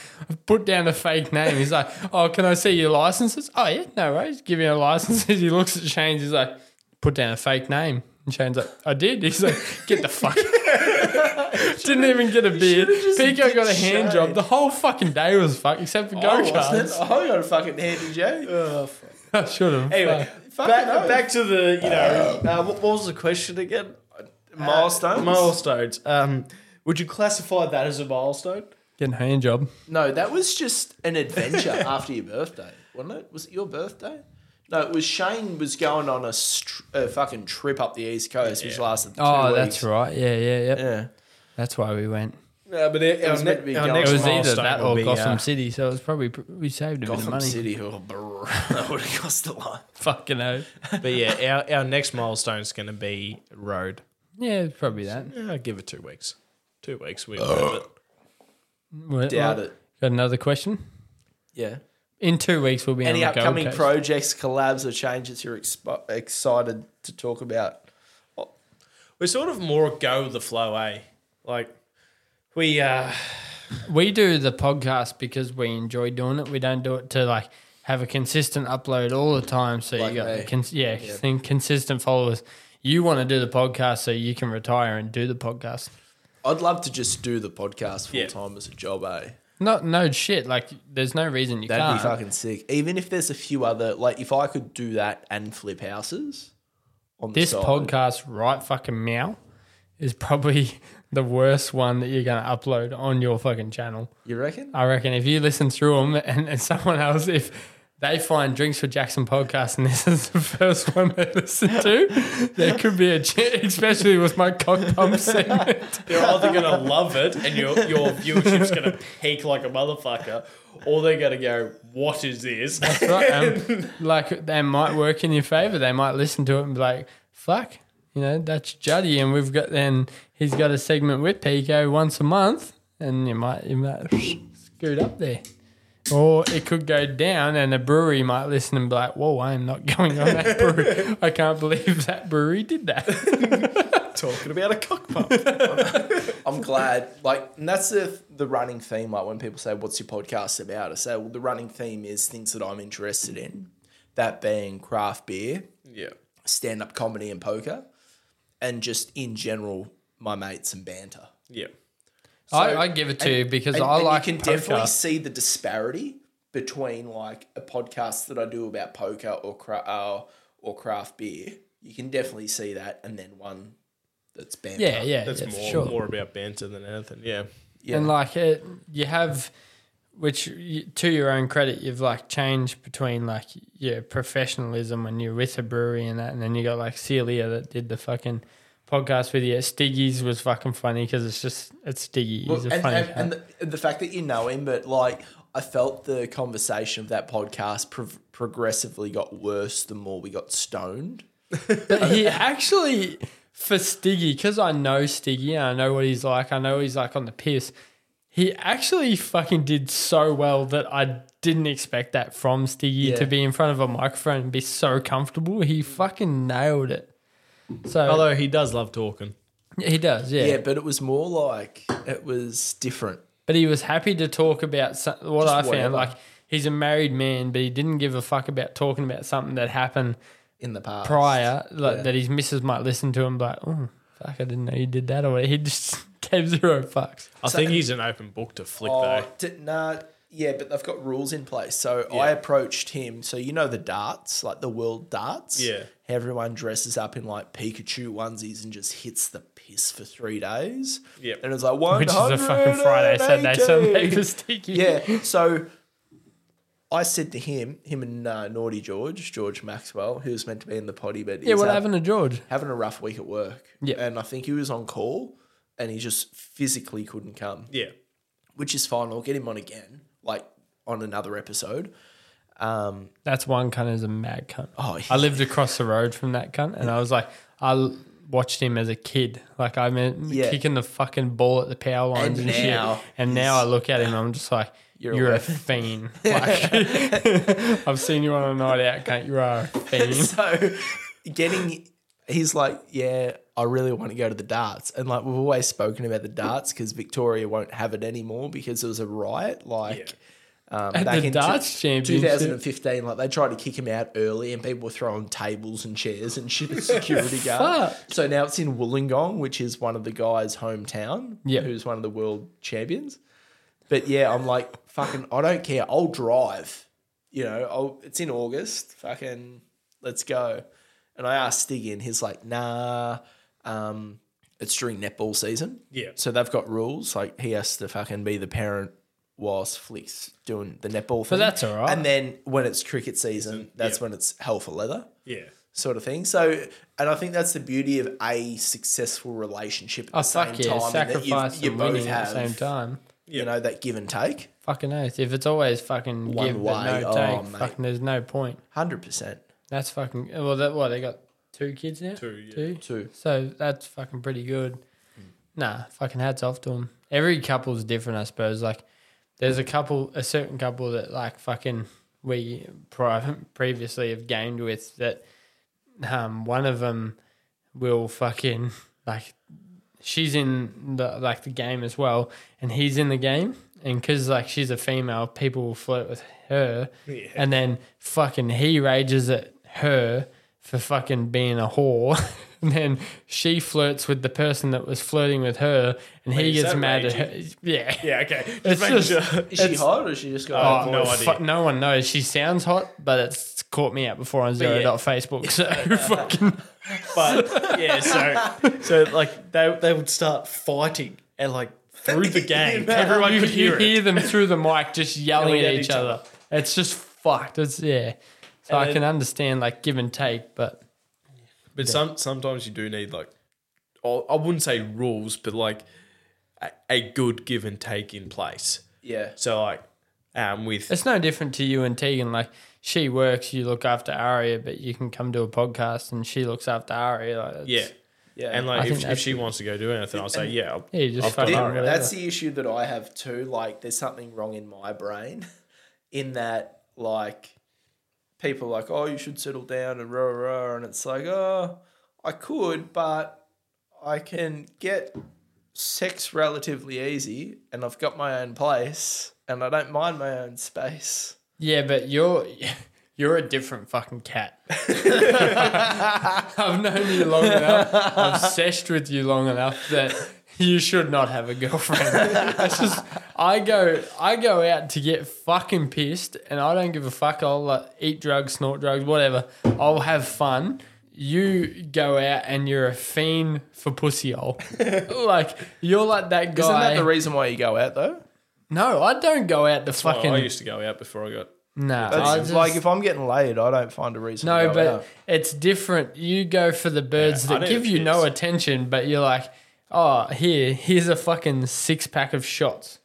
S1: put down a fake name. He's like, oh, can I see your licenses? Oh, yeah, no worries. Give me a license. He looks at Shane. He's like, put down a fake name. And Shane's like, I did. He's like, get the fuck. Didn't even get a beer.
S3: just
S1: Pico got a
S3: ditched
S1: hand
S3: Shane.
S1: job. The whole fucking day was fucked, except for go
S3: I wasn't.
S1: karts.
S3: I got a fucking handy J. Oh, fuck.
S1: I should have.
S2: Anyway,
S3: Fuck
S2: back,
S3: no.
S2: back to the, you know, uh, what, what was the question again? Uh,
S1: Uh,
S3: Milestones?
S2: Milestones. Um, would you classify that as a milestone?
S1: Getting a hand job.
S3: No, that was just an adventure after your birthday, wasn't it? Was it your birthday? No, it was Shane was going on a, str- a fucking trip up the east coast, which lasted. two
S1: Oh,
S3: weeks.
S1: that's right. Yeah, yeah, yeah.
S3: Yeah,
S1: That's why we went.
S2: No, but it,
S3: was meant to be Gotham.
S1: It
S3: Next
S1: was either
S2: milestone
S1: that
S2: will
S1: or
S2: be,
S1: Gotham
S2: uh,
S1: City, so it was probably pr- we saved a bit of
S3: Gotham
S1: money.
S3: City. Oh, brr, that would have cost a lot.
S1: Fucking hell.
S2: But yeah, our, our next milestone is going to be road.
S1: Yeah, it's probably that.
S2: Yeah, I'll give it two weeks. Two weeks, we'll have it.
S1: What-
S3: Doubt
S1: what?
S3: it.
S1: Got another question?
S3: Yeah.
S1: In two weeks, we'll be
S3: Any
S1: on the Gold
S3: upcoming
S1: Coast.
S3: projects, collabs, or changes you're expo- excited to talk about?
S2: We're sort of more go with the flow, eh? Like, we, uh,
S1: We do the podcast because we enjoy doing it. We don't do it to like have a consistent upload all the time. So
S3: Like
S1: you got
S3: me.
S1: cons- yeah, think consistent followers. You want to do the podcast so you can retire and do the podcast.
S3: I'd love to just do the podcast full
S2: Yeah.
S3: time as a job, eh?
S1: Not no shit. Like there's no reason you
S3: That'd
S1: can't.
S3: be fucking sick. Even if there's a few other, like if I could do that and flip houses on the
S1: this
S3: side.
S1: podcast right fucking meow is probably the worst one that you're going to upload on your fucking channel.
S3: you reckon?
S1: I reckon if you listen through them and, and someone else, if they find Drinks for Jackson podcast and this is the first one they listen to, there could be a chance, especially with my cock pump segment.
S2: they're either going to love it and your, your viewership's going to peak like a motherfucker, or they're going to go, what is this?
S1: Right, um, like, they might work in your favor. They might listen to it and be like, fuck, you know, that's Juddy. And we've got, then he's got a segment with Pico once a month, and you might, you might scoot up there. Or it could go down, and a brewery might listen and be like, "Whoa, I am not going on that brewery. I can't believe that brewery did that."
S2: Talking about a cock pump.
S3: I'm glad. Like, and that's the the running theme. Like when people say, "What's your podcast about?" I say, "Well, the running theme is things that I'm interested in, that being craft beer,
S2: Yeah.
S3: stand up comedy, and poker, and just in general, my mates and banter."
S2: Yeah.
S1: I, I give it to you because I
S3: and
S1: like
S3: you can
S1: poker.
S3: definitely see the disparity between like a podcast that I do about poker or cra- uh, or craft beer. You can definitely see that, and then one that's banter.
S1: yeah, yeah,
S2: That's
S1: yeah, for
S2: more,
S1: sure.
S2: more about banter than anything. Yeah.
S1: And like it, you have, which you, to your own credit, you've like changed between like your professionalism when you're with a brewery and that, and then you got like Celia that did the fucking podcast with you. Stiggy's was fucking funny because it's just it's Stiggy.
S3: Well,
S1: He's a
S3: and,
S1: funny
S3: and,
S1: cat.
S3: and the, and the fact that you know him, but like I felt the conversation of that podcast pro- progressively got worse the more we got stoned.
S1: But he actually, for Stiggy, because I know Stiggy and I know what he's like, I know he's like on the piss. He actually fucking did so well that I didn't expect that from Stiggy
S3: Yeah.
S1: to be in front of a microphone and be so comfortable. He fucking nailed it. So
S2: Although he does love talking.
S1: he does, yeah.
S3: Yeah, but it was more like it was different.
S1: But he was happy to talk about so- what I
S3: whatever.
S1: found. Like he's a married man, but he didn't give a fuck about talking about something that happened
S3: In the past,
S1: "Mm, prior like, that his missus might listen to him, but oh fuck, I didn't know you did that. Or he just gave zero fucks.
S2: I think he's an open book to flick
S3: Oh,
S2: though.
S3: d- nah, yeah, but they've got rules in place. So I approached him. So you know the darts, like the world darts.
S2: Yeah.
S3: Everyone dresses up in like Pikachu onesies and just hits the piss for three days.
S2: Yep.
S3: And it's like one
S1: Which is a fucking Friday, Saturday, Sunday for Sticky.
S3: Yeah. So I said to him, him and uh, Naughty George, George Maxwell, who was meant to be in the potty, but
S1: Yeah,
S3: he's
S1: what
S3: had-
S1: happened to George?
S3: having a rough week at work.
S1: Yeah.
S3: And I think he was on call and he just physically couldn't come
S2: Yeah.
S3: which is fine. I'll get him on again, like on another episode. Um,
S1: That's one cunt is a mad cunt.
S3: Oh, yeah.
S1: I lived across the road from that cunt, and I was like, I l- watched him as a kid. Like I mean,
S3: Yeah.
S1: kicking the fucking ball at the power lines
S3: And
S1: and,
S3: now
S1: shit. And now I look at him, and I'm just like,
S3: You're
S1: you're, a,
S3: a weapon."
S1: fiend. Like, I've seen you on a night out, cunt. You are a fiend.
S3: so getting, he's like, yeah, I really want to go to the darts, and like we've always spoken about the darts because Victoria won't have it anymore because there was a riot, like. Um,
S1: At
S3: back
S1: the
S3: in
S1: darts
S3: two-
S1: championship.
S3: 2015, like they tried to kick him out early, and people were throwing tables and chairs and shit at security guard.
S1: Fuck.
S3: So now it's in Wollongong, which is one of the guy's hometown,
S1: Yeah.
S3: who's one of the world champions. But yeah, I'm like, fucking, I don't care. I'll drive. You know, I'll, it's in August. Fucking, let's go. And I asked Stig and he's like, nah, um, it's during netball season.
S2: Yeah.
S3: So they've got rules. Like, he has to fucking be the parent whilst Flick's doing the netball thing.
S1: that's all right.
S3: And then when it's cricket season, that's when it's hell for leather
S2: Yeah.
S3: sort of thing. So, and I think that's the beauty of a successful relationship at
S1: Oh
S3: the same
S1: fuck yeah!
S3: time. and that you've-
S1: Sacrifice
S3: you
S1: and
S3: both
S1: winning at the
S3: have,
S1: same time.
S3: You know, that give and take.
S1: Fucking oath. If it's always fucking
S3: One
S1: give but
S3: way,
S1: no
S3: oh,
S1: take,
S3: mate.
S1: fucking there's no point.
S3: 100%.
S1: That's fucking well. That what they got two kids now. Two,
S2: yeah.
S3: Two.
S1: So that's fucking pretty good.
S3: Hmm.
S1: Nah, fucking hats off to them. Every couple's different, I suppose. Like, there's a couple, a certain couple that like fucking we pri- previously have gamed with that. Um, one of them will fucking like she's in the like the game as well, and he's in the game. And because like she's a female, people will flirt with her, and then fucking he rages at her for fucking being a whore, and then she flirts with the person that was flirting with her, and he
S2: Wait, is
S1: gets
S2: that
S1: mad at her. Yeah,
S2: Yeah, okay. Just
S1: It's
S2: making
S1: just-
S2: sure.
S3: Is she hot or is she just
S2: Oh,
S3: got
S2: no
S1: Well,
S2: idea.
S1: fuck, no one knows. She sounds hot, but it's caught me out before on zero
S2: yeah.
S1: dot Facebook. So fucking
S2: But yeah, so so like they they would start fighting and like through the game, everyone
S1: you,
S2: could
S1: you
S2: hear it.
S1: hear them through the mic just yelling
S2: Yelling
S1: at
S2: at
S1: each
S2: each
S1: other. It's just fucked. It's yeah. So I
S2: then-
S1: can understand like give and take, but
S2: But some sometimes you do need like, oh, I wouldn't say rules, but like a, a good give and take in place.
S3: Yeah.
S2: So like, um, with
S1: it's no different to you and Tegan. Like she works, you look after Aria, but you can come do a podcast and she looks after Aria. Like it's-
S2: yeah,
S3: Yeah.
S2: and
S1: I
S2: like
S1: think
S2: if, if
S1: that's-
S2: she wants to go do anything, I'll say yeah. I'll,
S1: Yeah, you just
S2: I've got
S1: fucking
S2: Aria.
S1: whatever.
S3: That's the issue that I have too. Like, there's something wrong in my brain in that, like, people are like, oh, you should settle down and rah, rah, rah. And it's like, oh, I could, but I can get sex relatively easy and I've got my own place and I don't mind my own space.
S1: Yeah, but you're you're a different fucking cat. I've known you long enough. I've seshed with you long enough that you should not have a girlfriend. It's just I go I go out to get fucking pissed and I don't give a fuck. I'll uh, eat drugs, snort drugs, whatever. I'll have fun. You go out and you're a fiend for pussy hole. like you're like that guy.
S3: Isn't that the reason why you go out though?
S1: no, I don't go out to
S2: Well,
S1: fucking.
S2: Oh, I used to go out before I got.
S1: nah,
S3: That's
S1: I just-
S3: like if I'm getting laid, I don't find a reason. to
S1: No,
S3: go
S1: but
S3: out.
S1: it's different. You go for the birds
S2: Yeah, I
S1: that
S2: know
S1: give
S2: the
S1: you no
S2: kids.
S1: attention, but you're like, oh, here, here's a fucking six pack of shots.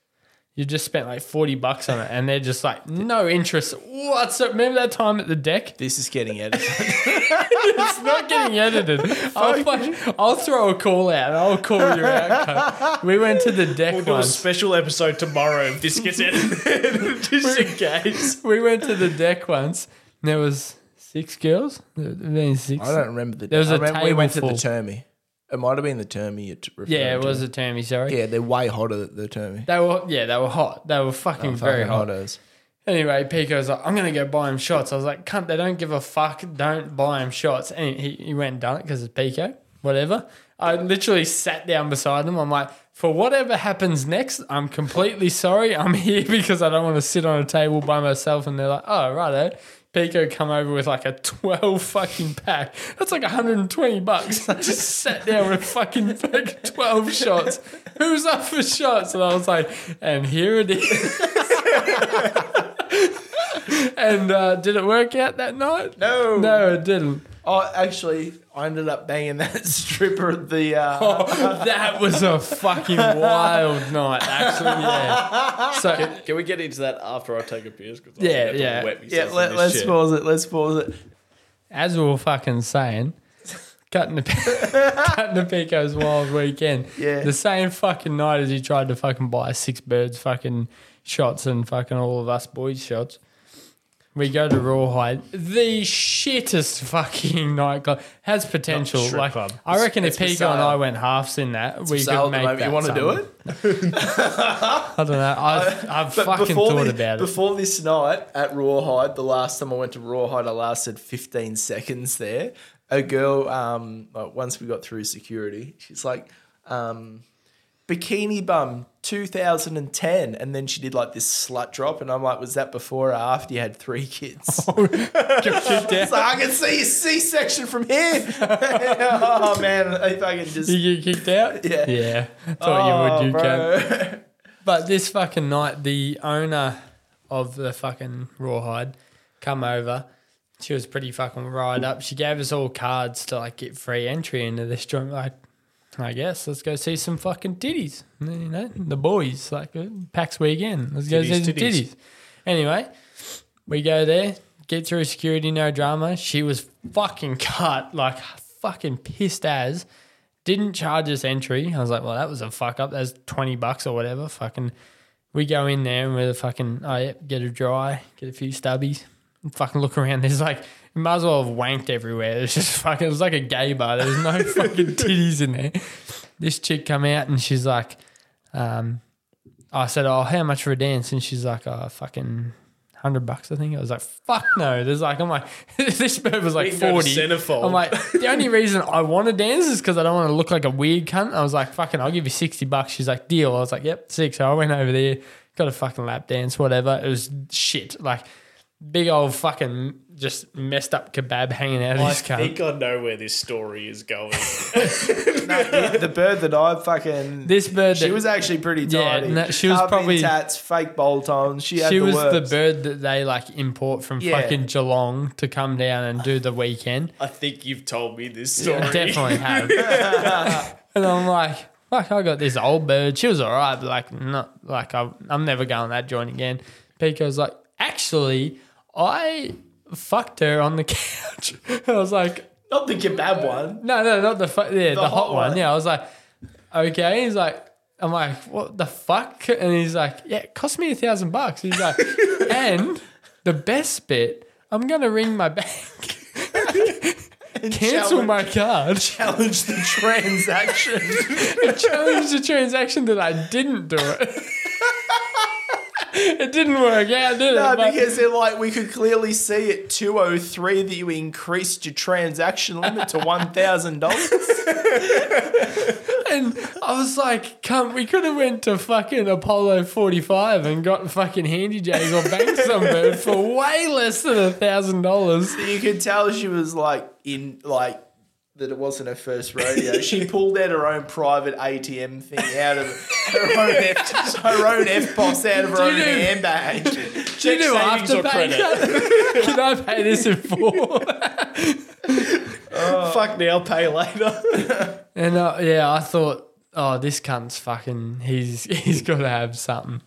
S1: You just spent like 40 bucks on it, and they're just like, no interest. What's up? Remember that time at the deck?
S3: this is getting edited.
S1: It's not getting edited. I'll, fuck, I'll throw a call out and I'll call you out. cunt. We went to the deck
S2: We'll do a
S1: once.
S2: special episode tomorrow if this gets edited, just in case.
S1: We went to the deck once, and there was six girls. There were six.
S3: I don't remember the.
S1: There was
S3: I
S1: a
S3: remember we went to the
S1: table full.
S3: Termy. It might have been the Termy. You're t- referring
S1: yeah, it
S3: to.
S1: was a termy, sorry.
S3: Yeah, they're way hotter than the Termy.
S1: They were yeah, they were hot. They were fucking very
S3: Fucking
S1: hot.
S3: hotters.
S1: Anyway, Pico's like, I'm gonna go buy him shots. I was like, cunt, they don't give a fuck. Don't buy him shots. And he, he went and done it because it's Pico, whatever. I literally sat down beside him. I'm like, for whatever happens next, I'm completely sorry. I'm here because I don't want to sit on a table by myself. And they're like, oh, righto. Pico come over with like a 12 fucking pack. That's like 120 bucks. I just sat down with fucking like 12 shots. Who's up for shots? And I was like, and here it is. and uh, did it work out that night?
S3: No.
S1: No, it didn't.
S3: Oh, actually, I ended up banging that stripper at the. Uh,
S2: Oh,
S1: that was a fucking wild night, actually. Yeah. So
S2: Can we get into that after I take a piss? 'Cause I'm
S1: Yeah,
S2: about to
S1: yeah.
S2: wet
S3: Yeah,
S2: myself in
S3: let,
S2: this
S3: let's
S2: shit.
S3: pause it. Let's pause it.
S1: as we were fucking saying, cutting the cutting the Pico's wild weekend.
S3: Yeah.
S1: The same fucking night as he tried to fucking buy six birds fucking shots and fucking all of us boys shots. We go to Rawhide, the shittest fucking nightclub. Has potential.
S2: strip
S1: Like
S2: club.
S1: I reckon if
S3: for
S1: Pico
S3: sale.
S1: and I went halves in that, we could
S3: Sale at the
S1: make
S3: moment.
S1: that.
S3: You want to do
S1: something.
S3: it? Uh,
S1: I don't know. I've, I've
S3: But
S1: fucking
S3: before
S1: thought
S3: the-
S1: about it.
S3: Before this night at Rawhide, the last time I went to Rawhide, I lasted 15 seconds there. A girl, um, like, once we got through security, she's like, um, Bikini Bum 2010. And then she did like this slut drop. And I'm like, was that before or after you had three kids?
S1: Oh,
S3: It's like, I can see a C section from here. oh, man. If I can just.
S1: You get kicked out?
S3: Yeah.
S1: Yeah. Thought
S3: Oh,
S1: you would, you can.
S3: bro.
S1: But this fucking night, the owner of the fucking rawhide come over. She was pretty fucking riled up. She gave us all cards to like get free entry into this joint. Like, I guess let's go see some fucking titties. You know, the boys like uh, PAX weekend. Let's go
S2: Titties,
S1: see some
S2: titties.
S1: titties. Anyway, we go there, get through security, no drama. She was fucking cut, like fucking pissed as. Didn't charge us entry. I was like, well, that was a fuck up. That's 20 bucks or whatever. Fucking, we go in there and we're the fucking, oh, yeah, get a dry, get a few stubbies, and fucking look around. There's like, you might as well have wanked everywhere. There's just fucking, it was like a gay bar. There was no fucking titties in there. This chick come out and she's like, um, I said, oh, how much for a dance? And she's like, oh, fucking hundred bucks, I think. I was like, fuck no. There's like, I'm like, this bird was like
S2: We can go to
S1: forty.
S2: Centrefold.
S1: I'm like, the only reason I want to dance is because I don't want to look like a weird cunt. I was like, fucking, I'll give you sixty bucks. She's like, deal. I was like, yep, six. So I went over there, got a fucking lap dance, whatever. It was shit, like big old fucking just messed up kebab hanging out of
S2: I
S1: this cunt.
S2: think I know where this story is going.
S3: the bird that I fucking.
S1: this bird,
S3: She
S1: that-
S3: was actually pretty
S1: Yeah,
S3: tidy.
S1: no, she was
S3: Up in
S1: probably-
S3: tats, fake bolt on. She had
S1: she
S3: the
S1: was the
S3: works.
S1: bird that they like import from
S3: Yeah.
S1: fucking Geelong to come down and do the weekend.
S2: I think you've told me this story.
S1: I definitely have. and I'm like, fuck, I got this old bird. She was all right, but like, not like I, I'm never going that joint again. Pico's like, actually, I fucked her on the couch. I was like,
S3: Not the kebab one.
S1: no, no, not the fu- yeah, the, hot,
S3: hot
S1: one.
S3: one.
S1: Yeah, I was like, okay. He's like, I'm like, what the fuck? And he's like, yeah, it cost me a thousand bucks. He's like, and the best bit, I'm gonna ring my bank, cancel
S3: challenge-
S1: my card,
S3: Challenge the transaction.
S1: challenge the transaction that I didn't do it. it didn't work out, did
S3: no,
S1: it? But-
S3: because they're like, we could clearly see at 203 that you increased your transaction limit to $1,000.
S1: And I was like, come, we could have went to fucking Apollo 45 and got fucking Handy Jays or banked some bird for way less than a thousand dollars.
S3: you could tell she was like, in, like, that it wasn't her first rodeo. She pulled out her own private ATM thing out of her own F, her own F box out of her own
S1: you do-
S3: handbag.
S1: Do you do
S2: savings or
S1: afterpay? Can I pay this in full?
S2: Fuck now, pay later.
S1: And uh, yeah, I thought, oh, this cunt's fucking. He's he's got to have something.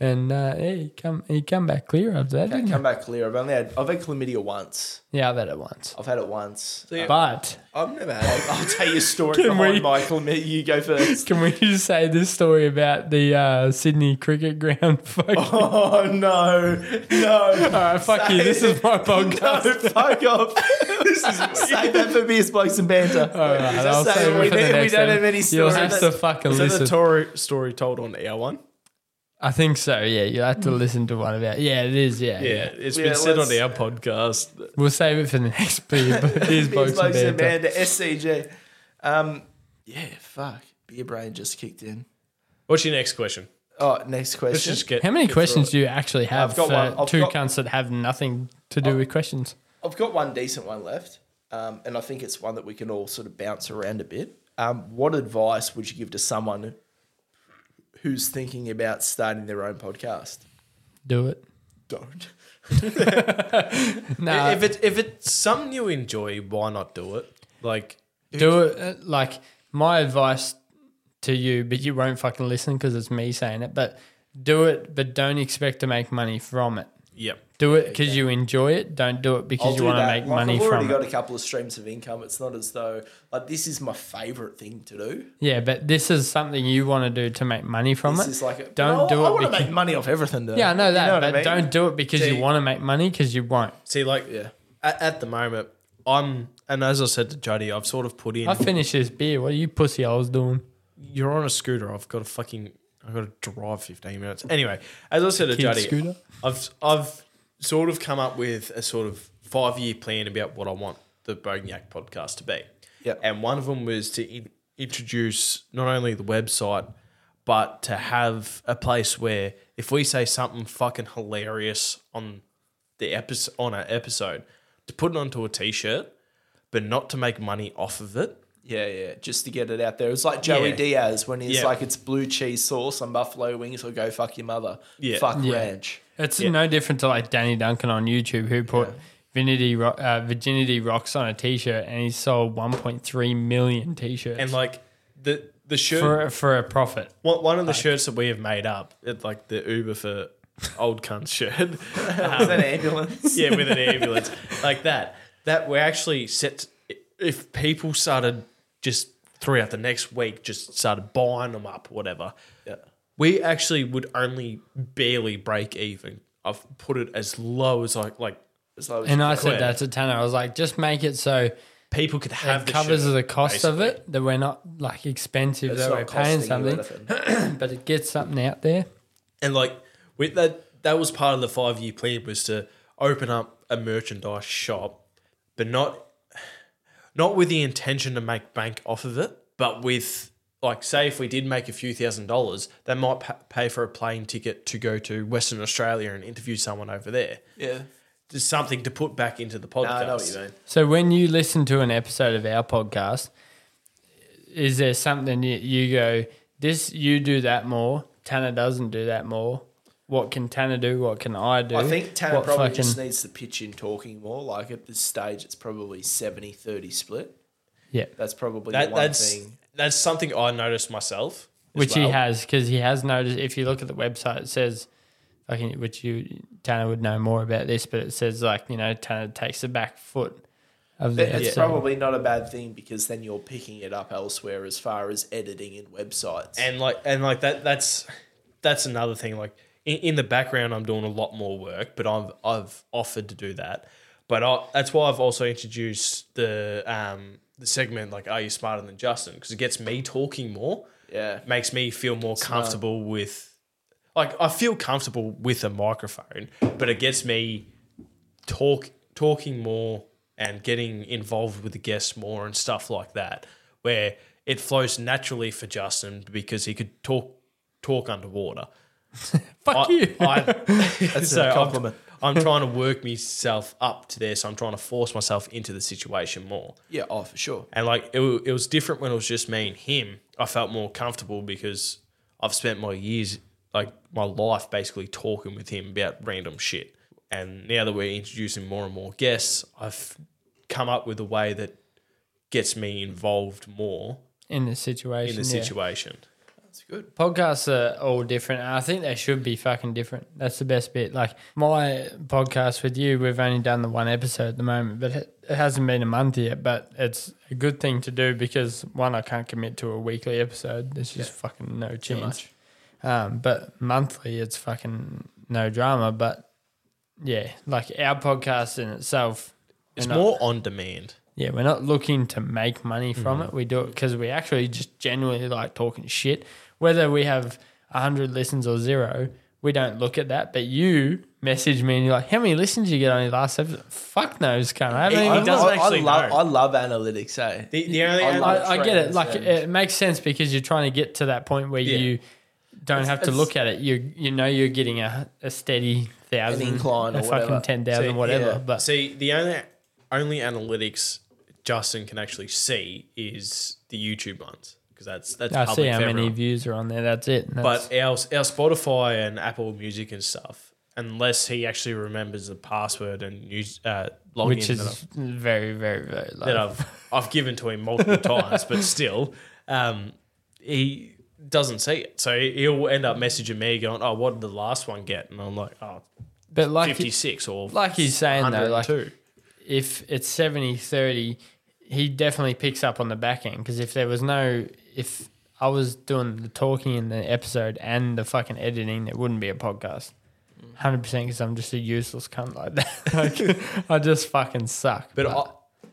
S1: And uh, yeah, he come he come back clear after that. didn't he?
S3: Come back clear. I've only had I've had chlamydia once.
S1: Yeah, I've had it once,
S3: I've had it once.
S1: but
S3: I've never had. I'll, I'll tell you a story
S1: Can
S3: behind
S1: we-
S3: Michael. Me- You go first.
S1: Can we just say this story about the uh, Sydney cricket ground? Fucking,
S3: Oh no, no,
S1: all right, fuck you. This is my podcast.
S3: no! Fuck off. this is save that for beers, blokes, and banter.
S1: All Oh, right, I'll
S3: Just
S1: save
S3: saying,
S1: it
S3: we
S1: for the
S3: don't- we
S1: next
S3: don't
S1: one.
S3: have any
S1: You'll
S3: stories.
S1: have to
S3: That's-
S1: fucking
S2: Is that the
S1: listen.
S2: tor- story told on our one?
S1: I think so. Yeah, you have to listen to one of our. Yeah, it is. Yeah, yeah.
S2: Yeah, it's
S3: Yeah,
S2: been said on
S3: let's-
S2: our podcast.
S1: We'll save it for the next beer. But here's
S3: Beers,
S1: blokes and
S3: blokes, and
S1: banter.
S3: banter. SCG. Um, Yeah, fuck. Beer brain just kicked in.
S2: What's your next question?
S3: Oh, next
S2: Let's
S3: question.
S2: just get.
S1: How many
S2: get through
S1: questions
S2: it.
S1: do you actually have
S3: I've got
S1: for
S3: one. I've
S1: two
S3: got- Oh.
S1: cunts that have nothing to do with questions?
S3: I've got one decent one left, um, and I think it's one that we can all sort of bounce around a bit. Um, what advice would you give to someone who's thinking about starting their own podcast?
S1: Do it.
S3: Don't.
S1: No,
S2: if it if it's something you enjoy, why not do it? Like
S1: do it. uh, Like my advice to you, but you won't fucking listen because it's me saying it. But do it, but don't expect to make money from it.
S2: yeah.
S1: Do it because you enjoy it. Don't do it because
S3: I'll
S1: you
S3: do
S1: want to
S3: that.
S1: make
S3: Like,
S1: money
S3: I've already
S1: from it.
S3: got a couple of streams of income. It's not as though like this is my favorite thing to do.
S1: Yeah, but this is something you want to do to make money from
S3: This
S1: it.
S3: is like a,
S1: don't do
S3: I, I
S1: it
S3: want to
S1: because-
S3: make money off everything. Though.
S1: yeah, I know that,
S3: what I
S1: but
S3: mean?
S1: don't do it because you
S2: See-
S1: want to make money because you won't.
S2: See, like
S3: Yeah.
S2: at, at the moment, I'm and as I said to Jody, I've sort of put in.
S3: Mm-hmm.
S1: I finished this beer. What are you pussy holes doing?
S2: you're on a scooter. I've got to fucking. I've got to drive 15 minutes. Anyway, as I said to
S1: Kid
S2: Jody,
S1: scooter?
S2: I've I've sort of come up with a sort of five year plan about what I want the Bogan Yak podcast to be.
S3: Yep.
S2: And one of them was to in- introduce not only the website, but to have a place where if we say something fucking hilarious on the episode on our episode, to put it onto a t shirt, but not to make money off of it.
S3: Yeah, yeah, just to get it out there. It's like Joey
S2: Yeah.
S3: Diaz when he's
S2: Yeah.
S3: like, it's blue cheese sauce and buffalo wings, or go fuck your mother.
S2: Yeah.
S3: Fuck ranch.
S1: It's no different to like Danny Duncan on YouTube who put Vinity Ro- uh, Virginity Rocks on a t shirt and he sold 1.3 million t shirts
S2: And like the the shirt
S1: for, for a profit.
S2: One, one of the shirts that we have made up, it, like the Uber for old cunt shirt, Um,
S3: Is that an ambulance?
S2: yeah, with an ambulance, like that. That we actually set. If people started just throughout the next week, just started buying them up, whatever. Yeah. We actually would only barely break even. I've put it as low as like like
S3: As low as
S1: And
S3: you
S1: I
S3: can.
S1: said that to Tanner. I was like, just make it so
S2: people could have
S1: it
S2: the
S1: covers
S2: shirt,
S1: the cost of
S2: basically.
S1: it, that we're not like expensive,
S3: It's
S1: that
S3: not
S1: we're paying
S3: costing you
S1: something,
S3: anything.
S1: but it gets something out there.
S2: and like with that that was part of the five year plan was to open up a merchandise shop but not not with the intention to make bank off of it but with like say if we did make a few thousand dollars they might pa- pay for a plane ticket to go to western australia and interview someone over there
S3: Yeah.
S2: just something to put back into the podcast
S3: Nah, I know what you mean.
S1: So when you listen to an episode of our podcast, is there something you, you go, this you do that more, Tanner doesn't do that more? What can Tanner do? What can I do?
S3: I think Tanner
S1: What
S3: probably
S1: fucking-
S3: just needs to pitch in talking more. Like at this stage, it's probably 70 30 split.
S1: yeah,
S3: That's probably the
S2: that,
S3: one
S2: that's
S3: thing.
S2: that's something i noticed myself as
S1: which he
S2: well.
S1: has because he has noticed. If you look at the website, it says, fucking, which you Tanner would know more about this, but it says like you know Tanner takes the back foot of the
S3: It's
S1: episode.
S3: probably not a bad thing because then you're picking it up elsewhere as far as editing and websites.
S2: and like and like that that's that's another thing like in, in the background i'm doing a lot more work but i've i've offered to do that but I, that's why i've also introduced the um the segment like are you smarter than justin because it gets me talking more
S3: yeah.
S2: makes me feel more comfortable with like i feel comfortable with a microphone but it gets me talk talking more and getting involved with the guests more and stuff like that where it flows naturally for justin because he could talk talk underwater
S1: Fuck
S2: I-
S1: you.
S2: I, so I'm-
S3: compliment.
S2: I'm, trying to work myself up to this i'm trying to force myself into the situation more
S3: Yeah, oh, for sure.
S2: and like it, wa- it was different when it was just me and him. I felt more comfortable because I've spent my years, like my life, basically talking with him about random shit. And now that we're introducing more and more guests, I've come up with a way that gets me involved more
S1: in the situation.
S2: in the
S1: yeah.
S2: situation.
S3: That's good.
S1: podcasts are all different. and I think they should be fucking different. That's the best bit. Like my podcast with you, we've only done the one episode at the moment, but it, it hasn't been a month yet. But it's a good thing to do because one, I can't commit to a weekly episode. There's just fucking no chance. Um, but monthly, it's fucking no drama. But yeah, like our podcast in itself,
S2: It's
S1: we're not-
S2: more on demand.
S1: yeah, we're not looking to make money from it. We do it because we actually just genuinely like talking shit. Whether we have 100 listens or zero, we don't look at that. But you message me and you're like, how many listens did you get on your last episode? Fuck knows, can't I? haven't
S2: He- he
S1: even-
S2: does doesn't
S3: I, I
S2: actually
S3: love
S2: know.
S3: I love analytics. Eh?
S2: The, the only
S3: I like-
S1: I, I get it.
S3: trends
S1: Like
S3: and-
S1: it makes sense because you're trying to get to that point where
S2: Yeah.
S1: you don't have to
S3: it's-
S1: look at it. You you know you're getting a, a steady thousand
S3: incline or
S1: a fucking
S3: whatever.
S1: ten thousand,
S2: See,
S1: whatever.
S3: yeah.
S1: But
S2: see the only only analytics Justin can actually see is the YouTube ones because that's that's
S1: I
S2: public
S1: see how
S2: for
S1: many
S2: everyone.
S1: views are on there. That's it. And That's,
S2: But our our Spotify and Apple Music and stuff, unless he actually remembers the password and use uh, login
S1: which
S2: that,
S1: is
S2: I've,
S1: very very very low.
S2: that I've I've given to him multiple times, but still, um, he doesn't see it. So he'll end up messaging me going, "Oh, what did the last one get?" And I'm like, "Oh,
S1: but like
S2: 56 or
S1: like he's saying though, like
S2: 102."
S1: if it's 70 30 he definitely picks up on the back end because if there was no if i was doing the talking in the episode and the fucking editing there wouldn't be a podcast
S2: Mm.
S1: 100% because i'm just a useless cunt like that like, i just fucking suck
S2: But I,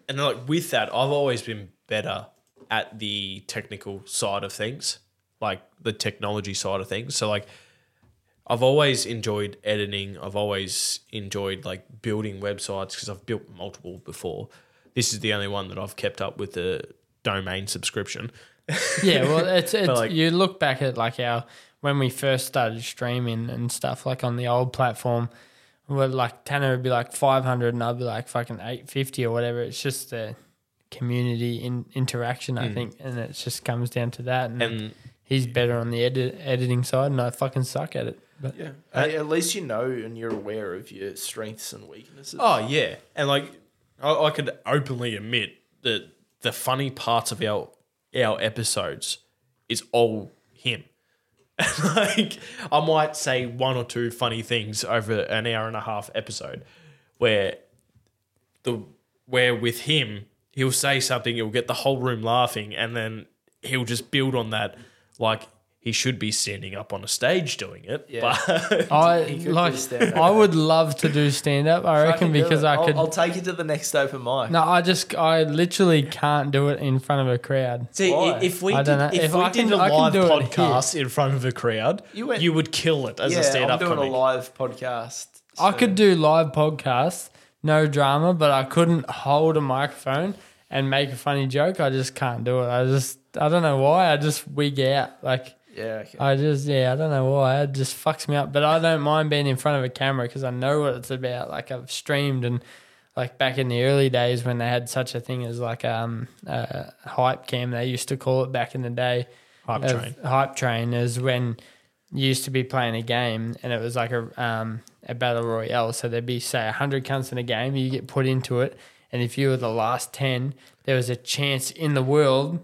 S2: and like with that, I've always been better at the technical side of things, like the technology side of things. So like I've always enjoyed editing. I've always enjoyed like building websites because I've built multiple before. This is the only one that I've kept up with the domain subscription.
S1: yeah well it's, it's
S2: like-
S1: you look back at like our when we first started streaming and stuff like on the old platform where like tanner would be like 500 and i'd be like fucking 850 or whatever it's just the community in interaction i think and it just comes down to that and,
S2: Hmm. And-
S1: he's better on the edit, editing side and i fucking suck at it but
S3: Yeah. Hey, at least you know and you're aware of your strengths and weaknesses.
S2: Oh yeah, and like I, I could openly admit that the funny parts of our our episodes is all him. like I might say one or two funny things over an hour and a half episode, where the where with him he'll say something, he'll get the whole room laughing, and then he'll just build on that like. He should be standing up on a stage doing it, but
S1: i
S3: He could do
S1: like
S3: stand-up.
S1: i would love to do stand up i reckon
S3: Fucking do
S1: because
S3: it.
S1: i
S3: I'll-
S1: could
S3: I'll, take you to the next open mic.
S1: no i just i literally can't do it in front of a crowd
S2: See,
S3: Why?
S2: i- if we
S1: I
S2: did,
S1: don't know.
S2: if,
S1: If
S2: we
S1: I can-
S2: did a
S1: I can
S2: live
S1: do it here.
S2: podcast in front of a crowd, you,
S3: You went-
S2: would kill it as
S3: yeah,
S2: a
S3: I'm
S2: stand-up
S3: doing
S2: comic.
S3: a live podcast.
S1: I
S3: so-
S1: could do live podcasts, no drama, but I couldn't hold a microphone and make a funny joke. I just can't do it. I just, I don't know why. I just wig out. Like,
S3: Yeah. Okay.
S1: I just, yeah, I don't know why. It just fucks me up. But I don't mind being in front of a camera because I know what it's about. Like, I've streamed and, like, back in the early days when they had such a thing as, like, um, uh, hype cam, they used to call it back in the day
S2: Hype
S1: of
S2: train.
S1: hype train is when you used to be playing a game and it was like a um, a battle royale. So there'd be say hundred cunts in a game. You get put into it, and if you were the last ten, there was a chance in the world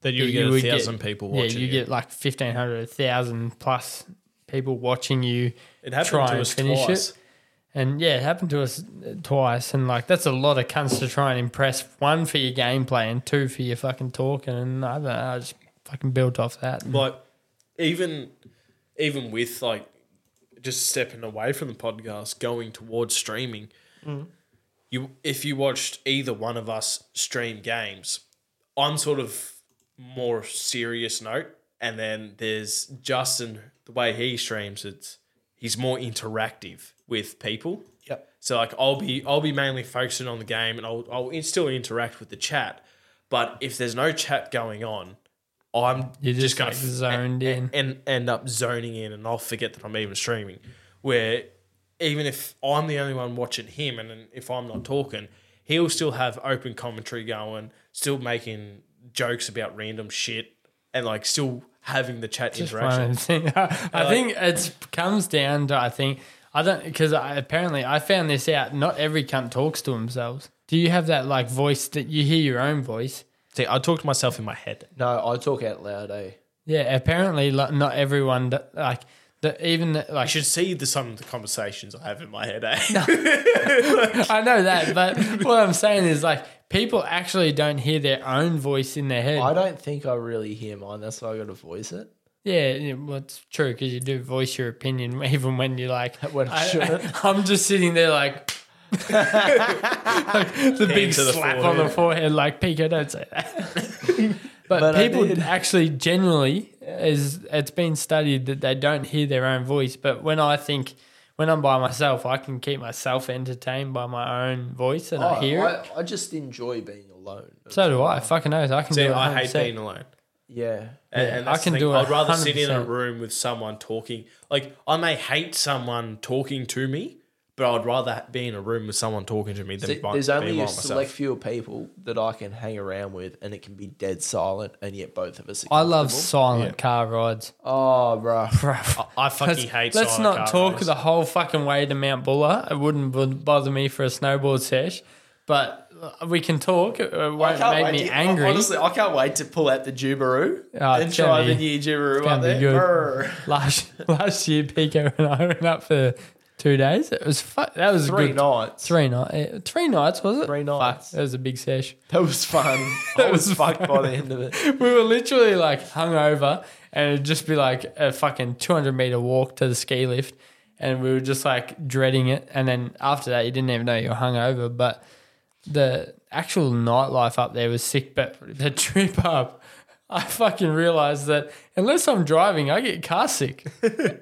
S2: That you
S1: that
S2: would get a thousand people watching.
S1: Yeah, you get like 1,500, 1,000 plus people watching you.
S2: It happened
S1: try
S2: to
S1: and
S2: us
S1: finish
S2: twice.
S1: It. And yeah, it happened to us uh, twice. And like, that's a lot of cunts to try and impress. One for your gameplay and two for your fucking talking. And I don't know, I just fucking built off that. And
S2: like even even with like just stepping away from the podcast, going towards streaming. You, if you watched either one of us stream games, I'm sort of more serious note, and then there's Justin. The way he streams, it's he's more interactive with people.
S3: Yep.
S2: So like I'll be I'll be mainly focusing on the game and I'll I'll in- still interact with the chat, but if there's no chat going on, I'm
S1: You're just,
S2: gonna
S1: like, zoned in.
S2: and end up zoning in and I'll forget that I'm even streaming. Where even if I'm the only one watching him and if I'm not talking, he'll still have open commentary going, still making jokes about random shit and like still having the chat
S1: Just
S2: interaction.
S1: one thing. I think it comes down to I think I don't because I, apparently I found this out. Not every cunt talks to themselves. Do you have that like voice that you hear your own voice?
S2: See, I talk to myself in my head.
S3: No, I talk out loud. Eh.
S1: Yeah, apparently like, not everyone d- like the, even the,
S2: I
S1: like
S2: should see the some of the conversations I have in my head. Eh?
S1: I know that, but what I'm saying is like people actually don't hear their own voice in their head.
S3: I don't think I really hear mine. That's why I got to voice it.
S1: yeah, yeah, well, it's true because you do voice your opinion even when you're like
S3: When I shouldn't.
S1: am just sitting there like. like the big
S2: to the
S1: slap on the forehead, like Pico, don't say that. but,
S3: But I
S1: people
S3: did.
S1: actually generally is it's been studied that they don't hear their own voice. But when I think when I'm by myself, I can keep myself entertained by my own voice and I
S3: Oh,
S1: hear it.
S3: I, I just enjoy being alone.
S1: So do I. Fucking knows. I can
S2: See,
S1: do it.
S2: I hate
S1: 100%.
S2: being alone.
S3: yeah.
S2: And,
S1: Yeah,
S2: and
S1: I
S2: that's the
S1: can
S2: thing.
S1: do it
S2: I'd rather sit in a
S1: 100%.
S2: room with someone talking. Like I may hate someone talking to me, but I'd rather be in a room with someone talking to me than
S3: Th-
S2: by,
S3: There's
S2: being
S3: only
S2: by
S3: a
S2: myself.
S3: select few people that I can hang around with, and it can be dead silent, and yet both of us. Are
S1: I love
S3: comfortable.
S1: silent car rides.
S3: Oh, bro.
S1: Bruh.
S2: I, I fucking
S1: Let's,
S2: hate.
S1: let's
S2: silent
S1: not
S2: car
S1: talk
S2: rides.
S1: the whole fucking way to Mount Buller. It wouldn't b- bother me for a snowboard sesh, but uh, we can talk. It uh,
S3: I
S1: won't
S3: can't
S1: make
S3: wait
S1: me
S3: to-
S1: angry.
S3: Honestly, I can't wait to pull out the Jubaru
S1: Oh,
S3: and
S1: it's
S3: try
S1: gonna
S3: the
S1: be-
S3: new Jubaru
S1: gonna
S3: up
S1: be
S3: there.
S1: good.
S3: Brr.
S1: last last year, Pico and I went up for two days. It was fu- that was a
S3: Three
S1: good-
S3: nights.
S1: Three nights. Three nights was it?
S3: Three nights.
S1: Fuck, that was a big sesh.
S3: That was fun. I was fucked by the end of it.
S1: we were literally like hungover, and it'd just be like a fucking two hundred meter walk to the ski lift, and we were just like dreading it. And then after that, you didn't even know you were hungover. But the actual nightlife up there was sick. But the trip up. I fucking realized that unless I'm driving, I get car sick,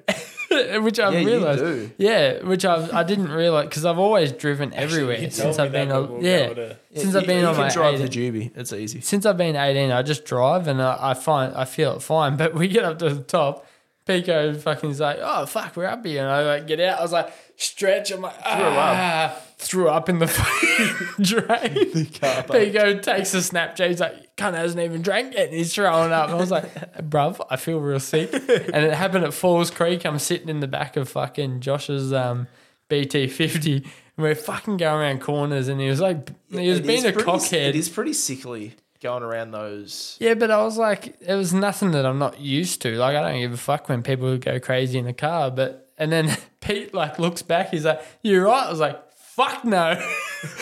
S1: which I've
S3: Yeah, you
S1: realized.
S3: do.
S1: Yeah, which I've, I didn't realize because I've always driven everywhere
S2: you told
S1: since
S2: me
S1: I've been
S2: that
S1: on.
S2: before we
S1: Yeah,
S2: got it.
S1: since
S3: You-
S1: I've been
S3: you
S1: on
S3: can
S1: my
S3: drive
S1: 80
S3: the Juby. It's easy.
S1: since I've been 18, I just drive and I, I find I feel it fine. But we get up to the top, Pico fucking is like, oh fuck, we're up here, and I like get out. I was like, stretch. I'm like, ah, threw up in the fucking drain. Pico takes a Snapchat. He's like, cunt hasn't even drank it, and he's throwing up. And I was like, bruv, I feel real sick. And it happened at Falls Creek. I'm sitting in the back of fucking Josh's um, BT50. And we're fucking going around corners, and he was like, he was
S3: It
S1: being
S3: is
S1: a
S3: pretty-
S1: cockhead.
S3: It is pretty sickly going around those.
S1: Yeah, but I was like, it was nothing that I'm not used to. Like, I don't give a fuck when people go crazy in the car. But and then Pete like looks back. He's like, "You're right." I was like, "Fuck no,"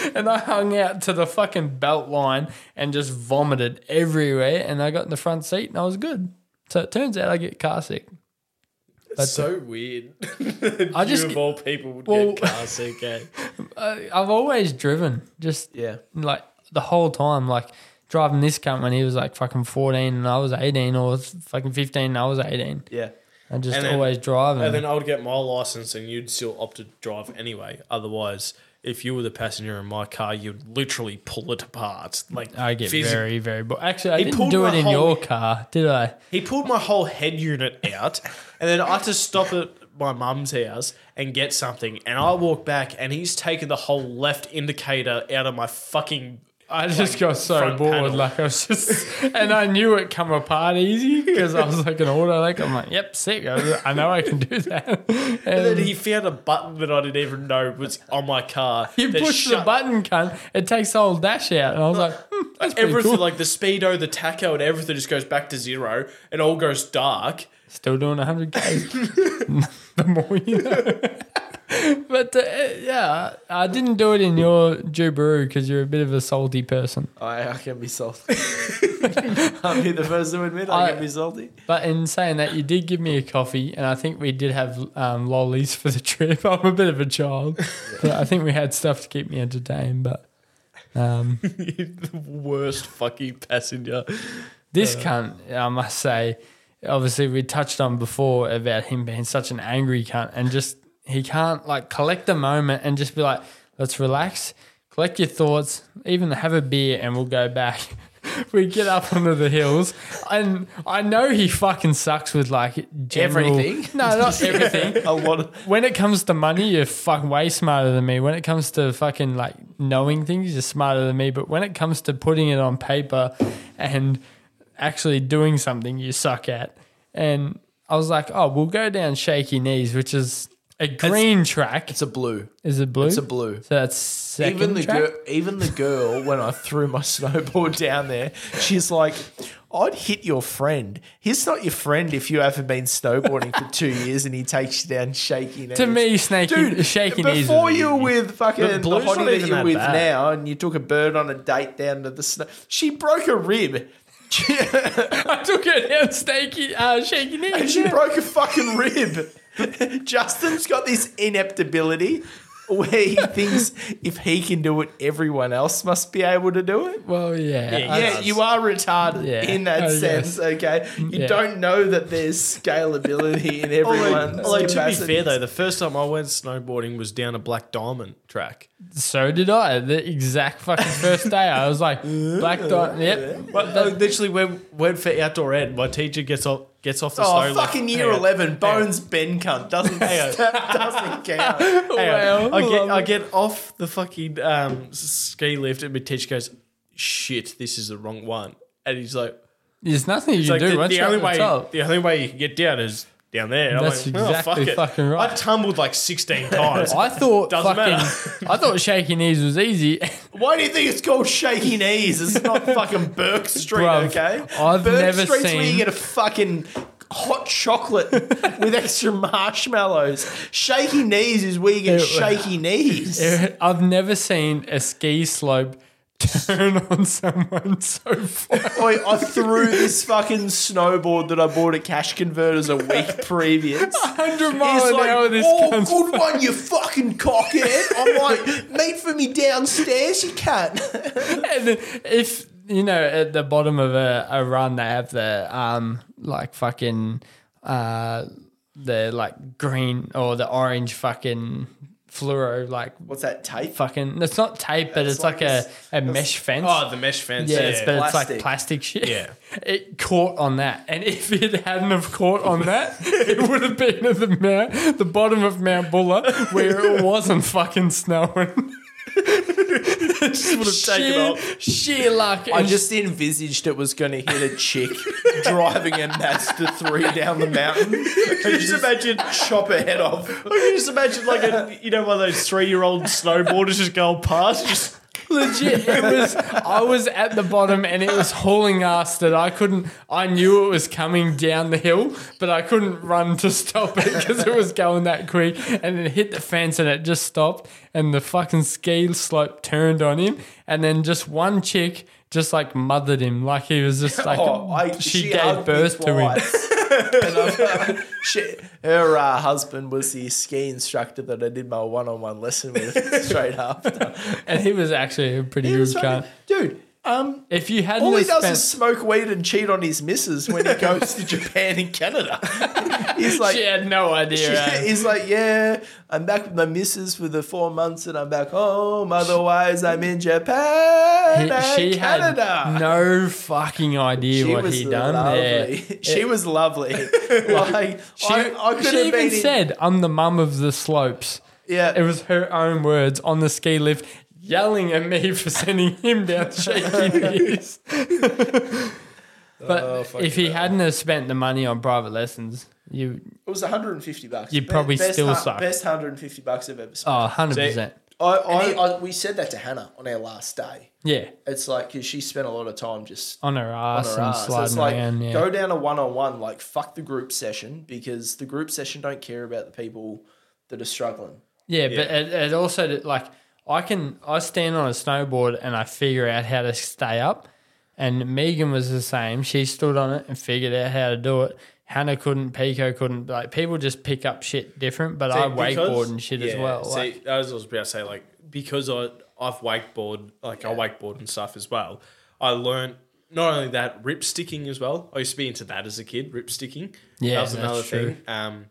S1: and I hung out to the fucking belt line and just vomited everywhere. And I got in the front seat and I was good. So it turns out I get car sick.
S2: It's so weird.
S1: I just
S2: you of all people would
S1: Well-
S2: get car sick. eh?
S1: I, I've always driven just
S3: Yeah.
S1: like the whole time, like driving this cunt when he was like fucking 14 and I was 18 or fucking 15 and I was 18.
S3: Yeah.
S1: I just
S2: And then-
S1: always driving.
S2: And then I would get my license, and you'd still opt to drive anyway. Otherwise, if you were the passenger in my car, you'd literally pull it apart. Like
S1: I get
S2: physically.
S1: very, very bored. Actually, I
S2: He
S1: didn't
S2: pulled
S1: do
S2: my
S1: it in
S2: whole-
S1: your car, did I?
S2: He pulled my whole head unit out, and then I had to stop at my mum's house and get something. And I walk back, and he's taken the whole left indicator out of my fucking.
S1: I just got so
S2: front
S1: bored.
S2: panel.
S1: Like I was just, and I knew it come apart easy because I was like an auto. Like I'm like, yep, sick. I, was- I know I can do that.
S2: And
S1: And
S2: then he found a button that I didn't even know was on my car.
S1: you
S2: that
S1: push the
S2: shut
S1: button, cunt. It takes the whole dash out, and I was like, hmm, that's pretty
S2: Everything
S1: cool.
S2: like the speedo, the taco, and everything just goes back to zero. It all goes dark.
S1: Still doing 100 k's. the more you know. But uh, yeah, I didn't do it in your Jubaru because you're a bit of a salty person.
S3: I, I can be salty. I'll be the first to admit I,
S1: I-
S3: can be salty.
S1: But in saying that, you did give me a coffee, and I think we did have um, lollies for the trip. I'm a bit of a child, but I think we had stuff to keep me entertained. But um,
S2: the worst fucking passenger.
S1: this cunt, I must say, obviously we touched on before about him being such an angry cunt, and just he can't like collect a moment and just be like, let's relax, collect your thoughts, even have a beer, and we'll go back. We get up onto the hills, and I know he fucking sucks with like general,
S3: Everything?
S1: No, not everything.
S3: A lot of,
S1: when it comes to money, you're fucking way smarter than me. When it comes to fucking like knowing things, you're smarter than me. But when it comes to putting it on paper and actually doing something, you suck at. And I was like, oh, we'll go down shaky knees, which is a green track.
S3: it's a blue.
S1: is it blue?
S3: It's a blue.
S1: So that's second
S3: Even the
S1: track?
S3: girl, even the girl, when I threw my snowboard down there, she's like, "I'd hit your friend. He's not your friend if you haven't been snowboarding for two years and he takes you down shaking."
S1: To me, snaky, shaky knees.
S3: Before
S1: is
S3: you were with fucking the,
S2: blue's not
S3: hottie that
S2: even
S3: you're
S2: that
S3: with
S2: bad.
S3: now, and you took a bird on a date down to the snow. She broke a rib. She,
S1: I took it down snaky, uh, shaky knees.
S3: she
S1: yeah.
S3: broke a fucking rib. Justin's got this ineptability. where he thinks if he can do it, everyone else must be able to do it.
S1: Well, yeah.
S2: Yeah,
S1: I-
S3: Yeah, you are retarded
S1: Yeah.
S3: in that
S1: Oh,
S3: sense,
S1: yes.
S3: okay? You
S1: Yeah.
S3: don't know that there's scalability in everyone's
S2: Although, to be
S3: capacities.
S2: fair though, the first time I went snowboarding was down a black diamond track.
S1: So did I. The exact fucking first day, I was like, black dot. Yep.
S2: But I literally went went for outdoor ed. My teacher gets off gets off the
S3: Oh,
S2: snow. like,
S3: fucking year
S2: "Hey,
S3: 11, Bones Ben cunt doesn't, doesn't count.
S2: Hey,
S1: Well,
S2: I get
S1: love
S2: I get off the fucking um, ski lift and my teacher goes, "Shit, this is the wrong one." And he's like,
S1: There's nothing you
S2: he's
S1: can
S2: like,
S1: do
S2: the,
S1: once
S2: the
S1: you're
S2: only
S1: at the
S2: way
S1: top.
S2: the only way you can get down is down there." And
S1: That's
S2: I'm like, "Well,
S1: exactly
S2: fuck it."
S1: fucking right.
S2: I tumbled like sixteen times.
S1: I thought
S2: Doesn't
S1: fucking,
S2: matter.
S1: I thought shaking knees was easy.
S3: Why do you think it's called shaky knees? It's not fucking Burke Street,
S1: Bruv,
S3: okay?
S1: I've
S3: Burke
S1: never
S3: Street's where you
S1: seen-
S3: get a fucking hot chocolate with extra marshmallows. Shaky knees is where you get
S1: It-
S3: shaky knees.
S1: I've never seen a ski slope turn on someone so far.
S3: Oi, I threw this fucking snowboard that I bought at Cash Converters a week previous.
S1: 100
S3: He's
S1: mile an
S3: like,
S1: hour. This
S3: oh,
S1: cunt's
S3: good one, you fucking cockhead. I'm like, meet for me downstairs, you can't.
S1: And if you know at the bottom of a, a run they have the um like fucking uh the like green or the orange fucking fluoro like
S3: What's that, tape?
S1: fucking it's not tape but
S3: It's
S1: it's, like,
S3: like
S1: a, a mesh fence
S2: oh, the mesh fence.
S1: yeah,
S2: Yeah,
S1: it's, but it's
S3: Plastic.
S1: like plastic shit.
S2: Yeah.
S1: it caught on that, and if it hadn't have caught on that, it would have been at the mount, the bottom of Mount Buller, where it wasn't fucking snowing.
S2: would have taken
S1: Sheer,
S2: off.
S1: sheer luck.
S3: I
S1: and
S3: just envisaged it was going to hit a chick driving a Mazda 3 down the mountain. Can you just imagine chop her head off?
S2: Can you just imagine like a you know one of those three year old snowboarders just going past? Just
S1: Legit, it was. I was at the bottom, and it was hauling ass that I couldn't. I knew it was coming down the hill, but I couldn't run to stop it because it was going that quick. And it hit the fence, and it just stopped. And the fucking ski slope turned on him, and then just one chick just like mothered him, like he was just like
S3: Oh, I,
S1: she,
S3: hugged
S1: gave
S3: me
S1: birth to him.
S3: twice. And I'm- she, her uh, husband was the ski instructor that I did my one on one lesson with straight after.
S1: And he was actually a pretty good cunt.
S3: Dude, um,
S1: If you hadn't
S3: all he
S1: have
S3: does
S1: spent-
S3: is smoke weed and cheat on his missus when he goes to Japan and Canada. He's like,
S1: she had no idea. eh?
S3: He's like, yeah, I'm back with my missus for the four months and I'm back home. Otherwise, I'm in Japan
S1: He-
S3: and
S1: she
S3: Canada.
S1: had no fucking idea
S3: she
S1: what
S3: was
S1: he done
S3: lovely.
S1: there.
S3: She was lovely. like,
S1: She,
S3: I, I could
S1: she
S3: have
S1: even
S3: been in-
S1: said, "I'm the mum of the slopes."
S3: yeah,
S1: It was her own words on the ski lift, yelling at me for sending him down shaky knees. but
S3: Oh,
S1: if he hadn't have spent the money on private lessons, you
S3: it was 150 bucks.
S1: You
S3: Be-
S1: probably
S3: best
S1: still
S3: hun-
S1: suck.
S3: Best 150 bucks I've ever spent.
S1: oh, 100 percent,
S3: I, I, I, we said that to Hannah on our last day.
S1: yeah,
S3: It's like, because she spent a lot of time just
S1: on her ass
S3: on her
S1: and
S3: ass.
S1: sliding
S3: it's like
S1: around. Yeah.
S3: go down a one on one, like fuck the group session because the group session don't care about the people that are struggling.
S1: Yeah, but it, it also did- like I can I stand on a snowboard and I figure out how to stay up. And Megan was the same. She stood on it and figured out how to do it. Hannah couldn't, Pico couldn't. Like people just pick up shit different, but I wakeboard and shit as
S2: Yeah,
S1: well.
S2: See,
S1: like,
S2: I was just about to say like because I I've wakeboard like I wakeboard and stuff as well. I learned not only that rip sticking as well. I used to be into that as a kid, rip sticking.
S1: Yeah,
S2: that was
S1: that's
S2: another
S1: true.
S2: thing um,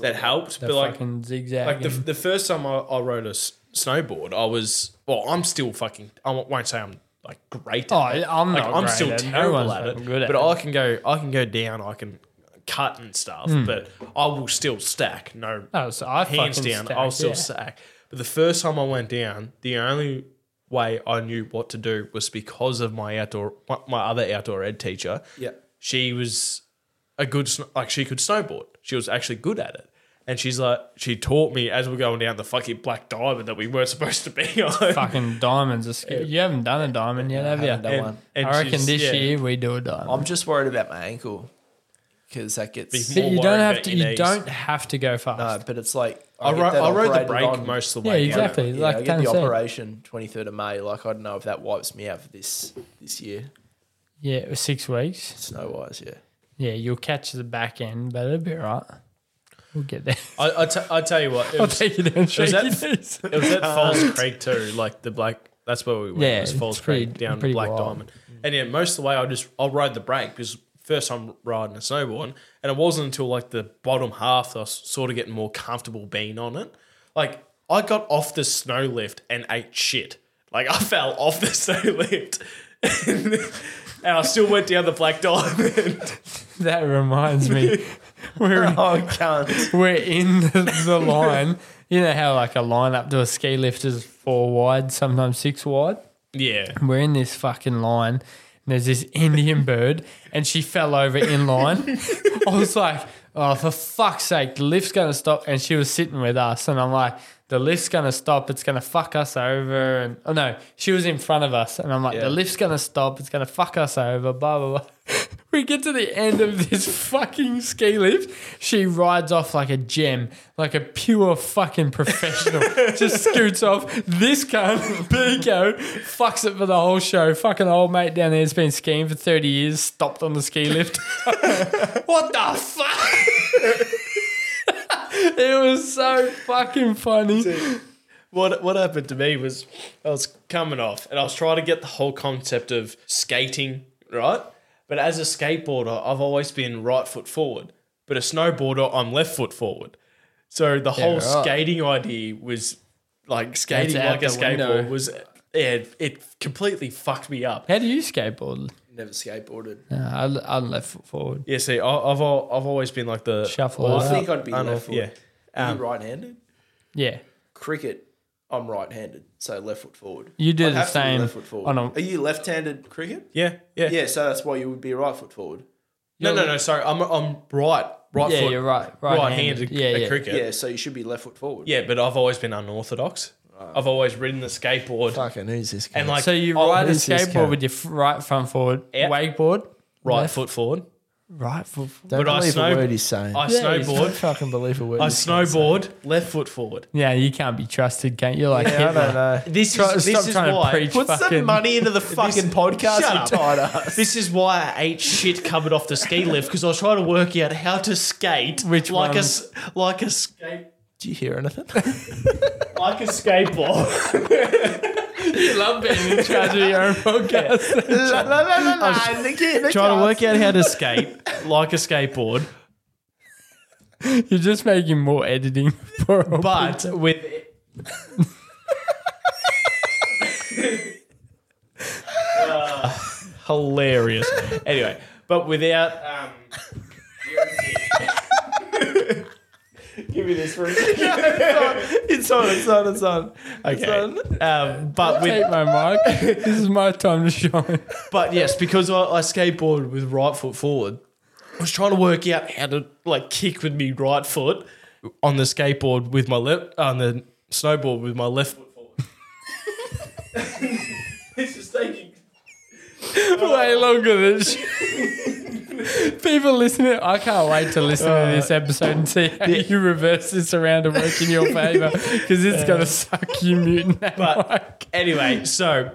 S2: that helped.
S1: the
S2: But like
S1: fucking zigzag.
S2: like the, the first time I, I rode a s- snowboard, I was well. I'm still fucking. I won't say I'm like great. At
S1: Oh,
S2: it.
S1: I'm
S2: like,
S1: not
S2: I'm
S1: great
S2: still
S1: at it. No
S2: terrible
S1: one's
S2: at it.
S1: fucking good at
S2: but
S1: it.
S2: I can go. I can go down. I can cut and stuff. But I will still stack. No,
S1: Hmm. Oh, so I
S2: hands
S1: fucking
S2: down.
S1: stack,
S2: I'll still
S1: yeah.
S2: stack. But the first time I went down, the only way I knew what to do was because of my outdoor, my, my other outdoor ed teacher.
S3: Yeah.
S2: she was a good sn- like she could snowboard. She was actually good at it. And she's like, she taught me as we're going down the fucking black diamond that we weren't supposed to be on.
S1: fucking diamonds are scary. You haven't done a diamond yet, have you?
S3: haven't done
S2: And-
S3: one.
S2: and
S1: I reckon
S2: she's-
S1: this
S2: yeah.
S1: year we do a diamond.
S3: I'm just worried about my ankle because that gets.
S2: Be
S1: but
S2: more
S1: you don't
S2: worried
S1: have
S2: about
S1: to.
S2: your
S1: You
S2: knees.
S1: don't have to go fast.
S3: Uh, but it's like
S2: I,
S3: get
S2: ro-
S3: that
S2: I rode the
S3: operated
S2: brake
S3: on-
S2: most of the
S1: yeah,
S2: way. down.
S1: exactly.
S3: Yeah,
S1: like
S3: I
S1: I
S3: get the operation 23rd of May. Like I don't know if that wipes me out for this this year,
S1: Yeah, it was six weeks.
S3: snow wise. Yeah,
S1: Yeah, you'll catch the back end, but it'll be all right. We'll get there.
S2: I, I, t- I tell you what, it
S1: I'll
S2: was,
S1: take you down.
S2: was
S1: Shake
S2: that-
S1: your knees.
S2: it was at Falls Creek too, like the black. That's where we went.
S1: Yeah,
S2: it was
S1: it's
S2: Falls
S1: pretty-
S2: Creek down
S1: pretty
S2: Black
S1: wild.
S2: Diamond. And yeah, most of the way I just I'll ride the brake because first time riding a snowboard, and it wasn't until like the bottom half that I was sort of getting more comfortable being on it. Like I got off the snow lift and ate shit. Like I fell off the snow lift. And I still went down the black diamond.
S1: That reminds me. We're in,
S3: Oh, cunt.
S1: we're in the, the line. You know how like a line up to a ski lift is four wide, sometimes six wide.
S2: Yeah.
S1: We're in this fucking line, and there's this Indian bird, and she fell over in line. I was like, oh, for fuck's sake, the lift's gonna stop. And she was sitting with us, and I'm like, the lift's gonna stop, it's gonna fuck us over. And oh no, she was in front of us, and I'm like,
S2: Yeah.
S1: the lift's gonna stop, it's gonna fuck us over, blah, blah, blah. We get to the end of this fucking ski lift. She rides off like a gem, like a pure fucking professional. Just scoots off. This cunt, Biko, fucks it for the whole show. Fucking old mate down there has been skiing for 30 years, stopped on the ski lift. what the fuck? it was so fucking funny.
S2: what what happened to me was I was coming off and I was trying to get the whole concept of skating right. But as a skateboarder, I've always been right foot forward. But a snowboarder, I'm left foot forward. So the whole
S1: right.
S2: skating idea was like skating
S1: out
S2: like a
S1: the
S2: skateboard
S1: window.
S2: was yeah, it, it completely fucked me up.
S1: How do you skateboard?
S3: Never skateboarded.
S1: Uh, I'm I'm left foot forward.
S2: Yeah, see, I, I've al- I've always been like the
S1: Shuffle
S2: Well,
S1: it
S3: I
S1: up.
S3: think I'd be
S2: I don't know
S3: left
S2: if- yeah. Um,
S3: foot. Are you right-handed?
S1: Yeah.
S3: Cricket, I'm right-handed, so left foot forward.
S1: You do
S3: I'd
S1: the
S3: have to be
S1: same
S3: Left foot forward.
S1: on a-
S3: Are you left-handed cricket?
S2: Yeah, yeah,
S3: Yeah, so that's why you would be a right foot forward.
S2: No, no, no. Sorry, I'm I'm right, right
S1: Yeah,
S2: foot.
S1: you're right, right-handed.
S2: right-handed
S1: Yeah,
S2: at
S1: yeah.
S2: cricket.
S3: Yeah. so you should be left foot forward.
S2: Yeah, but I've always been unorthodox. I've always ridden the skateboard
S3: Fucking who's this guy?
S2: and like oh,
S1: So you
S2: I'll-
S1: ride a
S5: who's this
S1: skateboard
S5: guy?
S1: with your f- right front forward,
S2: Yeah.
S1: wakeboard,
S2: right
S1: left,
S2: foot forward.
S1: right foot.
S5: Don't
S1: forward.
S2: But I
S5: believe
S2: snow-
S5: a word he's saying.
S1: Yeah,
S2: I
S1: he's
S5: Don't
S2: snowboard.
S5: fucking believe a word.
S2: I
S5: he's saying.
S2: snowboard left foot forward.
S1: Yeah, you can't be trusted, can't you? Like,
S5: I
S1: Hitler.
S5: don't know.
S2: This
S1: Try-
S2: is
S1: stop
S2: this is
S1: trying to
S2: why.
S1: preach
S2: Put-
S3: Put
S1: fucking-
S3: some money into the fucking podcast.
S2: Shut
S3: you
S2: up.
S3: tired ass.
S2: This is why I ate shit covered off the ski lift because I was trying to work out how to skate
S1: Which
S2: like
S1: one?
S2: a s- like a skate
S5: Did you hear anything?
S2: like a skateboard.
S1: You love being in charge of your own podcast.
S3: La, la, la, la, la, Nikki, Nikki.
S2: trying to work out how to skate like a skateboard,
S1: You're just making more editing for all
S2: but with Uh, hilarious. Anyway, but without um,
S3: Give me this for a second. it's on, it's on, it's on.
S2: okay, um, but with
S1: Take my mic. This is my time to shine.
S2: But yes, because I, I skateboarded with right foot forward, I was trying to work out how to like kick with me right foot on the skateboard with my left on the snowboard with my left foot forward. this is taking
S1: Way longer than sh- people listening. I can't wait to listen to this episode and see how you reverse this around and work in your favor because it's gonna suck you mutant. that
S2: But anyway, so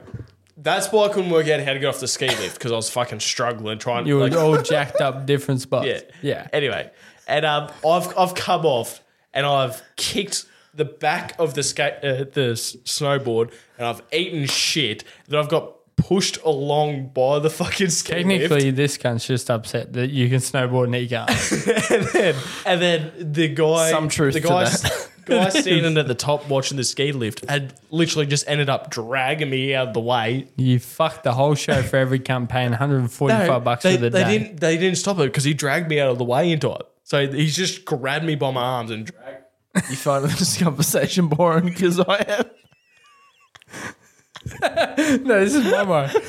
S2: that's why I couldn't work out how to get off the ski lift because I was fucking struggling trying.
S1: You were
S2: like,
S1: all jacked up, different spots.
S2: Yeah.
S1: yeah.
S2: Anyway, and um, I've I've come off and I've kicked the back of the skate uh, the s- snowboard and I've eaten shit that I've got pushed along by the fucking ski
S1: Technically,
S2: lift.
S1: this cunt's just upset that you can snowboard and he can't.
S2: And then, and then the guy
S5: Some truth
S2: the
S5: to
S2: guy,
S5: that.
S2: s- guy standing at the top watching the ski lift had literally just ended up dragging me out of the way.
S1: You fucked the whole show for every campaign, 145 bucks
S2: they,
S1: for the
S2: they
S1: day.
S2: didn't they didn't stop it because he dragged me out of the way into it. So he's just grabbed me by my arms and dragged
S5: you finding this conversation boring? Because I am.
S1: No, this is my one.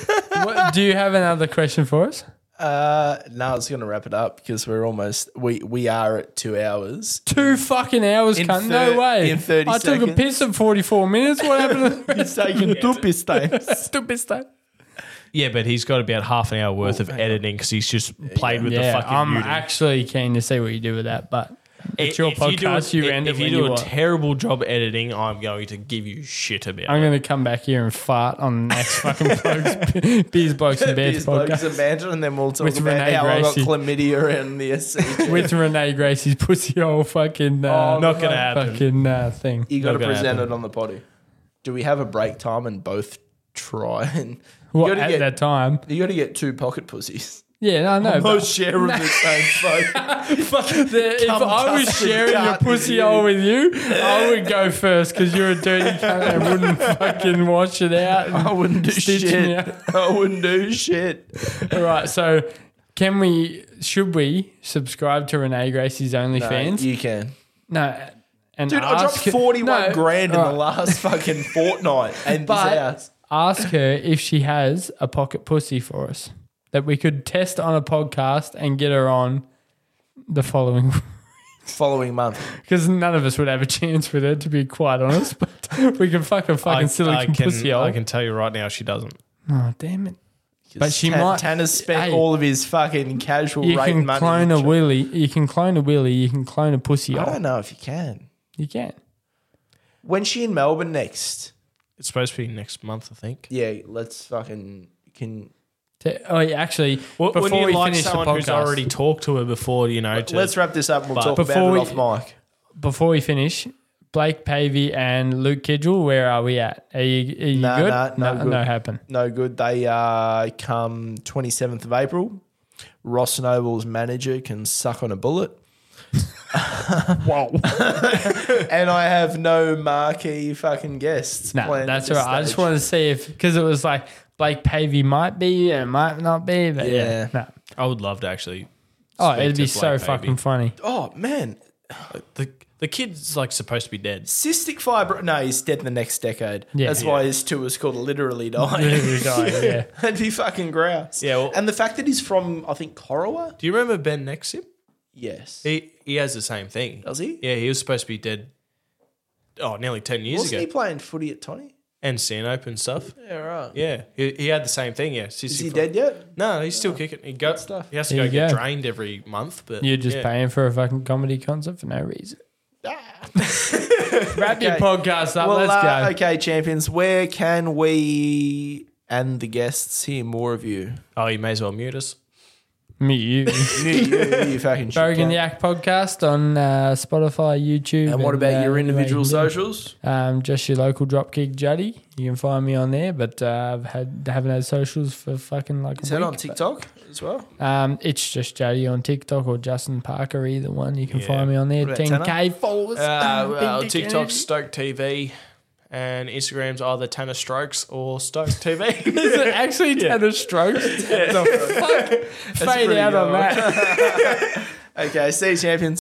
S1: What- Do you have another question for us?
S5: Uh,
S3: Now it's going to wrap it up because we're almost, we, we are at two hours.
S1: Two fucking hours, cunt.
S3: thir-
S1: no way.
S3: in 30
S1: I took a
S3: seconds.
S1: piss at 44 minutes. What happened to the rest?
S5: taking two piss times.
S1: Stupid stuff.
S2: Yeah, but he's got about half an hour worth of editing because he's just played with the
S1: Yeah,
S2: fucking.
S1: I'm
S2: muting.
S1: actually keen to see what you do with that, but It's your podcast. You,
S2: if-
S1: end it
S2: If you
S1: when
S2: do
S1: you
S2: a
S1: want.
S2: terrible job editing, I'm going to give you shit about
S1: I'm
S2: it.
S1: going to come back here and fart on the next fucking blokes, Beers, Blokes and Bears
S3: Beers, Blokes
S1: podcast
S3: and Banter, and then we'll talk
S1: With
S3: about
S1: Renee
S3: how
S1: Gracie.
S3: I got chlamydia and the SCG.
S1: with Renee Gracie's pussy hole fucking uh,
S3: Oh,
S2: Not gonna happen.
S1: fucking uh, thing.
S3: you got to
S2: Not gonna
S3: present
S2: happen.
S3: it on the potty. Do we have a break time and both try and you
S1: What,
S3: got
S1: at
S3: to
S1: uh, that
S3: get
S1: time?
S3: you got to get two pocket pussies.
S1: Yeah, no, no.
S3: No
S1: but-
S3: share of the same fuck.
S1: The- if I was
S3: custard
S1: sharing your
S3: cunt,
S1: pussy
S3: you.
S1: hole with you, I would go first because you're a dirty cunt and wouldn't fucking wash it out. and
S3: I wouldn't do
S1: stitch me
S3: shit.
S1: up.
S3: I wouldn't do shit.
S1: All right, so can we? Should we subscribe to Renee Gracie's OnlyFans?
S3: You can.
S1: no, and
S3: Dude, I dropped
S1: ask her-
S3: 41
S1: no,
S3: grand in
S1: all
S3: the
S1: right,
S3: last fucking fortnight. And this
S1: But-
S3: house.
S1: Ask her if she has a pocket pussy for us that we could test on a podcast and get her on the following
S3: following month.
S1: because none of us would have a chance with her to be quite honest. But we can fuck a fucking silicon pussy hole.
S2: I can tell you right now, she doesn't.
S1: Oh damn it! But she
S3: Tan-
S1: might.
S3: Tanner's spent
S1: Hey.
S3: all of his fucking casual
S1: you
S3: rate
S1: can
S3: money.
S1: clone a willy. You can clone a willy. You can clone a pussy
S3: I
S1: hole.
S3: don't know if you can.
S1: You can.
S3: When's she in Melbourne next?
S2: It's supposed to be next month, I think.
S3: Yeah, let's fucking can.
S1: Te- Oh, yeah, actually, before
S2: Wouldn't you
S1: we
S2: like
S1: finish the
S2: someone who's
S1: podcast,
S2: already talked to her before, you know, to,
S3: Let's wrap this up and we'll
S2: But-
S3: talk
S1: Before
S3: about
S1: we-
S3: it off mic.
S1: before we finish, Blake Pavey and Luke Kidgel, where are we at? Are you, are you
S3: Nah,
S1: good?
S3: nah, no
S1: no,
S3: good.
S1: no happen.
S3: No good. They uh, come twenty seventh of April. Ross Noble's manager can suck on a bullet.
S1: Whoa,
S3: And I have no marquee fucking guests.
S1: nah,
S3: planned
S1: that's
S3: at
S1: all
S3: this
S1: right. I just
S3: stage.
S1: wanted to see if because it was like Blake Pavey might be and it might not be, but yeah,
S3: Yeah.
S1: no.
S2: I would love to actually.
S1: Oh,
S2: speak
S1: it'd
S2: to
S1: be so
S2: Blake Pavey.
S1: fucking funny.
S3: Oh man,
S2: The, the kid's like supposed to be dead.
S3: cystic fibro. No, he's dead in the next decade.
S1: Yeah.
S3: That's
S1: Yeah.
S3: why his tour is called Literally Die.
S1: Literally dying, yeah.
S3: That'd be fucking grouse.
S2: Yeah, well-
S3: and the fact that he's from, I think, Corowa?
S2: Do you remember Ben Nexim?
S3: Yes.
S2: He he has the same thing.
S3: Does he?
S2: Yeah, he was supposed to be dead. Oh, nearly ten years
S3: Wasn't he
S2: ago,
S3: playing footy at Tony?
S2: and seeing open stuff.
S3: Yeah, right.
S2: Yeah, he, he had the same thing. Yeah,
S3: Is he dead yet?
S2: No, he's still kicking. He got
S3: stuff.
S2: stuff. He has to
S1: There
S2: go
S1: you
S2: get
S1: go.
S2: drained every month. But
S1: You're just
S2: yeah.
S1: paying for a fucking comedy concert for no reason. Wrap your
S3: Ah. Okay.
S1: podcast up.
S3: well,
S1: Let's
S3: uh,
S1: go.
S3: okay, champions. Where can we and the guests hear more of you?
S2: Oh, you may as well mute us.
S1: Me, you.
S3: you, you, you fucking shit
S1: Bergen
S3: cunt.
S1: Yak podcast on uh, Spotify, YouTube.
S3: And what about
S1: uh,
S3: your
S1: anywhere
S3: individual
S1: you can do it.
S3: socials?
S1: Um, just your local Dropkick Juddy. You can find me on there, but uh, I've had haven't had socials for fucking like
S3: Is
S1: a
S3: that
S1: week.
S3: on TikTok as well?
S1: Um, it's just Juddy on TikTok or Justin Parker, either one. You can
S2: Yeah.
S1: find me on there.
S3: What about
S1: 10k followers.
S2: Uh, well,
S1: Big dick
S2: TikTok's
S1: energy.
S2: Stoke TV, and Instagram's either Tanner Strokes or Stoke TV.
S1: Is it actually Tanner Strokes? The fuck? Fade
S3: pretty
S1: out on
S3: good.
S1: that.
S3: Okay, see you, champions.